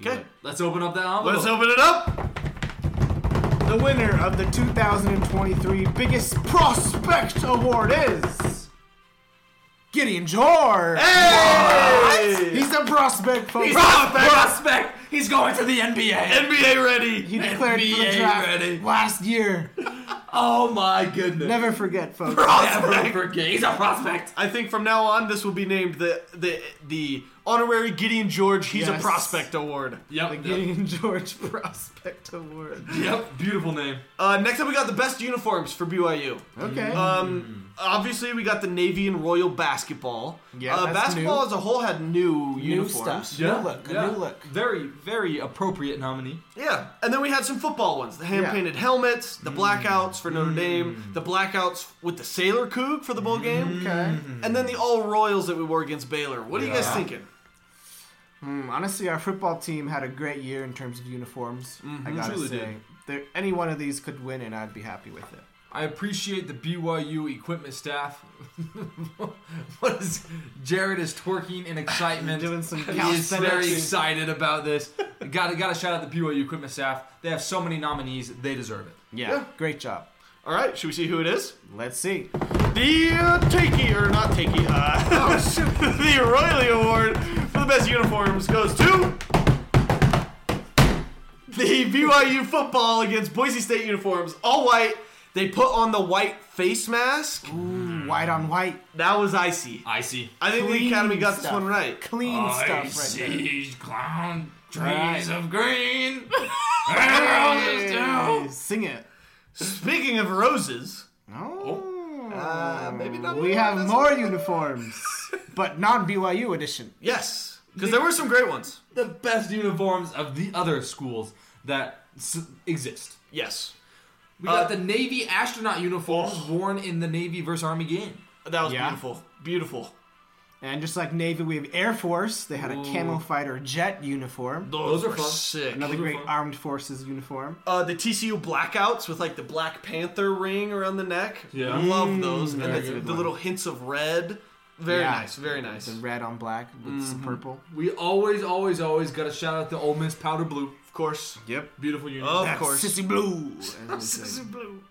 [SPEAKER 2] Okay.
[SPEAKER 1] Let's open up that envelope.
[SPEAKER 2] Let's open it up.
[SPEAKER 4] The winner of the 2023 Biggest Prospect Award is Gideon George.
[SPEAKER 2] Hey!
[SPEAKER 4] He's a prospect, folks.
[SPEAKER 2] Prospect!
[SPEAKER 1] prospect. He's going to the NBA.
[SPEAKER 2] NBA ready.
[SPEAKER 4] He declared for the
[SPEAKER 1] NBA
[SPEAKER 4] draft
[SPEAKER 1] ready.
[SPEAKER 4] last year.
[SPEAKER 1] Oh my goodness.
[SPEAKER 4] Never forget, folks.
[SPEAKER 1] Never
[SPEAKER 2] Prospect.
[SPEAKER 1] forget. He's a prospect.
[SPEAKER 2] I think from now on, this will be named the the the honorary Gideon George. He's a
[SPEAKER 4] Yes.
[SPEAKER 2] prospect award.
[SPEAKER 4] The
[SPEAKER 1] Yep. Yep.
[SPEAKER 4] Gideon George Prospect Award.
[SPEAKER 1] Yep. Beautiful name.
[SPEAKER 2] Uh, next up, we got the best uniforms for BYU.
[SPEAKER 4] Okay.
[SPEAKER 2] Um, obviously, we got the Navy and Royal basketball.
[SPEAKER 4] Yeah,
[SPEAKER 2] uh,
[SPEAKER 4] that's
[SPEAKER 2] basketball
[SPEAKER 4] new.
[SPEAKER 2] as a whole had new, uniforms.
[SPEAKER 4] stuff. New look, a new look.
[SPEAKER 1] Very, very appropriate nominee.
[SPEAKER 2] Yeah, and then we had some football ones: the hand-painted helmets,
[SPEAKER 4] Mm.
[SPEAKER 2] the blackouts for Notre Dame, the blackouts with the sailor kook for the bowl game,
[SPEAKER 4] Mm. okay.
[SPEAKER 2] and then the all royals that we wore against Baylor. What are you guys
[SPEAKER 1] Yeah.
[SPEAKER 2] thinking?
[SPEAKER 4] Hmm, honestly, our football team had a great year in terms of uniforms. I gotta
[SPEAKER 1] Truly
[SPEAKER 4] say,
[SPEAKER 1] did.
[SPEAKER 4] there, any one of these could win, and I'd be happy with it.
[SPEAKER 1] I appreciate the BYU equipment staff. what is Jared is twerking in excitement.
[SPEAKER 4] Doing some
[SPEAKER 1] he is very
[SPEAKER 4] calisthenics.
[SPEAKER 1] excited about this. Got got to shout out the BYU equipment staff. They have so many nominees. They deserve it.
[SPEAKER 4] Yeah.
[SPEAKER 2] Yeah.
[SPEAKER 4] Great job.
[SPEAKER 2] All right, should we see who it is?
[SPEAKER 4] Let's see.
[SPEAKER 2] The uh, Takey or not Takey? Uh,
[SPEAKER 4] Oh,
[SPEAKER 2] the Royally Award for the best uniforms goes to the BYU football against Boise State uniforms, all white. They put on the white face mask.
[SPEAKER 4] Ooh, white on white.
[SPEAKER 2] That was icy.
[SPEAKER 1] I see.
[SPEAKER 2] I think the Academy got this
[SPEAKER 4] stuff.
[SPEAKER 2] one right.
[SPEAKER 4] Clean stuff right there.
[SPEAKER 1] clown
[SPEAKER 4] Right.
[SPEAKER 1] of green.
[SPEAKER 2] Oh,
[SPEAKER 4] Hey, sing it.
[SPEAKER 2] Speaking of roses,
[SPEAKER 4] Oh.
[SPEAKER 2] Uh, maybe not
[SPEAKER 4] we
[SPEAKER 2] really
[SPEAKER 4] have
[SPEAKER 2] this
[SPEAKER 4] more uniforms, but non BYU edition.
[SPEAKER 2] yes, because there were some great ones.
[SPEAKER 1] the best uniforms of the other schools that s- exist.
[SPEAKER 2] Yes,
[SPEAKER 1] We got
[SPEAKER 2] Uh, oh.
[SPEAKER 1] the Navy astronaut uniforms worn in the Navy versus Army game.
[SPEAKER 2] that was
[SPEAKER 4] Yeah.
[SPEAKER 2] beautiful, beautiful.
[SPEAKER 4] And just like Navy, we have Air Force. They had a camo fighter jet uniform.
[SPEAKER 2] Those,
[SPEAKER 1] are
[SPEAKER 2] were
[SPEAKER 1] fun.
[SPEAKER 2] sick.
[SPEAKER 4] Another great
[SPEAKER 1] fun.
[SPEAKER 4] armed forces uniform.
[SPEAKER 2] Uh, the TCU blackouts with like the Black Panther ring around the neck.
[SPEAKER 1] Yeah.
[SPEAKER 2] I love those. And
[SPEAKER 4] Mm, very
[SPEAKER 2] the,
[SPEAKER 4] good
[SPEAKER 2] the
[SPEAKER 4] one.
[SPEAKER 2] little hints of red. Very
[SPEAKER 4] Yeah.
[SPEAKER 2] nice. Very nice. Mm-hmm.
[SPEAKER 4] The red on black with some purple.
[SPEAKER 1] We always, always, always got to shout out the Ole Miss powder blue.
[SPEAKER 2] Of course.
[SPEAKER 4] Yep.
[SPEAKER 1] Beautiful uniform.
[SPEAKER 2] Of
[SPEAKER 4] That's
[SPEAKER 2] course.
[SPEAKER 4] Sissy Blue. as we say.
[SPEAKER 2] Sissy blue.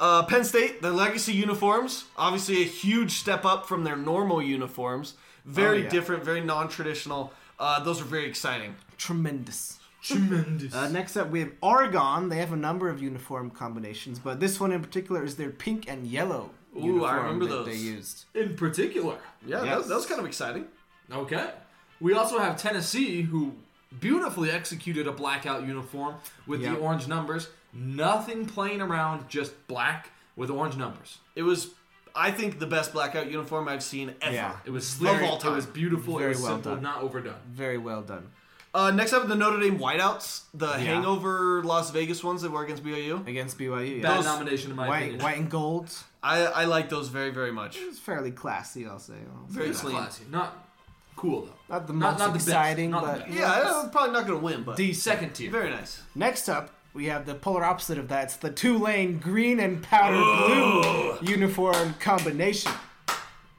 [SPEAKER 2] Uh, Penn State, the legacy uniforms, obviously a huge step up from their normal uniforms. Very
[SPEAKER 4] Oh, yeah.
[SPEAKER 2] different, very non-traditional. Uh, those are very exciting.
[SPEAKER 4] Tremendous.
[SPEAKER 1] Tremendous.
[SPEAKER 4] Uh, next up, we have Oregon. They have a number of uniform combinations, but this one in particular is their pink and yellow
[SPEAKER 2] I
[SPEAKER 4] uniform
[SPEAKER 2] remember
[SPEAKER 4] that
[SPEAKER 2] those.
[SPEAKER 4] they used.
[SPEAKER 1] in particular.
[SPEAKER 2] Yeah,
[SPEAKER 4] Yes.
[SPEAKER 2] that, that was kind of exciting.
[SPEAKER 1] Okay. We also have Tennessee, who beautifully executed a blackout uniform with
[SPEAKER 4] Yeah.
[SPEAKER 1] the orange numbers. Nothing playing around, just black with orange numbers.
[SPEAKER 2] It was, I think, the best blackout uniform I've seen ever.
[SPEAKER 4] Yeah.
[SPEAKER 1] It was
[SPEAKER 2] Of
[SPEAKER 1] very,
[SPEAKER 2] all time.
[SPEAKER 1] It was beautiful.
[SPEAKER 4] Very
[SPEAKER 1] it was
[SPEAKER 4] well
[SPEAKER 1] simple,
[SPEAKER 4] done.
[SPEAKER 1] not overdone.
[SPEAKER 4] Very well done.
[SPEAKER 2] Uh, next up, the Notre Dame whiteouts, the hangover Las Vegas ones that were against BYU.
[SPEAKER 4] Against BYU,
[SPEAKER 1] Bad
[SPEAKER 4] yeah.
[SPEAKER 2] Those-
[SPEAKER 1] nomination in my
[SPEAKER 4] White,
[SPEAKER 1] opinion.
[SPEAKER 4] white and gold.
[SPEAKER 2] I, I like those very, very much.
[SPEAKER 4] It's fairly classy, I'll say.
[SPEAKER 2] Very
[SPEAKER 1] It's
[SPEAKER 2] clean.
[SPEAKER 1] classy. Not cool though.
[SPEAKER 4] Not the
[SPEAKER 1] Not-
[SPEAKER 4] most
[SPEAKER 1] not the best.
[SPEAKER 4] exciting,
[SPEAKER 1] Not the
[SPEAKER 4] but
[SPEAKER 1] best.
[SPEAKER 2] Yeah, I'm probably not going to win, but
[SPEAKER 1] Second tier.
[SPEAKER 2] very nice.
[SPEAKER 4] Next up, we have the polar opposite of that. It's the two lane green and powder blue uniform combination.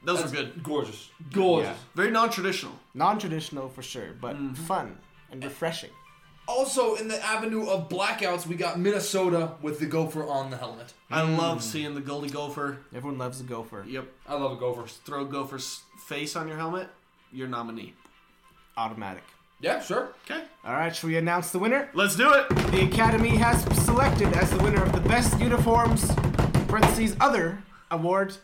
[SPEAKER 2] Those were good.
[SPEAKER 6] Gorgeous. Gorgeous.
[SPEAKER 2] Very non-traditional.
[SPEAKER 4] Non traditional for sure, but
[SPEAKER 2] Mm-hmm.
[SPEAKER 4] fun and refreshing.
[SPEAKER 6] Also, in the avenue of blackouts, we got Minnesota with the gopher on the helmet.
[SPEAKER 2] I love seeing the Goldie Gopher.
[SPEAKER 4] Everyone loves a gopher.
[SPEAKER 2] Yep.
[SPEAKER 6] I love a gopher.
[SPEAKER 2] Throw Gopher's face on your helmet. Your nominee.
[SPEAKER 4] Automatic.
[SPEAKER 6] Yeah, sure.
[SPEAKER 2] Okay.
[SPEAKER 4] All right, should we announce the winner?
[SPEAKER 2] Let's do it.
[SPEAKER 4] The Academy has selected as the winner of the Best Uniforms, parentheses, other award,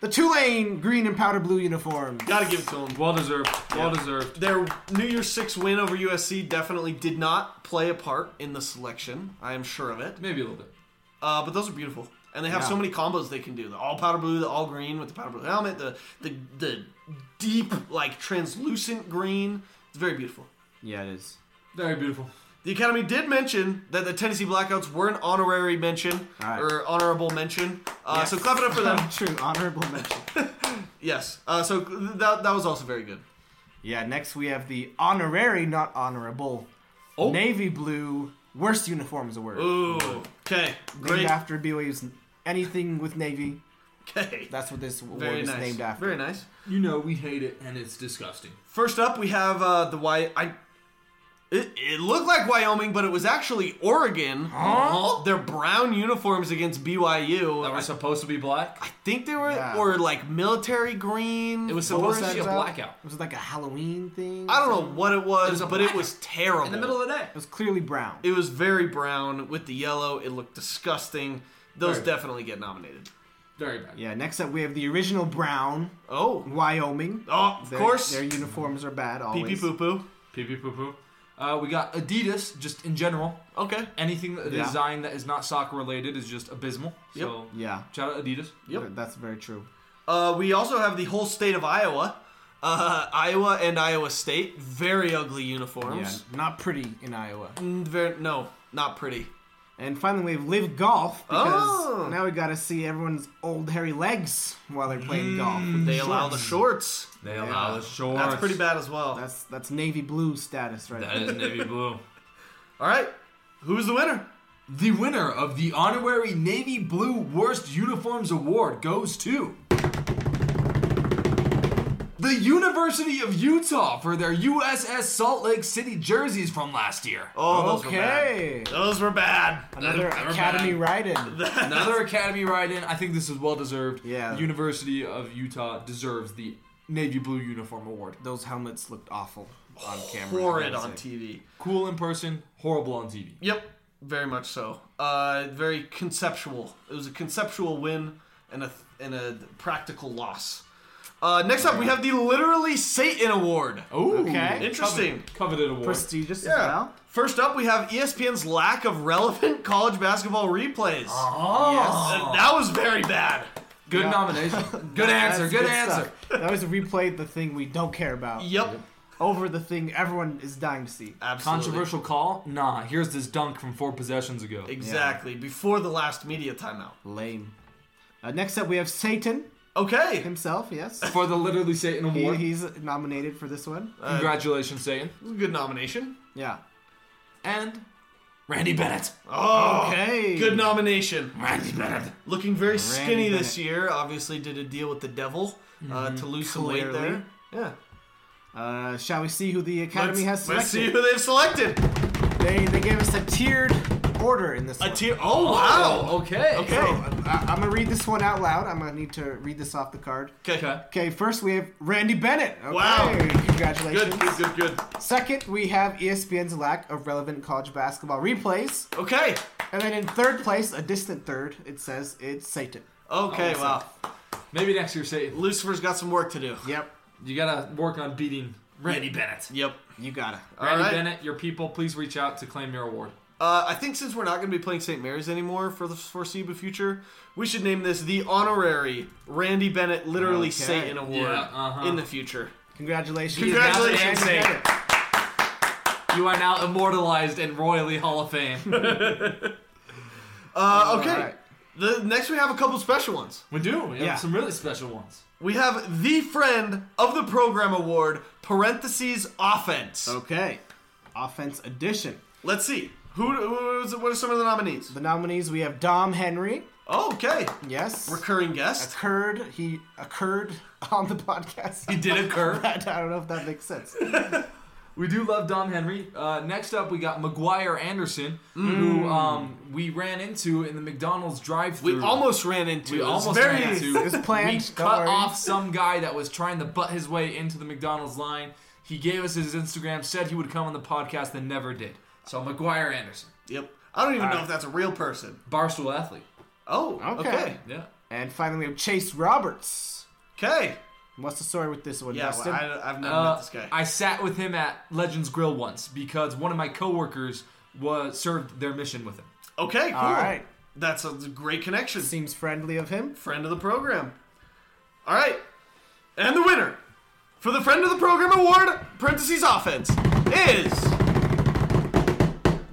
[SPEAKER 4] the Tulane green and powder blue uniform.
[SPEAKER 2] Gotta give it to him.
[SPEAKER 1] Well deserved. Well deserved.
[SPEAKER 2] Their New Year's Six win over USC definitely did not play a part in the selection. I am sure of it.
[SPEAKER 1] Maybe a little bit.
[SPEAKER 2] Uh, but those are beautiful, and they have
[SPEAKER 4] Yeah.
[SPEAKER 2] so many combos they can do. The all powder blue, the all green with the powder blue helmet, the the the deep like translucent green. It's very beautiful.
[SPEAKER 4] Yeah, it is.
[SPEAKER 1] Very beautiful.
[SPEAKER 2] The Academy did mention that the Tennessee Blackouts were an honorary mention
[SPEAKER 4] Alright.
[SPEAKER 2] or honorable mention. Uh, So clap it up for them.
[SPEAKER 4] True, honorable mention.
[SPEAKER 2] yes. Uh, so that that was also very good.
[SPEAKER 4] Yeah, next we have the honorary, not honorable, navy blue, worst uniforms award.
[SPEAKER 2] Oh. Ooh. Okay. Great.
[SPEAKER 4] Named after BYU's anything with navy.
[SPEAKER 2] Okay.
[SPEAKER 4] That's what this award
[SPEAKER 2] Very
[SPEAKER 4] is
[SPEAKER 2] nice.
[SPEAKER 4] named after.
[SPEAKER 2] Very nice.
[SPEAKER 6] You know we hate it, and it's disgusting.
[SPEAKER 2] First up, we have uh, the Wy. I. It, it looked like Wyoming, but it was actually Oregon. Their brown uniforms against BYU.
[SPEAKER 1] That
[SPEAKER 2] I
[SPEAKER 1] was supposed to be black.
[SPEAKER 2] think they were
[SPEAKER 4] Yeah.
[SPEAKER 2] or like military green.
[SPEAKER 1] It was
[SPEAKER 4] What
[SPEAKER 1] supposed to
[SPEAKER 4] that
[SPEAKER 1] be a
[SPEAKER 4] about?
[SPEAKER 1] blackout.
[SPEAKER 4] Was it like a Halloween thing?
[SPEAKER 2] I don't know what it was,
[SPEAKER 1] It was a
[SPEAKER 2] but it
[SPEAKER 1] blackout.
[SPEAKER 2] was terrible.
[SPEAKER 1] In the middle of the day.
[SPEAKER 4] It was clearly brown.
[SPEAKER 2] It was very brown with the yellow. It looked disgusting. Those
[SPEAKER 1] Very bad.
[SPEAKER 2] definitely get nominated.
[SPEAKER 1] Very bad.
[SPEAKER 4] yeah, next up we have the original brown,
[SPEAKER 2] Oh,
[SPEAKER 4] Wyoming.
[SPEAKER 2] oh, of
[SPEAKER 4] Their-
[SPEAKER 2] course.
[SPEAKER 4] Their uniforms are bad always.
[SPEAKER 2] Pee pee poo poo.
[SPEAKER 1] Pee pee poo poo. Uh, we got Adidas, just in general.
[SPEAKER 2] Okay.
[SPEAKER 1] Anything that
[SPEAKER 4] Yeah.
[SPEAKER 1] design that is not soccer related is just abysmal.
[SPEAKER 2] Yep.
[SPEAKER 1] So
[SPEAKER 4] Yeah.
[SPEAKER 1] shout out Adidas.
[SPEAKER 2] Yep.
[SPEAKER 4] That's very true.
[SPEAKER 2] Uh, we also have the whole state of Iowa, uh, Iowa and Iowa State. Very ugly
[SPEAKER 4] Yeah,
[SPEAKER 2] uniforms.
[SPEAKER 4] not pretty in Iowa.
[SPEAKER 2] Mm, ver- no, not pretty.
[SPEAKER 4] And finally, we have Live Golf because
[SPEAKER 2] Oh.
[SPEAKER 4] now we got to see everyone's old hairy legs while they're playing golf. with
[SPEAKER 2] Mm. They allow the shorts.
[SPEAKER 1] They
[SPEAKER 4] allow
[SPEAKER 1] the shorts.
[SPEAKER 2] That's pretty bad as well.
[SPEAKER 4] That's that's navy blue status right
[SPEAKER 1] That is navy blue.
[SPEAKER 2] All right. Who's the winner?
[SPEAKER 1] The winner of the honorary navy blue worst uniforms award goes to the University of Utah for their USS Salt Lake City jerseys from last year.
[SPEAKER 2] Oh, those
[SPEAKER 4] Okay.
[SPEAKER 2] Were bad. Those were bad.
[SPEAKER 4] Another Academy write-in.
[SPEAKER 1] Another Academy write-in. I think this is well deserved.
[SPEAKER 4] Yeah.
[SPEAKER 1] The University of Utah deserves the navy blue uniform award.
[SPEAKER 4] Those helmets looked awful on camera. I
[SPEAKER 2] Horrid
[SPEAKER 4] gotta
[SPEAKER 2] on
[SPEAKER 4] say.
[SPEAKER 2] TV.
[SPEAKER 1] Cool in person, horrible on TV.
[SPEAKER 2] Yep, very much so. Uh, very conceptual. It was a conceptual win and a and a practical loss. Uh, next up, we have the literally Satan Award.
[SPEAKER 1] Ooh,
[SPEAKER 4] Okay.
[SPEAKER 2] Interesting.
[SPEAKER 1] Coveted, coveted award.
[SPEAKER 4] Prestigious as
[SPEAKER 2] Yeah.
[SPEAKER 4] well.
[SPEAKER 2] First up, we have E ESPN's lack of relevant college basketball replays. Uh, that was very bad.
[SPEAKER 1] Oh, Good
[SPEAKER 4] Yeah.
[SPEAKER 1] nomination. Good
[SPEAKER 4] That's
[SPEAKER 1] answer. Good, answer.
[SPEAKER 4] stuff. That was replayed the thing we don't care about
[SPEAKER 2] Yep,
[SPEAKER 4] over the thing everyone is dying to see.
[SPEAKER 2] absolutely.
[SPEAKER 1] Controversial call? Nah. Here's this dunk from four possessions ago.
[SPEAKER 2] Exactly. Before the last media timeout.
[SPEAKER 4] Lame. Uh, next up, we have Satan
[SPEAKER 2] Okay.
[SPEAKER 4] himself. Yes,
[SPEAKER 1] For the literally Satan
[SPEAKER 4] he,
[SPEAKER 1] award.
[SPEAKER 4] he's nominated for this one.
[SPEAKER 2] Uh.
[SPEAKER 1] Congratulations, Satan.
[SPEAKER 2] Good nomination.
[SPEAKER 4] Yeah.
[SPEAKER 1] And Randy Bennett.
[SPEAKER 2] Oh,
[SPEAKER 4] Okay.
[SPEAKER 2] good nomination.
[SPEAKER 1] Randy Bennett.
[SPEAKER 2] looking very skinny
[SPEAKER 4] Bennett. Mm-hmm.
[SPEAKER 2] this year. Obviously, did a deal with the devil uh, to lose some weight
[SPEAKER 4] Clearly.
[SPEAKER 2] there. Yeah,
[SPEAKER 4] Uh, shall we see who the
[SPEAKER 2] let's,
[SPEAKER 4] Academy has
[SPEAKER 2] let's see
[SPEAKER 4] selected?
[SPEAKER 2] who they've selected.
[SPEAKER 4] They they gave us a tiered order in this
[SPEAKER 2] A
[SPEAKER 4] one.
[SPEAKER 2] tier. Oh wow.
[SPEAKER 1] Okay.
[SPEAKER 2] Okay.
[SPEAKER 4] So, uh, I, I'm gonna read this one out loud. I'm gonna need to read this off the card.
[SPEAKER 2] Okay.
[SPEAKER 4] Okay, first we have Randy Bennett. Okay,
[SPEAKER 2] Wow. Good.
[SPEAKER 4] Congratulations.
[SPEAKER 2] Good. Good. Good.
[SPEAKER 4] Second, we have E ESPN's lack of relevant college basketball replays.
[SPEAKER 2] Okay.
[SPEAKER 4] And then in third place, a distant third, it says it's Satan.
[SPEAKER 2] Okay.
[SPEAKER 4] Oh,
[SPEAKER 2] wow.
[SPEAKER 1] Maybe next year, Satan.
[SPEAKER 2] Lucifer's got some work to do.
[SPEAKER 4] Yep,
[SPEAKER 1] You gotta work on beating Randy Bennett.
[SPEAKER 2] Yep.
[SPEAKER 4] you got it.
[SPEAKER 2] All
[SPEAKER 1] Randy
[SPEAKER 2] right.
[SPEAKER 1] Bennett, your people, please reach out to claim your award.
[SPEAKER 2] Uh, I think since we're not going to be playing St. Mary's anymore for the foreseeable future, we should name this the honorary Randy Bennett, literally
[SPEAKER 4] Okay.
[SPEAKER 2] Satan Award
[SPEAKER 1] Yeah, uh-huh.
[SPEAKER 2] in the future.
[SPEAKER 4] Congratulations.
[SPEAKER 2] Congratulations,
[SPEAKER 4] Randy
[SPEAKER 2] Satan.
[SPEAKER 4] Bennett.
[SPEAKER 1] You are now immortalized in Royally Hall of Fame.
[SPEAKER 2] Uh, okay.
[SPEAKER 4] right.
[SPEAKER 2] The next we have a couple special ones.
[SPEAKER 1] we do. We have
[SPEAKER 4] Yeah.
[SPEAKER 1] some really special ones.
[SPEAKER 2] We have the friend of the program award, parentheses offense.
[SPEAKER 4] Okay, offense edition.
[SPEAKER 2] Let's see. Who, who is, what are some of the nominees? Oh,
[SPEAKER 4] The nominees we have Dom Henry.
[SPEAKER 2] Okay.
[SPEAKER 4] Yes.
[SPEAKER 2] Recurring guest.
[SPEAKER 4] occurred. He occurred on the podcast.
[SPEAKER 1] He did occur.
[SPEAKER 4] I don't know if that makes sense.
[SPEAKER 1] We do love Dom Henry. Uh, next up, we got McGuire Anderson, who um, we ran into in the McDonald's drive-through.
[SPEAKER 2] Mm. We almost ran into.
[SPEAKER 1] we
[SPEAKER 2] it was
[SPEAKER 1] almost
[SPEAKER 2] very
[SPEAKER 1] ran into.
[SPEAKER 4] It's planned.
[SPEAKER 1] we
[SPEAKER 4] don't
[SPEAKER 1] cut
[SPEAKER 4] worry.
[SPEAKER 1] off some guy that was trying to butt his way into the McDonald's line. He gave us his Instagram, said he would come on the podcast, and never did. So McGuire Anderson,
[SPEAKER 2] Yep. I don't even know if that's a real person.
[SPEAKER 1] barstool athlete.
[SPEAKER 2] Oh.
[SPEAKER 4] Okay.
[SPEAKER 2] Okay.
[SPEAKER 1] Yeah.
[SPEAKER 4] And finally, we have Chase Roberts.
[SPEAKER 2] Okay.
[SPEAKER 4] What's the story with this one,
[SPEAKER 2] Yeah.
[SPEAKER 4] Dustin?
[SPEAKER 2] Well, I, I've never
[SPEAKER 1] Uh,
[SPEAKER 2] met this guy.
[SPEAKER 1] I sat with him at Legends Grill once because one of my coworkers was served their mission with him.
[SPEAKER 2] okay. Cool.
[SPEAKER 4] All right.
[SPEAKER 2] That's a great connection.
[SPEAKER 4] Seems friendly of him.
[SPEAKER 2] Friend of the program. All right. And the winner for the friend of the program award parentheses offense is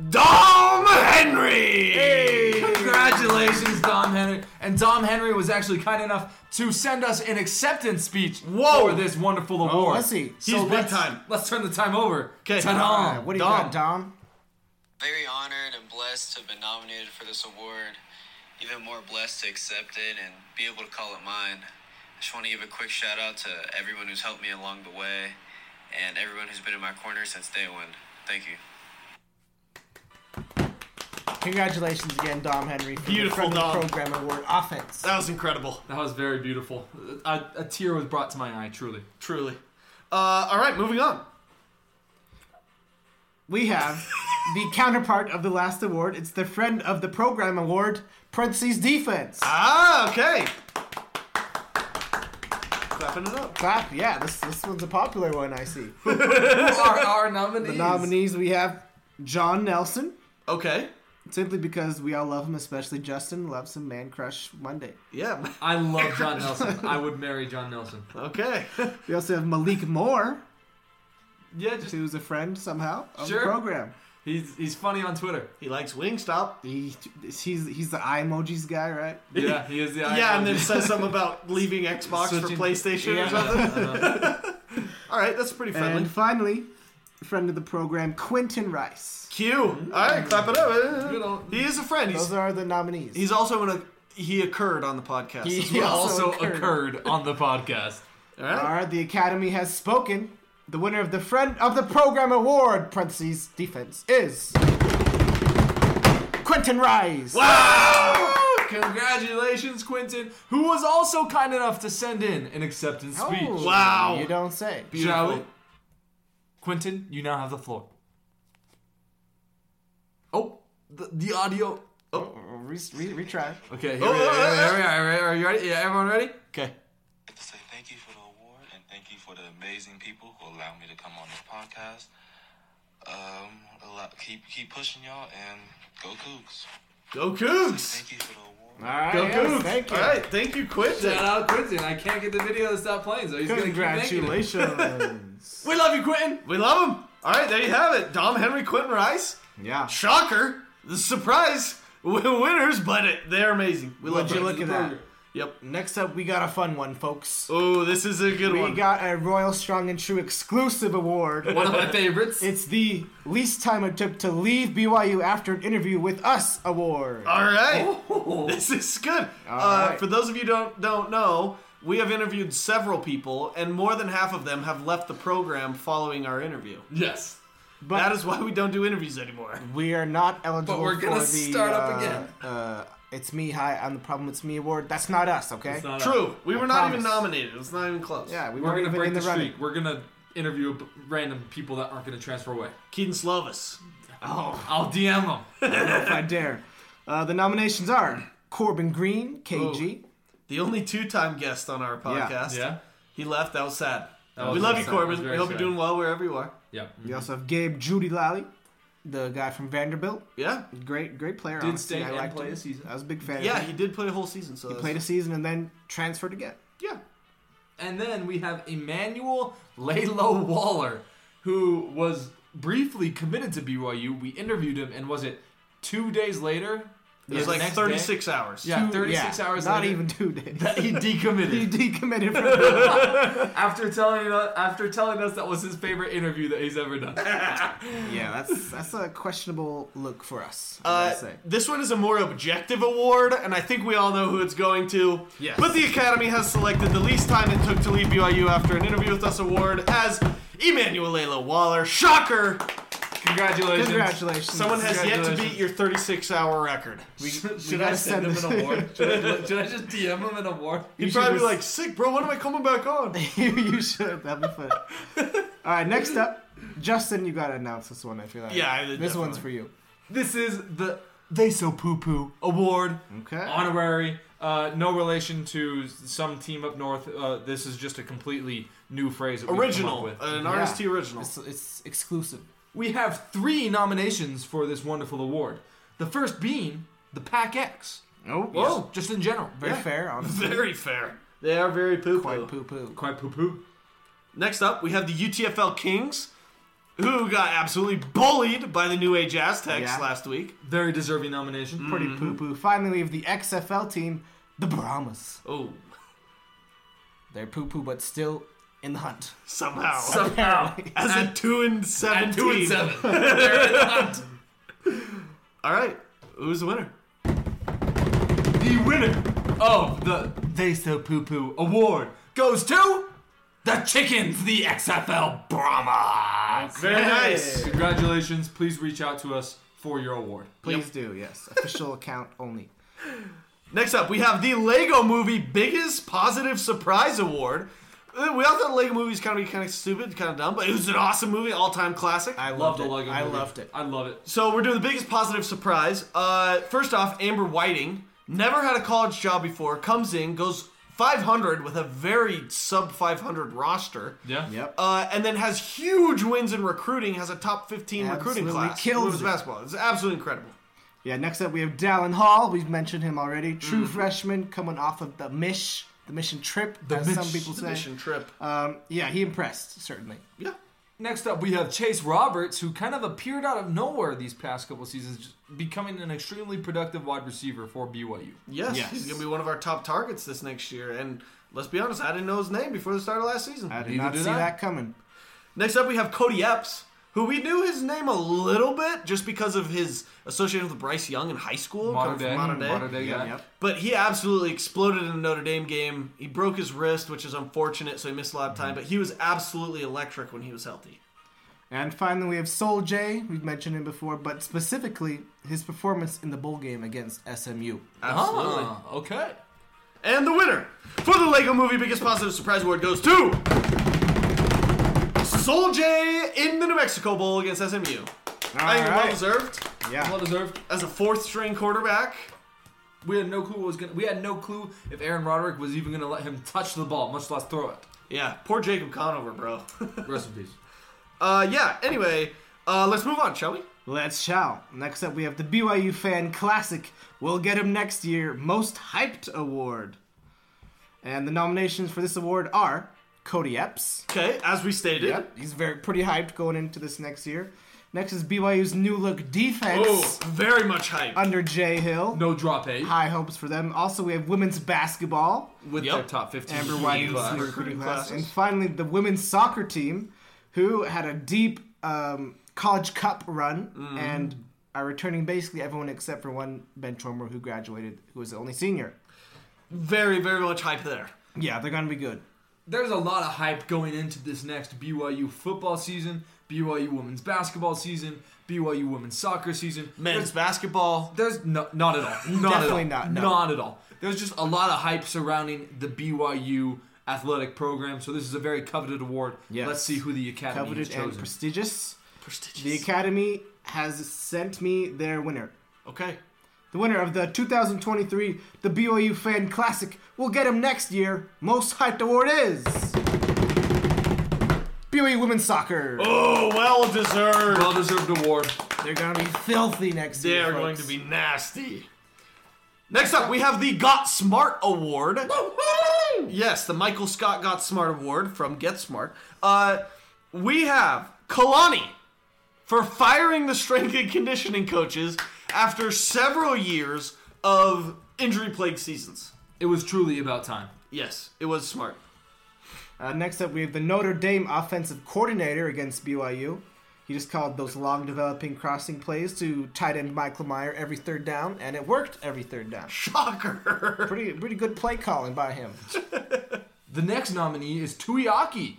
[SPEAKER 2] Dom Henry.
[SPEAKER 1] Congratulations, Dom Henry. And Dom Henry was actually kind enough to send us an acceptance speech
[SPEAKER 2] Whoa.
[SPEAKER 1] for this wonderful award.
[SPEAKER 4] let's see.
[SPEAKER 1] So
[SPEAKER 2] He's big
[SPEAKER 1] let's-
[SPEAKER 2] time.
[SPEAKER 1] Let's turn the time over.
[SPEAKER 2] 'Kay.
[SPEAKER 1] Ta-da.
[SPEAKER 4] Uh, what do you
[SPEAKER 2] Dom.
[SPEAKER 4] got, Dom?
[SPEAKER 8] Very honored and blessed to have been nominated for this award. Even more blessed to accept it and be able to call it mine. I just want to give a quick shout out to everyone who's helped me along the way and everyone who's been in my corner since day one. Thank you.
[SPEAKER 4] Congratulations again, Dom Henry, for
[SPEAKER 2] Beautiful,
[SPEAKER 4] the Friend of the
[SPEAKER 2] Dom.
[SPEAKER 4] Program Award offense.
[SPEAKER 2] That was incredible.
[SPEAKER 1] That was very beautiful. A, a tear was brought to my eye, truly.
[SPEAKER 2] Truly. Uh, all right. Moving on.
[SPEAKER 4] We have the counterpart of the last award. It's the Friend of the Program Award, parentheses defense.
[SPEAKER 2] Ah. Okay. Clapping it up.
[SPEAKER 4] Clap. Yeah, this, this one's a popular one, I see.
[SPEAKER 1] Our, our nominees.
[SPEAKER 4] The nominees we have John Nelson,
[SPEAKER 2] Okay.
[SPEAKER 4] simply because we all love him, especially Justin loves him, Man Crush Monday.
[SPEAKER 2] Yeah.
[SPEAKER 1] I love John Nelson. I would marry John Nelson.
[SPEAKER 2] Okay.
[SPEAKER 4] We also have Malik Moore,
[SPEAKER 1] Yeah, just
[SPEAKER 4] who's a friend somehow of
[SPEAKER 1] Sure.
[SPEAKER 4] the program.
[SPEAKER 1] he's he's funny on Twitter.
[SPEAKER 2] he likes Wingstop.
[SPEAKER 4] He, he's he's the eye emojis guy, right?
[SPEAKER 1] Yeah, he is the
[SPEAKER 2] Yeah, and
[SPEAKER 1] icon.
[SPEAKER 2] then says something about leaving Xbox
[SPEAKER 1] Switching-
[SPEAKER 2] for PlayStation
[SPEAKER 1] Yeah,
[SPEAKER 2] or
[SPEAKER 1] I
[SPEAKER 2] something.
[SPEAKER 1] know.
[SPEAKER 2] All right, that's pretty friendly.
[SPEAKER 4] Uh-huh. And finally, friend of the program, Quentin Rice.
[SPEAKER 2] Q. All right, clap it
[SPEAKER 1] Good
[SPEAKER 2] up.
[SPEAKER 1] old-
[SPEAKER 2] He is a friend. He's,
[SPEAKER 4] Those are the nominees.
[SPEAKER 2] he's also in a. He occurred on the podcast.
[SPEAKER 1] He,
[SPEAKER 2] as
[SPEAKER 1] he
[SPEAKER 2] well.
[SPEAKER 1] also,
[SPEAKER 4] also
[SPEAKER 1] occurred.
[SPEAKER 4] occurred.
[SPEAKER 1] on the podcast.
[SPEAKER 2] All right.
[SPEAKER 4] All right, the Academy has spoken. The winner of the Friend of the Program Award, parentheses, defense, is Quentin Rice.
[SPEAKER 2] Wow.
[SPEAKER 1] Congratulations, Quentin, who was also kind enough to send in an acceptance speech.
[SPEAKER 4] Oh,
[SPEAKER 2] Wow.
[SPEAKER 4] You don't say.
[SPEAKER 1] Shall we?
[SPEAKER 2] Beautiful.
[SPEAKER 1] Quentin, you now have the floor. Oh, the, the audio.
[SPEAKER 4] Oh, re- re- retry.
[SPEAKER 1] Okay, here we are. Here we are, here we are, here we are. You ready? Yeah, everyone ready?
[SPEAKER 2] Okay.
[SPEAKER 9] like to say thank you for the award and thank you for the amazing people who allow me to come on this podcast. Um, a lot, keep keep pushing y'all and go Cougs.
[SPEAKER 2] Go Cougs.
[SPEAKER 9] Thank you for the award.
[SPEAKER 4] All right.
[SPEAKER 2] Go
[SPEAKER 4] yes,
[SPEAKER 2] Cougs.
[SPEAKER 4] Thank you.
[SPEAKER 2] All right, thank you, Quentin.
[SPEAKER 1] Shout out Quentin. I can't get the video to stop playing, so he's going to keep making it.
[SPEAKER 4] Congratulations.
[SPEAKER 1] We love you, Quentin.
[SPEAKER 2] We love him. All right, there you have it. Dom Henry, Quentin Rice.
[SPEAKER 4] yeah.
[SPEAKER 2] Shocker. The surprise w- winners, but it, they're amazing. We love
[SPEAKER 4] Would you
[SPEAKER 2] them.
[SPEAKER 4] look at that?
[SPEAKER 2] Yep.
[SPEAKER 4] Next up, we got a fun one, folks.
[SPEAKER 2] Oh, this is a good
[SPEAKER 4] We
[SPEAKER 2] one.
[SPEAKER 4] got a Royal Strong and True exclusive award.
[SPEAKER 1] One of my favorites.
[SPEAKER 4] It's the least time it took to leave BYU after an interview with us award.
[SPEAKER 1] Uh,
[SPEAKER 2] All right.
[SPEAKER 1] Oh.
[SPEAKER 2] This is good. uh,
[SPEAKER 4] right.
[SPEAKER 2] For those of you don't don't know, we have interviewed several people, and more than half of them have left the program following our interview.
[SPEAKER 1] Yes.
[SPEAKER 4] But
[SPEAKER 2] That is why we don't do interviews anymore.
[SPEAKER 4] we are not eligible
[SPEAKER 1] But we're gonna
[SPEAKER 4] for the
[SPEAKER 1] start up
[SPEAKER 4] uh,
[SPEAKER 1] again.
[SPEAKER 4] Uh, it's me, hi, I'm the problem. It's me award. That's not us, okay?
[SPEAKER 1] It's not us.
[SPEAKER 2] True. We
[SPEAKER 4] I
[SPEAKER 2] were not even
[SPEAKER 4] promise.
[SPEAKER 2] nominated. It's not even close.
[SPEAKER 4] yeah, we
[SPEAKER 1] We're
[SPEAKER 4] weren't
[SPEAKER 1] going to
[SPEAKER 4] even
[SPEAKER 1] break
[SPEAKER 4] in
[SPEAKER 1] the,
[SPEAKER 4] the, running.
[SPEAKER 1] streak. We're going to interview b- random people that aren't going to transfer away.
[SPEAKER 2] Keaton Slovis.
[SPEAKER 1] Oh. I'll DM them.
[SPEAKER 4] if I dare. Uh, the nominations are Corbin
[SPEAKER 1] Oh.
[SPEAKER 4] Green, KG.
[SPEAKER 2] The only two time guest on our podcast.
[SPEAKER 1] Yeah?
[SPEAKER 2] He left. That was sad.
[SPEAKER 1] was
[SPEAKER 2] we love
[SPEAKER 1] very
[SPEAKER 2] you,
[SPEAKER 1] sad. That was
[SPEAKER 2] Corbin.
[SPEAKER 1] very
[SPEAKER 2] We hope you're
[SPEAKER 1] sad.
[SPEAKER 2] doing well wherever you are.
[SPEAKER 1] Yeah.
[SPEAKER 4] We also have Gabe Judy Lally, the guy from Vanderbilt.
[SPEAKER 2] Yeah.
[SPEAKER 4] Great, great player.
[SPEAKER 1] Did
[SPEAKER 4] honestly.
[SPEAKER 1] stay
[SPEAKER 4] I
[SPEAKER 1] and
[SPEAKER 4] liked
[SPEAKER 1] play
[SPEAKER 4] him.
[SPEAKER 1] a season.
[SPEAKER 4] I was a big fan.
[SPEAKER 2] Yeah,
[SPEAKER 4] of
[SPEAKER 2] he
[SPEAKER 4] him.
[SPEAKER 2] did play a whole season. So
[SPEAKER 4] he
[SPEAKER 2] that's-
[SPEAKER 4] played a season and then transferred again.
[SPEAKER 2] Yeah.
[SPEAKER 1] And then we have Emmanuel Lalo Waller, who was briefly committed to BYU. We interviewed him, and was it two days later
[SPEAKER 2] It was
[SPEAKER 1] the
[SPEAKER 2] like
[SPEAKER 1] next
[SPEAKER 2] 36 hours.
[SPEAKER 1] Yeah, 36
[SPEAKER 4] Yeah,
[SPEAKER 1] hours
[SPEAKER 4] Not
[SPEAKER 1] later,
[SPEAKER 4] even two days.
[SPEAKER 1] he
[SPEAKER 4] he
[SPEAKER 1] decommitted.
[SPEAKER 4] decommitted from the
[SPEAKER 1] after telling us, after telling us that was his favorite interview that he's ever done.
[SPEAKER 4] Yeah, that's that's a questionable look for us. I
[SPEAKER 2] Uh,
[SPEAKER 4] gotta say.
[SPEAKER 2] this one is a more objective award, and I think we all know who it's going to.
[SPEAKER 4] Yes.
[SPEAKER 2] But the Academy has selected the least time it took to leave BYU after an interview with us award as Emanuela Waller. Shocker!
[SPEAKER 1] Congratulations.
[SPEAKER 4] Congratulations.
[SPEAKER 2] Someone has yet to beat your 36 hour record.
[SPEAKER 1] Should,
[SPEAKER 4] we
[SPEAKER 1] I
[SPEAKER 4] gotta
[SPEAKER 1] send him
[SPEAKER 4] send
[SPEAKER 1] an
[SPEAKER 4] it.
[SPEAKER 1] award? Should I, should I just DM him an award?
[SPEAKER 2] He'd probably be like, sick, bro, when am I coming back on?
[SPEAKER 4] you should. That'd be fun. All right, next up, Justin, you gotta announce this one. I feel like
[SPEAKER 2] Yeah, I-
[SPEAKER 4] this
[SPEAKER 2] definitely.
[SPEAKER 4] one's for you.
[SPEAKER 1] This is the They So Poo Poo Award.
[SPEAKER 4] Okay.
[SPEAKER 1] Honorary. Uh, no relation to some team up north. Uh, this is just a completely new phrase. That we've come up
[SPEAKER 2] Original.
[SPEAKER 1] with.
[SPEAKER 2] An
[SPEAKER 4] Yeah.
[SPEAKER 2] RST original.
[SPEAKER 4] It's, it's exclusive.
[SPEAKER 1] we have three nominations for this wonderful award. The first being the Pac X.
[SPEAKER 4] Oh,
[SPEAKER 1] Whoa. Just in general.
[SPEAKER 4] very
[SPEAKER 1] Yeah.
[SPEAKER 4] fair. Honestly,
[SPEAKER 2] Very fair. They are very poo
[SPEAKER 4] quite poo poo.
[SPEAKER 1] Quite poo poo.
[SPEAKER 2] Next up, we have the UTFL Kings, who got absolutely bullied by the New Age Aztecs
[SPEAKER 4] Yeah.
[SPEAKER 2] last week.
[SPEAKER 1] Very deserving nomination.
[SPEAKER 4] Pretty
[SPEAKER 1] Mm-hmm.
[SPEAKER 4] poo poo. Finally, we have the XFL team, the Brahmas.
[SPEAKER 2] Oh,
[SPEAKER 4] They're poo poo, but still in the hunt.
[SPEAKER 2] somehow.
[SPEAKER 1] Somehow.
[SPEAKER 2] As a two and seven
[SPEAKER 1] At two and
[SPEAKER 2] team.
[SPEAKER 1] seven. They're in the hunt.
[SPEAKER 2] All right, who's the winner?
[SPEAKER 1] The winner
[SPEAKER 2] Oh,
[SPEAKER 1] of the They So Poo Poo award goes to the Chickens, the XFL Brahmas.
[SPEAKER 2] Very nice.
[SPEAKER 1] Congratulations. Please reach out to us for your award.
[SPEAKER 4] Please do. Yes, official account only.
[SPEAKER 2] Next up, we have the Lego Movie Biggest Positive Surprise Award. Uh, We all thought Lego movies kind of kind of stupid, kind of dumb, but it was an awesome movie, all time classic.
[SPEAKER 4] I
[SPEAKER 1] Love
[SPEAKER 4] loved
[SPEAKER 1] the
[SPEAKER 4] it.
[SPEAKER 1] logo.
[SPEAKER 4] I
[SPEAKER 1] movie.
[SPEAKER 4] loved it.
[SPEAKER 1] I love it.
[SPEAKER 2] So we're doing the biggest positive surprise. Uh, first off, Amber Whiting never had a college job before. Comes in, goes 500 with a very sub 500 roster.
[SPEAKER 1] Yeah.
[SPEAKER 4] Yep.
[SPEAKER 2] Uh, and then has huge wins in recruiting. Has a top 15 recruiting
[SPEAKER 4] Absolutely
[SPEAKER 2] class.
[SPEAKER 4] kills
[SPEAKER 2] Women's
[SPEAKER 4] it.
[SPEAKER 2] basketball. It's absolutely incredible.
[SPEAKER 4] Yeah, next up we have Dallin Hall. We've mentioned him already.
[SPEAKER 1] Mm-hmm.
[SPEAKER 4] True freshman coming off of the Mish, the mission trip, as some
[SPEAKER 1] Mish,
[SPEAKER 4] people
[SPEAKER 2] The
[SPEAKER 4] say.
[SPEAKER 2] mission trip.
[SPEAKER 4] Um, yeah, he impressed certainly.
[SPEAKER 2] yeah.
[SPEAKER 1] Next up, we have Chase Roberts, who kind of appeared out of nowhere these past couple seasons, just becoming an extremely productive wide receiver for BYU.
[SPEAKER 2] Yes,
[SPEAKER 4] Yes.
[SPEAKER 2] He's gonna be one of our top targets this next year. And let's be honest, I didn't know his name before the start of last season.
[SPEAKER 4] I did
[SPEAKER 1] Neither
[SPEAKER 4] not
[SPEAKER 1] did
[SPEAKER 4] see
[SPEAKER 1] I.
[SPEAKER 4] that coming.
[SPEAKER 2] Next up, we have Cody Epps, who we knew his name a little bit just because of his association with Bryce Young in high school.
[SPEAKER 1] Modern
[SPEAKER 2] coming
[SPEAKER 1] day,
[SPEAKER 2] from Modern day.
[SPEAKER 1] Mm, modern day guy.
[SPEAKER 4] Yep.
[SPEAKER 2] But he absolutely exploded in the Notre Dame game. He broke his wrist, which is unfortunate, so he missed a lot of
[SPEAKER 1] Mm-hmm.
[SPEAKER 2] time. But he was absolutely electric when he was healthy.
[SPEAKER 4] And finally, we have Soul J. We've mentioned him before, but specifically his performance in the bowl game against SMU.
[SPEAKER 2] Absolutely.
[SPEAKER 1] Ah, okay.
[SPEAKER 2] And the winner for the Lego Movie Biggest Positive Surprise Award goes to Soul J in the New Mexico Bowl against SMU. I think well
[SPEAKER 4] Alright.
[SPEAKER 2] deserved
[SPEAKER 4] Yeah.
[SPEAKER 1] Well deserved.
[SPEAKER 2] as a fourth string quarterback.
[SPEAKER 1] We had no clue what was gonna. We had no clue if Aaron Roderick was even gonna let him touch the ball, much less throw it.
[SPEAKER 2] Yeah, poor Jacob Conover, bro.
[SPEAKER 1] Rest in peace.
[SPEAKER 2] uh, yeah. Anyway, uh, let's move on, shall we?
[SPEAKER 4] Let's shall. Next up, we have the BYU Fan Classic. We'll get him next year. Most Hyped Award. And the nominations for this award are Cody Epps.
[SPEAKER 2] Okay, as we stated.
[SPEAKER 4] Yep, he's very pretty hyped going into this next year. Next is BYU's new look defense
[SPEAKER 2] Oh, very much hype.
[SPEAKER 4] under Jay Hill.
[SPEAKER 1] No drop eight
[SPEAKER 4] High hopes for them. Also, we have women's basketball.
[SPEAKER 1] with
[SPEAKER 2] Yep.
[SPEAKER 1] their top fifteen.
[SPEAKER 4] Amber
[SPEAKER 1] recruiting
[SPEAKER 4] White's
[SPEAKER 1] class.
[SPEAKER 4] new
[SPEAKER 2] Recruiting
[SPEAKER 4] recruiting class.
[SPEAKER 2] classes.
[SPEAKER 4] And finally, the women's soccer team, who had a deep um, college cup run
[SPEAKER 2] Mm-hmm.
[SPEAKER 4] and are returning basically everyone except for one Ben Tromer who graduated, who was the only senior.
[SPEAKER 2] Very, very much hype there.
[SPEAKER 4] Yeah, they're going to be good.
[SPEAKER 1] There's a lot of hype going into this next BYU football season, BYU women's basketball season, BYU women's soccer season.
[SPEAKER 2] Men's
[SPEAKER 1] There's,
[SPEAKER 2] basketball.
[SPEAKER 1] there's no, not at all. Not
[SPEAKER 4] Definitely
[SPEAKER 1] at all.
[SPEAKER 4] not, no.
[SPEAKER 1] Not at all. There's just a lot of hype surrounding the BYU athletic program. So this is a very coveted award.
[SPEAKER 4] Yes.
[SPEAKER 1] Let's see who the academy
[SPEAKER 4] Coveted
[SPEAKER 1] has
[SPEAKER 4] and
[SPEAKER 1] chosen.
[SPEAKER 4] prestigious.
[SPEAKER 2] Prestigious.
[SPEAKER 4] The Academy has sent me their winner.
[SPEAKER 2] okay.
[SPEAKER 4] The winner of the 2023 The BYU Fan Classic will get him next year. Most hyped award is BYU Women's Soccer.
[SPEAKER 2] Oh, well deserved.
[SPEAKER 1] well deserved award.
[SPEAKER 4] They're gonna be filthy next
[SPEAKER 2] They
[SPEAKER 4] year.
[SPEAKER 2] are going
[SPEAKER 4] folks.
[SPEAKER 2] to be nasty. Next up, we have the Got Smart Award. yes, the Michael Scott Got Smart Award from Get Smart. Uh, we have Kalani for firing the strength and conditioning coaches after several years of injury-plagued seasons.
[SPEAKER 1] It was truly about time.
[SPEAKER 2] Yes, it was smart.
[SPEAKER 4] Uh, next up, we have the Notre Dame offensive coordinator against BYU. He just called those long developing crossing plays to tight end Michael Meyer every third down, and it worked every third down.
[SPEAKER 2] Shocker.
[SPEAKER 4] Pretty pretty good play calling by him.
[SPEAKER 1] The next nominee is Tuiaki,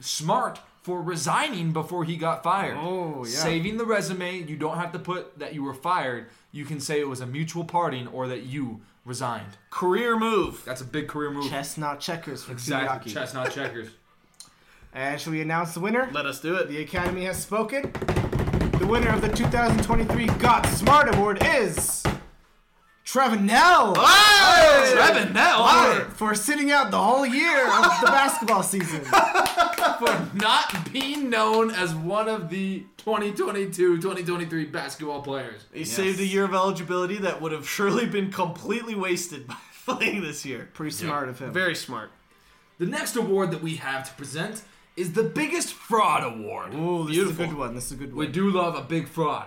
[SPEAKER 1] smart for resigning before he got fired.
[SPEAKER 4] Oh, yeah.
[SPEAKER 1] Saving the resume, you don't have to put that you were fired. You can say it was a mutual parting or that you resigned.
[SPEAKER 2] Career move.
[SPEAKER 1] That's a big career move.
[SPEAKER 4] Chestnut checkers for
[SPEAKER 1] exactly.
[SPEAKER 4] Suyaki.
[SPEAKER 1] Chestnut checkers.
[SPEAKER 4] And should we announce the winner?
[SPEAKER 2] Let us do it.
[SPEAKER 4] The Academy has spoken. The winner of the 2023 Got Smart Award is Trevor Nell
[SPEAKER 2] Ah! Hey! Trevin, now,
[SPEAKER 4] for, for sitting out the whole year of the basketball season.
[SPEAKER 1] for not being known as one of the 2022-2023 basketball players.
[SPEAKER 2] He saved a year of eligibility that would have surely been completely wasted by playing this year.
[SPEAKER 4] Pretty smart of him.
[SPEAKER 2] Very smart.
[SPEAKER 1] The next award that we have to present is the biggest fraud award.
[SPEAKER 4] Ooh, this
[SPEAKER 1] Beautiful.
[SPEAKER 4] is a good one. This is a good
[SPEAKER 1] We
[SPEAKER 4] one.
[SPEAKER 1] do love a big fraud.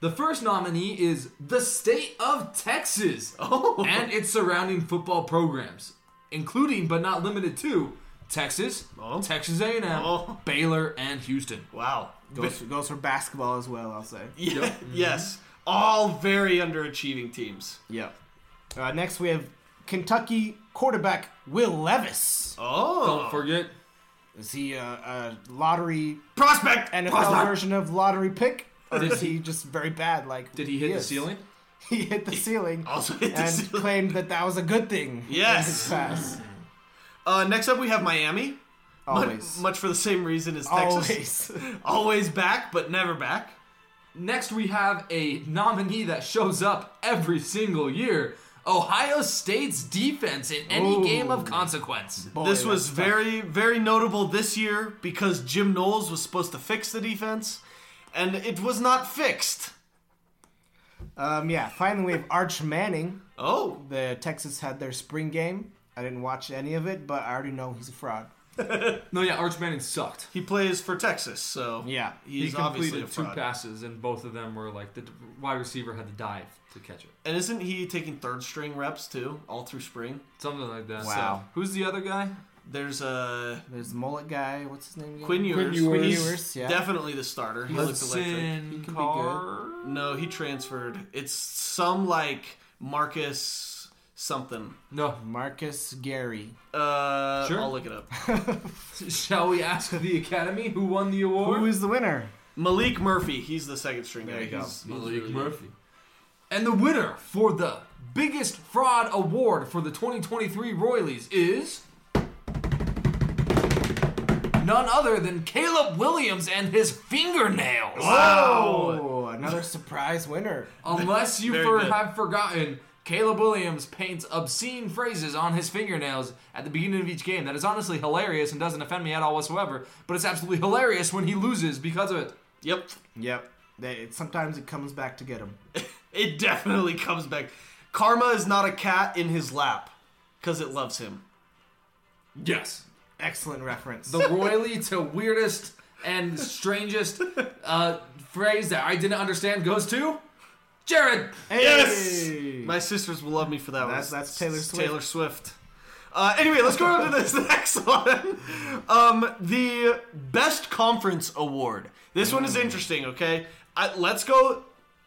[SPEAKER 1] The first nominee is the state of Texas
[SPEAKER 2] Oh.
[SPEAKER 1] and its surrounding football programs, including but not limited to Texas,
[SPEAKER 2] Oh.
[SPEAKER 1] Texas A&M,
[SPEAKER 2] Oh.
[SPEAKER 1] Baylor, and Houston.
[SPEAKER 2] Wow.
[SPEAKER 4] Goes, goes for basketball as well, I'll say.
[SPEAKER 2] Yeah, Yes. All very underachieving teams.
[SPEAKER 4] Yep. Uh, next, we have Kentucky quarterback Will Levis.
[SPEAKER 2] Oh.
[SPEAKER 1] Don't forget
[SPEAKER 4] Is he a, a lottery
[SPEAKER 2] prospect.
[SPEAKER 4] NFL
[SPEAKER 2] Prospect.
[SPEAKER 4] version of lottery pick? Or is he just very bad? Like
[SPEAKER 1] did he hit the
[SPEAKER 4] is?
[SPEAKER 1] ceiling?
[SPEAKER 4] He hit the ceiling
[SPEAKER 2] Also hit the
[SPEAKER 4] and
[SPEAKER 2] ceiling.
[SPEAKER 4] claimed that that was a good thing.
[SPEAKER 2] Yes.
[SPEAKER 4] in his pass.
[SPEAKER 2] Uh, next up, we have Miami. Mu-
[SPEAKER 4] Always.
[SPEAKER 2] much for the same reason as Texas.
[SPEAKER 4] Always.
[SPEAKER 2] Always back, but never back.
[SPEAKER 1] Next, we have a nominee that shows up every single year Ohio State's defense in any
[SPEAKER 2] Oh.
[SPEAKER 4] Ooh.
[SPEAKER 1] game of consequence.
[SPEAKER 4] Boy,
[SPEAKER 2] this was
[SPEAKER 4] that's
[SPEAKER 2] very, very notable this year because Jim Knowles was supposed to fix the defense, and it was not fixed.
[SPEAKER 4] tough. Um, yeah. Finally, we have Arch Manning.
[SPEAKER 2] Oh,
[SPEAKER 4] The Texas had their spring game. I didn't watch any of it, but I already know he's a fraud.
[SPEAKER 1] No, yeah, Arch Manning sucked.
[SPEAKER 2] he plays for Texas, so
[SPEAKER 4] Yeah.
[SPEAKER 1] He
[SPEAKER 2] he's obviously a
[SPEAKER 1] completed two
[SPEAKER 2] fraud.
[SPEAKER 1] passes, and both of them were like the d- wide receiver had to dive to catch it.
[SPEAKER 2] and isn't he taking third string reps too, all through spring?
[SPEAKER 1] Something like that.
[SPEAKER 4] Wow.
[SPEAKER 1] So, who's the other guy?
[SPEAKER 2] There's uh,
[SPEAKER 4] There's the mullet guy. What's his name? again?
[SPEAKER 2] Quinn Ewers.
[SPEAKER 1] Ewers. Quinn
[SPEAKER 2] He's
[SPEAKER 4] Ewers, yeah.
[SPEAKER 2] Definitely the starter. He looked electric.
[SPEAKER 1] Hudson
[SPEAKER 4] good.
[SPEAKER 1] Carr.
[SPEAKER 2] No, he transferred. It's some like Marcus something.
[SPEAKER 1] No.
[SPEAKER 4] Marcus Gary.
[SPEAKER 2] Uh,
[SPEAKER 1] Sure.
[SPEAKER 2] I'll look it up.
[SPEAKER 1] Shall we ask the Academy who won the award?
[SPEAKER 4] Who is the winner?
[SPEAKER 2] Malik Murphy. He's the second string guy. He's-
[SPEAKER 1] Malik Murphy. And the winner for the biggest fraud award for the 2023 Royleys is none other than Caleb Williams and his fingernails.
[SPEAKER 4] Oh, another surprise winner.
[SPEAKER 1] Unless you
[SPEAKER 2] Very
[SPEAKER 1] for,
[SPEAKER 2] good.
[SPEAKER 1] have forgotten, Caleb Williams paints obscene phrases on his fingernails at the beginning of each game. That is honestly hilarious and doesn't offend me at all whatsoever, but it's absolutely hilarious when he loses because of it.
[SPEAKER 2] Yep.
[SPEAKER 4] Yep. They, it, sometimes it comes back to get him.
[SPEAKER 2] It definitely comes back. Karma is not a cat in his lap because it loves him.
[SPEAKER 1] Yes.
[SPEAKER 4] Excellent reference.
[SPEAKER 1] The royally to weirdest and strangest uh, phrase that I didn't understand goes to Jared.
[SPEAKER 2] Yes!
[SPEAKER 4] Hey!
[SPEAKER 2] My sisters will love me for that
[SPEAKER 4] That's-
[SPEAKER 2] one.
[SPEAKER 4] that's Taylor
[SPEAKER 2] It's
[SPEAKER 4] Swift.
[SPEAKER 2] Taylor Swift. Uh, anyway, let's go on to this next one. Um, the Best Conference Award. This one is interesting. Okay, I, let's go.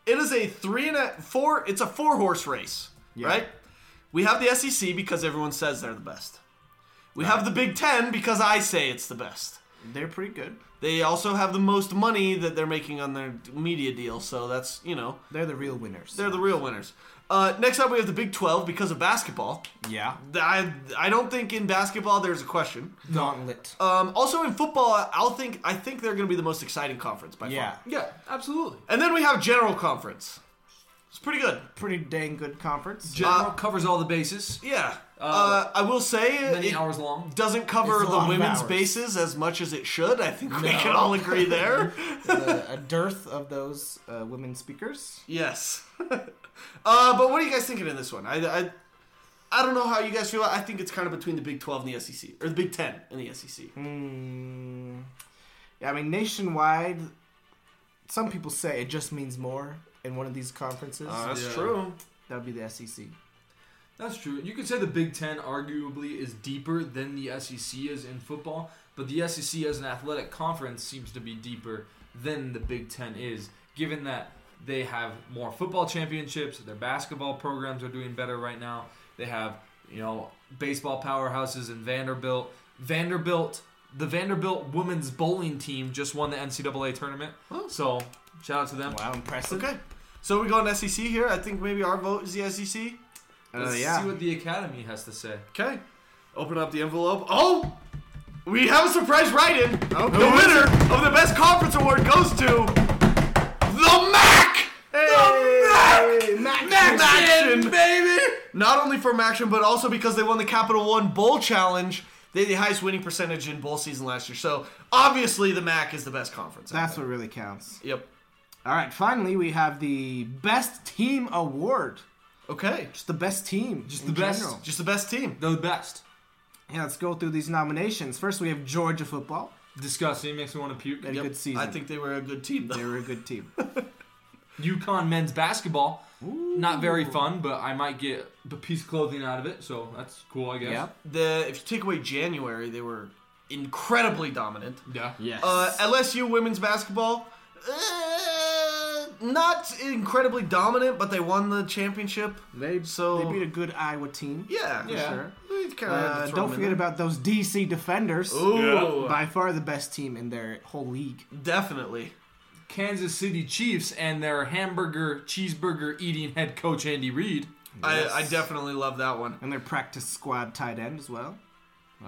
[SPEAKER 2] It is a three and a four. It's a four horse race, right? We have the SEC because everyone says they're the best. We have the Big Ten because I say it's the best.
[SPEAKER 4] They're pretty good.
[SPEAKER 2] They also have the most money that they're making on their media deal, so that's you know
[SPEAKER 4] They're the real winners.
[SPEAKER 2] they're the real winners. Uh, next up, we have the Big 12 because of basketball.
[SPEAKER 4] yeah.
[SPEAKER 2] Th- I, I don't think in basketball there's a question.
[SPEAKER 4] Gauntlet.
[SPEAKER 2] Um, also in football, I'll think I think they're going to be the most exciting conference by
[SPEAKER 4] yeah.
[SPEAKER 2] far.
[SPEAKER 1] Yeah, absolutely.
[SPEAKER 2] And then we have general conference. It's pretty good.
[SPEAKER 4] Pretty dang good conference.
[SPEAKER 1] General covers all the bases.
[SPEAKER 2] Yeah. Uh, I will say
[SPEAKER 1] Many
[SPEAKER 2] it
[SPEAKER 1] hours long.
[SPEAKER 2] doesn't cover
[SPEAKER 4] It's a lot
[SPEAKER 2] the
[SPEAKER 4] of
[SPEAKER 2] women's
[SPEAKER 4] hours.
[SPEAKER 2] bases as much as it should. I think we can all agree there.
[SPEAKER 4] a, a dearth of those uh, women speakers.
[SPEAKER 2] yes. uh, but what are you guys thinking in this one? I, I I don't know how you guys feel. I think it's kind of between the Big 12 and the SEC or the Big 10 and the E SEC.
[SPEAKER 4] Mm, yeah, I mean, nationwide, some people say it just means more. in one of these conferences,
[SPEAKER 10] that's
[SPEAKER 2] Yeah.
[SPEAKER 10] true.
[SPEAKER 4] that would be the E SEC.
[SPEAKER 1] That's true. You could say the Big Ten arguably is deeper than the SEC is in football, but the SEC as an athletic conference seems to be deeper than the Big Ten is, given that they have more football championships, their basketball programs are doing better right now. They have, you know, baseball powerhouses in Vanderbilt. Vanderbilt, the Vanderbilt women's bowling team just won the NCAA tournament. So, shout out to them.
[SPEAKER 4] Wow, impressive.
[SPEAKER 2] Okay. So we going SEC E here. I think maybe our vote is the E SEC.
[SPEAKER 4] Uh,
[SPEAKER 1] Let's
[SPEAKER 4] yeah.
[SPEAKER 1] see what the academy has to say.
[SPEAKER 2] Okay. Open up the envelope. Oh! We have a surprise write-in.
[SPEAKER 4] Okay.
[SPEAKER 2] The winner of the best conference award goes to the MAC. The MAC. MAC action, baby. Not only for action, but also because they won the Capital One Bowl Challenge. They had the highest winning percentage in bowl season last year. So obviously the MAC is the best conference.
[SPEAKER 4] That's what really counts.
[SPEAKER 2] Yep.
[SPEAKER 4] All right, finally, we have the Best Team Award.
[SPEAKER 2] Okay.
[SPEAKER 4] Just the best team.
[SPEAKER 1] Just
[SPEAKER 4] in
[SPEAKER 1] the best.
[SPEAKER 4] general.
[SPEAKER 2] Just the best team.
[SPEAKER 1] They're the best.
[SPEAKER 4] Yeah, let's go through these nominations. First, we have Georgia football.
[SPEAKER 1] Disgusting. Makes me want to puke.
[SPEAKER 4] They had a good season.
[SPEAKER 2] I think they were a good team though.
[SPEAKER 4] they were a good team.
[SPEAKER 1] Yukon men's basketball. Not very fun, but I might get a piece of clothing out of it, so that's cool, I guess.
[SPEAKER 4] Yep.
[SPEAKER 2] The if you take away January, they were incredibly dominant.
[SPEAKER 1] Yeah.
[SPEAKER 4] Yes.
[SPEAKER 2] Uh, LSU women's basketball, uh, not incredibly dominant, but they won the championship.
[SPEAKER 4] they
[SPEAKER 2] so-
[SPEAKER 4] they beat a good Iowa team.
[SPEAKER 2] Yeah,
[SPEAKER 1] Yeah.
[SPEAKER 4] Sure.
[SPEAKER 2] They kinda had
[SPEAKER 4] Uh,
[SPEAKER 2] to throw
[SPEAKER 4] don't
[SPEAKER 2] them
[SPEAKER 4] forget
[SPEAKER 2] in there.
[SPEAKER 4] about those DC defenders.
[SPEAKER 2] Ooh,
[SPEAKER 4] By far the best team in their whole league.
[SPEAKER 2] definitely.
[SPEAKER 1] Kansas City Chiefs and their hamburger, cheeseburger eating head coach, Andy Reid.
[SPEAKER 2] I, I definitely love that one.
[SPEAKER 4] And their practice squad tight end as well.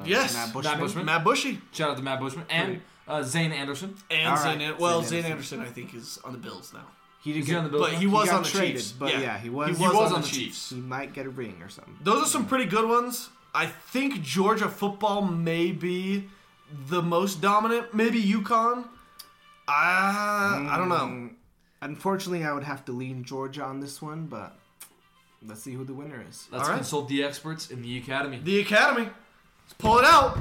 [SPEAKER 2] yes,
[SPEAKER 4] Uh, Matt Bushman.
[SPEAKER 1] Matt Bushman.
[SPEAKER 2] Matt Bushy
[SPEAKER 1] Shout out to Matt Bushman and uh, Zane Anderson.
[SPEAKER 2] and
[SPEAKER 4] All
[SPEAKER 2] Zane.
[SPEAKER 4] right.
[SPEAKER 2] An- well,
[SPEAKER 4] Zane
[SPEAKER 2] Zane Anderson, I think, is on the Bills now,
[SPEAKER 4] He didn't
[SPEAKER 1] Is he
[SPEAKER 4] get
[SPEAKER 1] on the Bills?
[SPEAKER 2] but
[SPEAKER 1] now?
[SPEAKER 2] he was
[SPEAKER 4] got
[SPEAKER 2] on the
[SPEAKER 4] traded,
[SPEAKER 2] Chiefs.
[SPEAKER 4] but yeah, he was-
[SPEAKER 2] He was,
[SPEAKER 4] He
[SPEAKER 1] was
[SPEAKER 2] on
[SPEAKER 1] on the
[SPEAKER 2] the Chiefs.
[SPEAKER 4] He might get a ring or something.
[SPEAKER 2] Those are some pretty good ones. I think Georgia football may be the most dominant. Maybe UConn. I I don't
[SPEAKER 4] Mm.
[SPEAKER 2] know.
[SPEAKER 4] Unfortunately, I would have to lean Georgia on this one, but let's see who the winner is.
[SPEAKER 1] Let's
[SPEAKER 2] All right.
[SPEAKER 1] consult the experts in the academy.
[SPEAKER 2] The Academy. Let's pull it out.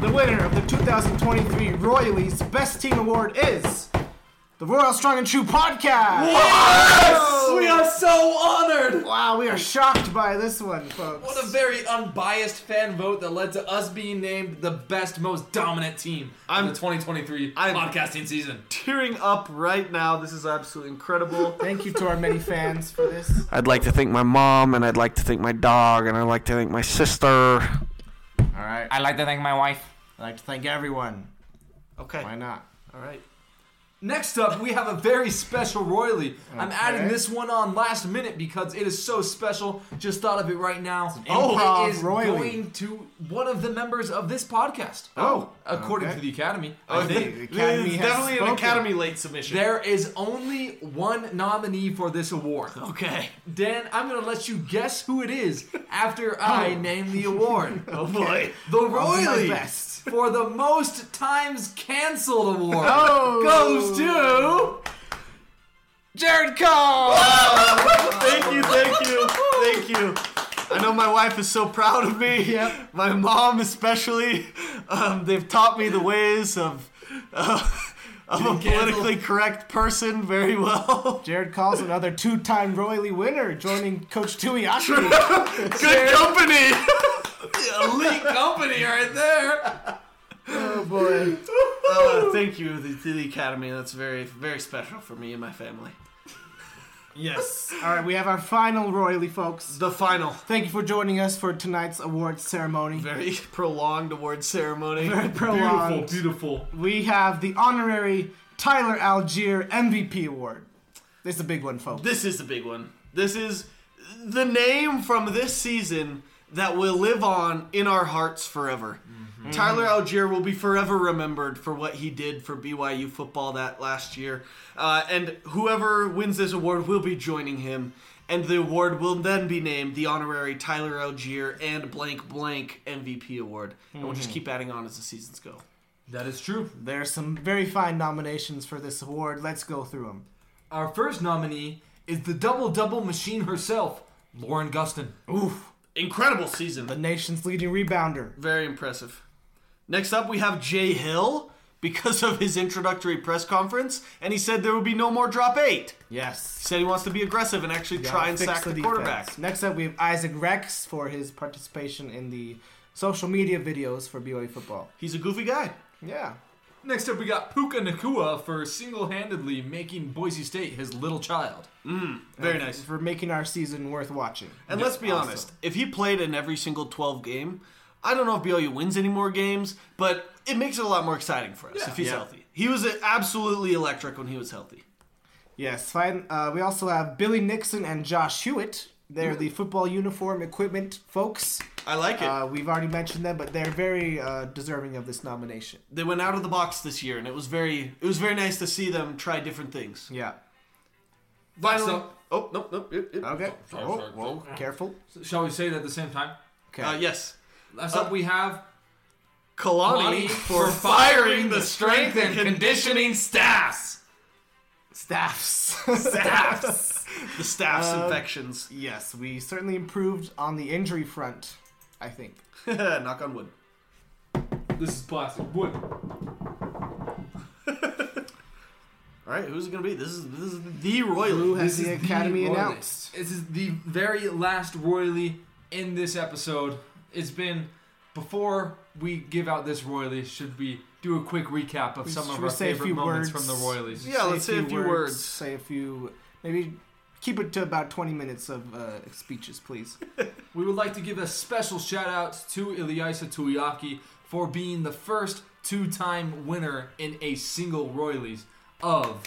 [SPEAKER 4] The winner of the 2023 Roy Lee's Best Team Award is the Royal Strong and True Podcast.
[SPEAKER 1] We are so honored!
[SPEAKER 4] Wow, we are shocked by this one, folks.
[SPEAKER 1] What a very unbiased fan vote that led to us being named the best, most dominant team
[SPEAKER 2] I'm-
[SPEAKER 1] of the 2023
[SPEAKER 2] I'm-
[SPEAKER 1] podcasting season.
[SPEAKER 2] Tearing up right now. This is absolutely incredible.
[SPEAKER 4] Thank you to our many fans for this.
[SPEAKER 11] I'd like to thank my mom, and I'd like to thank my dog, and I'd like to thank my sister.
[SPEAKER 4] All right.
[SPEAKER 10] I like to thank my wife.
[SPEAKER 4] I'd like to thank everyone.
[SPEAKER 2] Okay.
[SPEAKER 4] Why not?
[SPEAKER 2] All right.
[SPEAKER 1] Next up, we have a very special royally. I'm adding
[SPEAKER 4] Okay.
[SPEAKER 1] this one on last minute because it is so special. Just thought of it right now. it
[SPEAKER 4] improv
[SPEAKER 1] is
[SPEAKER 4] oh, ah, roily.
[SPEAKER 1] going to one of the members of this podcast.
[SPEAKER 4] Oh,
[SPEAKER 1] according
[SPEAKER 4] okay.
[SPEAKER 1] to the Academy,
[SPEAKER 4] Oh,
[SPEAKER 1] I
[SPEAKER 4] the
[SPEAKER 1] think
[SPEAKER 4] Academy
[SPEAKER 2] it's
[SPEAKER 4] has
[SPEAKER 2] definitely
[SPEAKER 4] spoken.
[SPEAKER 2] an Academy late submission.
[SPEAKER 1] there is only one nominee for this award.
[SPEAKER 2] Okay.
[SPEAKER 1] Dan, I'm gonna let you guess who it is after I name the award.
[SPEAKER 2] Oh boy.
[SPEAKER 1] The
[SPEAKER 4] I'll do my
[SPEAKER 1] royally
[SPEAKER 4] best.
[SPEAKER 1] for the most times canceled award
[SPEAKER 4] Oh.
[SPEAKER 1] goes to Jared Cole.
[SPEAKER 2] thank you, thank you, thank you. I know my wife is so proud of me.
[SPEAKER 4] Yep.
[SPEAKER 2] My mom especially. Um, they've taught me the ways of uh, of a politically correct person very well.
[SPEAKER 4] Jared calls another two-time Roy Lee winner, joining Coach Tuiaki.
[SPEAKER 2] Good company.
[SPEAKER 1] elite company right there.
[SPEAKER 4] oh boy.
[SPEAKER 2] Uh, thank you to to the academy. That's very very special for me and my family. Yes.
[SPEAKER 4] All right, we have our final Roy Lee, folks.
[SPEAKER 2] The final
[SPEAKER 4] Thank you for joining us for tonight's awards ceremony.
[SPEAKER 2] very prolonged award ceremony.
[SPEAKER 4] Prolonged.
[SPEAKER 1] beautiful.
[SPEAKER 4] We have the honorary Tyler Algier MVP award. This is a big one, folks.
[SPEAKER 2] This is the big one. This is the name from this season that will live on in our hearts forever. Tyler Algier will be forever remembered for what he did for BYU football that last year. Uh, and whoever wins this award will be joining him. And the award will then be named the honorary Tyler Algier and blank blank MVP award. And we'll just keep adding on as the seasons go.
[SPEAKER 1] That is true.
[SPEAKER 4] There are some very fine nominations for this award. Let's go through them.
[SPEAKER 1] Our first nominee is the double double machine herself, Lauren Guston.
[SPEAKER 2] Incredible season.
[SPEAKER 4] The nation's leading rebounder.
[SPEAKER 2] Very impressive. Next up, we have Jay Hill because of his introductory press conference, and he said there would be no more drop eight.
[SPEAKER 4] Yes.
[SPEAKER 2] He said he wants to be aggressive and actually
[SPEAKER 4] Gotta
[SPEAKER 2] try and
[SPEAKER 4] fix
[SPEAKER 2] sack the,
[SPEAKER 4] defense.
[SPEAKER 2] quarterback.
[SPEAKER 4] Next up, we have Isaac Rex for his participation in the social media videos for BYU football.
[SPEAKER 2] He's a goofy guy.
[SPEAKER 4] Yeah.
[SPEAKER 1] Next up, we got Puka Nakua for single-handedly making Boise State his little child.
[SPEAKER 2] Very nice.
[SPEAKER 4] For making our season worth watching.
[SPEAKER 2] And let's be
[SPEAKER 4] Awesome.
[SPEAKER 2] honest, if he played in every single 12 game, I don't know if BYU wins any more games, but it makes it a lot more exciting for us if he's healthy. He was absolutely electric when he was healthy.
[SPEAKER 4] Yes, fine. Uh, we also have Billy Nixon and Josh Hewitt. They're the football uniform equipment folks.
[SPEAKER 2] I like it.
[SPEAKER 4] Uh, we've already mentioned them, but they're very uh, deserving of this nomination.
[SPEAKER 2] they went out of the box this year, and it was very it was very nice to see them try different things.
[SPEAKER 4] Yeah.
[SPEAKER 1] Last up,
[SPEAKER 2] Oh nope nope. Yep, yep.
[SPEAKER 4] Okay.
[SPEAKER 1] sorry,
[SPEAKER 4] oh,
[SPEAKER 1] sorry,
[SPEAKER 4] whoa, careful.
[SPEAKER 1] shall we say it at the same time?
[SPEAKER 4] Okay.
[SPEAKER 2] Uh, yes,
[SPEAKER 1] Last up, we have
[SPEAKER 2] Kalani
[SPEAKER 1] Kalani
[SPEAKER 2] for firing the strength and
[SPEAKER 1] conditioning staffs.
[SPEAKER 4] Staffs.
[SPEAKER 2] staffs. the staffs
[SPEAKER 4] Um,
[SPEAKER 2] infections.
[SPEAKER 4] yes, we certainly improved on the injury front, I think.
[SPEAKER 2] Knock on wood.
[SPEAKER 1] This is plastic wood.
[SPEAKER 2] All right, who's it gonna be? This is this is the royal.
[SPEAKER 4] Who has
[SPEAKER 1] This is
[SPEAKER 4] the Academy
[SPEAKER 1] Royally.
[SPEAKER 4] announced?
[SPEAKER 1] This is the very last royally in this episode. It's been before we give out this royally. Should we do a quick recap of some
[SPEAKER 4] should
[SPEAKER 1] of
[SPEAKER 4] we
[SPEAKER 1] our
[SPEAKER 4] say a
[SPEAKER 1] favorite
[SPEAKER 4] few
[SPEAKER 1] moments
[SPEAKER 4] words?
[SPEAKER 1] from the royalies?
[SPEAKER 2] Yeah, let's say a few words.
[SPEAKER 4] Say a few. Maybe keep it to about 20 minutes of uh, speeches, please.
[SPEAKER 1] We would like to give a special shout out to Ilyaisa Tuiaki for being the first two time winner in a single Royleys of.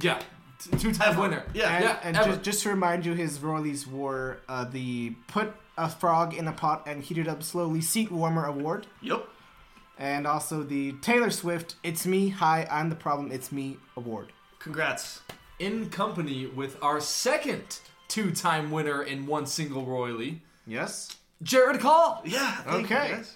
[SPEAKER 1] Yeah, two time winner.
[SPEAKER 2] Yeah,
[SPEAKER 4] And,
[SPEAKER 1] yeah,
[SPEAKER 4] and
[SPEAKER 1] ever.
[SPEAKER 4] just, just to remind you, his Royleys were uh, the Put a Frog in a Pot and Heat It Up Slowly Seat Warmer Award,
[SPEAKER 2] Yep.
[SPEAKER 4] and also the Taylor Swift It's Me, Hi, I'm the Problem, It's Me Award.
[SPEAKER 2] Congrats.
[SPEAKER 1] In company with our second two time winner in one single Royally,
[SPEAKER 4] Yes?
[SPEAKER 1] Jared Call.
[SPEAKER 2] Yeah. thank you,
[SPEAKER 4] Okay.
[SPEAKER 2] guys.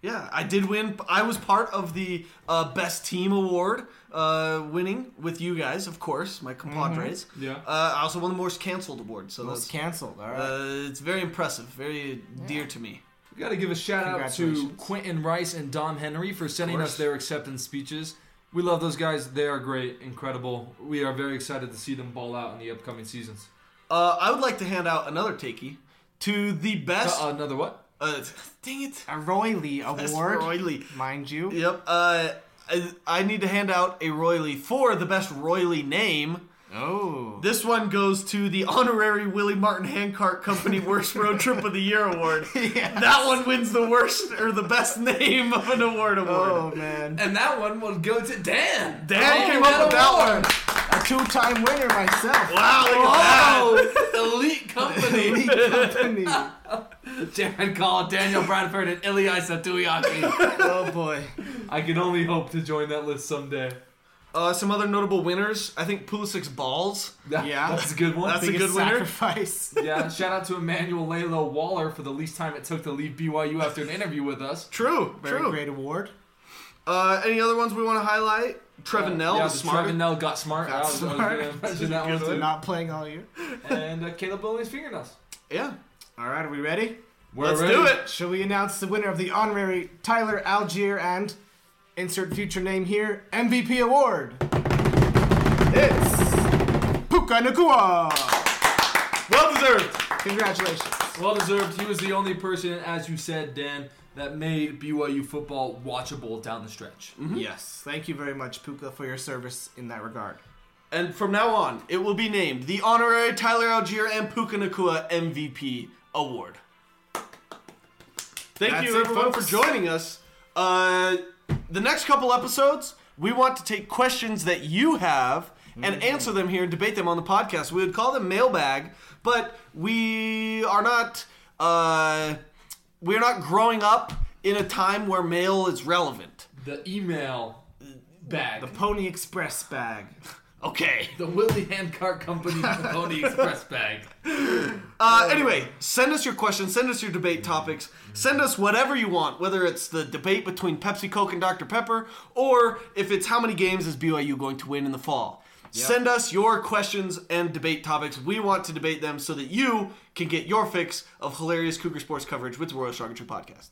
[SPEAKER 2] Yeah, I did win. I was part of the uh, best team award, uh, winning with you guys, of course, my compadres.
[SPEAKER 1] Yeah.
[SPEAKER 2] Uh, I also won the most canceled award, so
[SPEAKER 4] It's
[SPEAKER 2] that's,
[SPEAKER 4] canceled, alright.
[SPEAKER 2] uh, it's very impressive, very dear to me.
[SPEAKER 1] We got to give a shout out to
[SPEAKER 4] Congratulations.
[SPEAKER 1] Quentin Rice and Dom Henry for sending us their acceptance speeches. We love those guys. They are great, incredible. We are very excited to see them ball out in the upcoming seasons.
[SPEAKER 2] Uh, I would like to hand out another takey to the best.
[SPEAKER 1] Uh, another what?
[SPEAKER 2] Uh, dang it,
[SPEAKER 4] a Royley
[SPEAKER 2] That's
[SPEAKER 4] Award,
[SPEAKER 2] Roy Lee.
[SPEAKER 4] mind you.
[SPEAKER 2] Yep. Uh, I, I need to hand out a Roy Lee for the best Roy Lee name.
[SPEAKER 4] Oh.
[SPEAKER 2] This one goes to the honorary Willie Martin Handcart Company Worst Road Trip of the Year award. That one wins the worst or the best name of an award award.
[SPEAKER 4] Oh, man.
[SPEAKER 1] And that one will go to Dan. Oh,
[SPEAKER 2] Dan came up with that one.
[SPEAKER 4] A two time winner myself.
[SPEAKER 2] Wow, look
[SPEAKER 1] Oh.
[SPEAKER 2] at that.
[SPEAKER 1] Elite company.
[SPEAKER 4] Company.
[SPEAKER 1] Jared Call, Daniel Bradford, and Ilya Satuyaki.
[SPEAKER 4] oh, boy.
[SPEAKER 1] I can only hope to join that list someday.
[SPEAKER 2] Uh, some other notable winners. I think Pulisic's balls.
[SPEAKER 1] That-
[SPEAKER 4] Yeah.
[SPEAKER 1] That's a good one.
[SPEAKER 2] That's a
[SPEAKER 4] Biggest
[SPEAKER 2] good winner.
[SPEAKER 4] sacrifice.
[SPEAKER 1] yeah, shout out to Emmanuel Lalo Waller for the least time it took to leave BYU after an interview with us.
[SPEAKER 2] True.
[SPEAKER 4] Very
[SPEAKER 2] true.
[SPEAKER 4] great award.
[SPEAKER 2] Uh, any other ones we want to highlight? Trevin Nell,
[SPEAKER 1] yeah,
[SPEAKER 2] the smart.
[SPEAKER 1] Trevor Nell got smart. I was- I was
[SPEAKER 4] smart.
[SPEAKER 1] gonna mention that one too.
[SPEAKER 4] Not playing all year.
[SPEAKER 1] And uh, Caleb Bowling's fingernails.
[SPEAKER 2] yeah.
[SPEAKER 4] All right, are we ready?
[SPEAKER 1] We're
[SPEAKER 2] Let's
[SPEAKER 1] ready.
[SPEAKER 2] do it.
[SPEAKER 4] Shall we announce the winner of the honorary Tyler Algier and insert future name here MVP award? It's Puka Nakua.
[SPEAKER 2] Well deserved.
[SPEAKER 4] Congratulations.
[SPEAKER 1] Well deserved. He was the only person, as you said, Dan, that made BYU football watchable down the stretch.
[SPEAKER 2] Mm-hmm.
[SPEAKER 4] Mm-hmm. Yes, thank you very much, Puka, for your service in that regard.
[SPEAKER 2] And from now on, it will be named the honorary Tyler Algier and Puka Nakua MVP Award. Thank
[SPEAKER 4] That's
[SPEAKER 2] you
[SPEAKER 4] it,
[SPEAKER 2] everyone
[SPEAKER 4] folks.
[SPEAKER 2] for joining us. Uh, the next couple episodes, we want to take questions that you have
[SPEAKER 4] Mm-hmm.
[SPEAKER 2] and answer them here and debate them on the podcast. We would call them mailbag, but we are not. Uh, we're not growing up in a time where mail is relevant.
[SPEAKER 1] The email bag.
[SPEAKER 4] Pony Express bag.
[SPEAKER 2] Okay.
[SPEAKER 1] The Willie Handcart Company Pony Express bag.
[SPEAKER 2] Uh, anyway, send us your questions, send us your debate topics, send us whatever you want, whether it's the debate between Pepsi Coke and Dr. Pepper, or if it's how many games is BYU going to win in the fall. Send us your questions and debate topics. We want to debate them so that you can get your fix of hilarious Cougar sports coverage with the Royal Struggle Tree Podcast.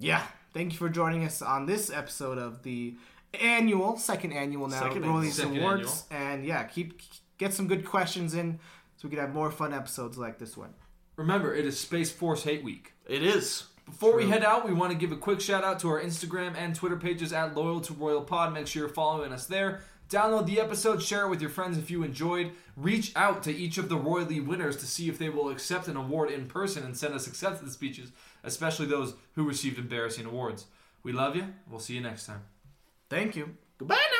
[SPEAKER 4] Yeah, Thank you for joining us on this episode of the annual, second annual now,
[SPEAKER 2] Second
[SPEAKER 4] Rollies
[SPEAKER 12] annual. Second
[SPEAKER 4] Awards. And yeah, keep get some good questions in so we can have more fun episodes like this one.
[SPEAKER 1] Remember, it is Space Force Hate Week.
[SPEAKER 2] It is.
[SPEAKER 1] Before we head out, we want to give a quick shout out to our Instagram and Twitter pages at Loyal to Royal Pod. Make sure you're following us there. Download the episode, share it with your friends if you enjoyed. Reach out to each of the royally winners to see if they will accept an award in person and send us acceptance speeches, especially those who received embarrassing awards. We love you. We'll see you next time.
[SPEAKER 4] Thank you.
[SPEAKER 2] Goodbye now.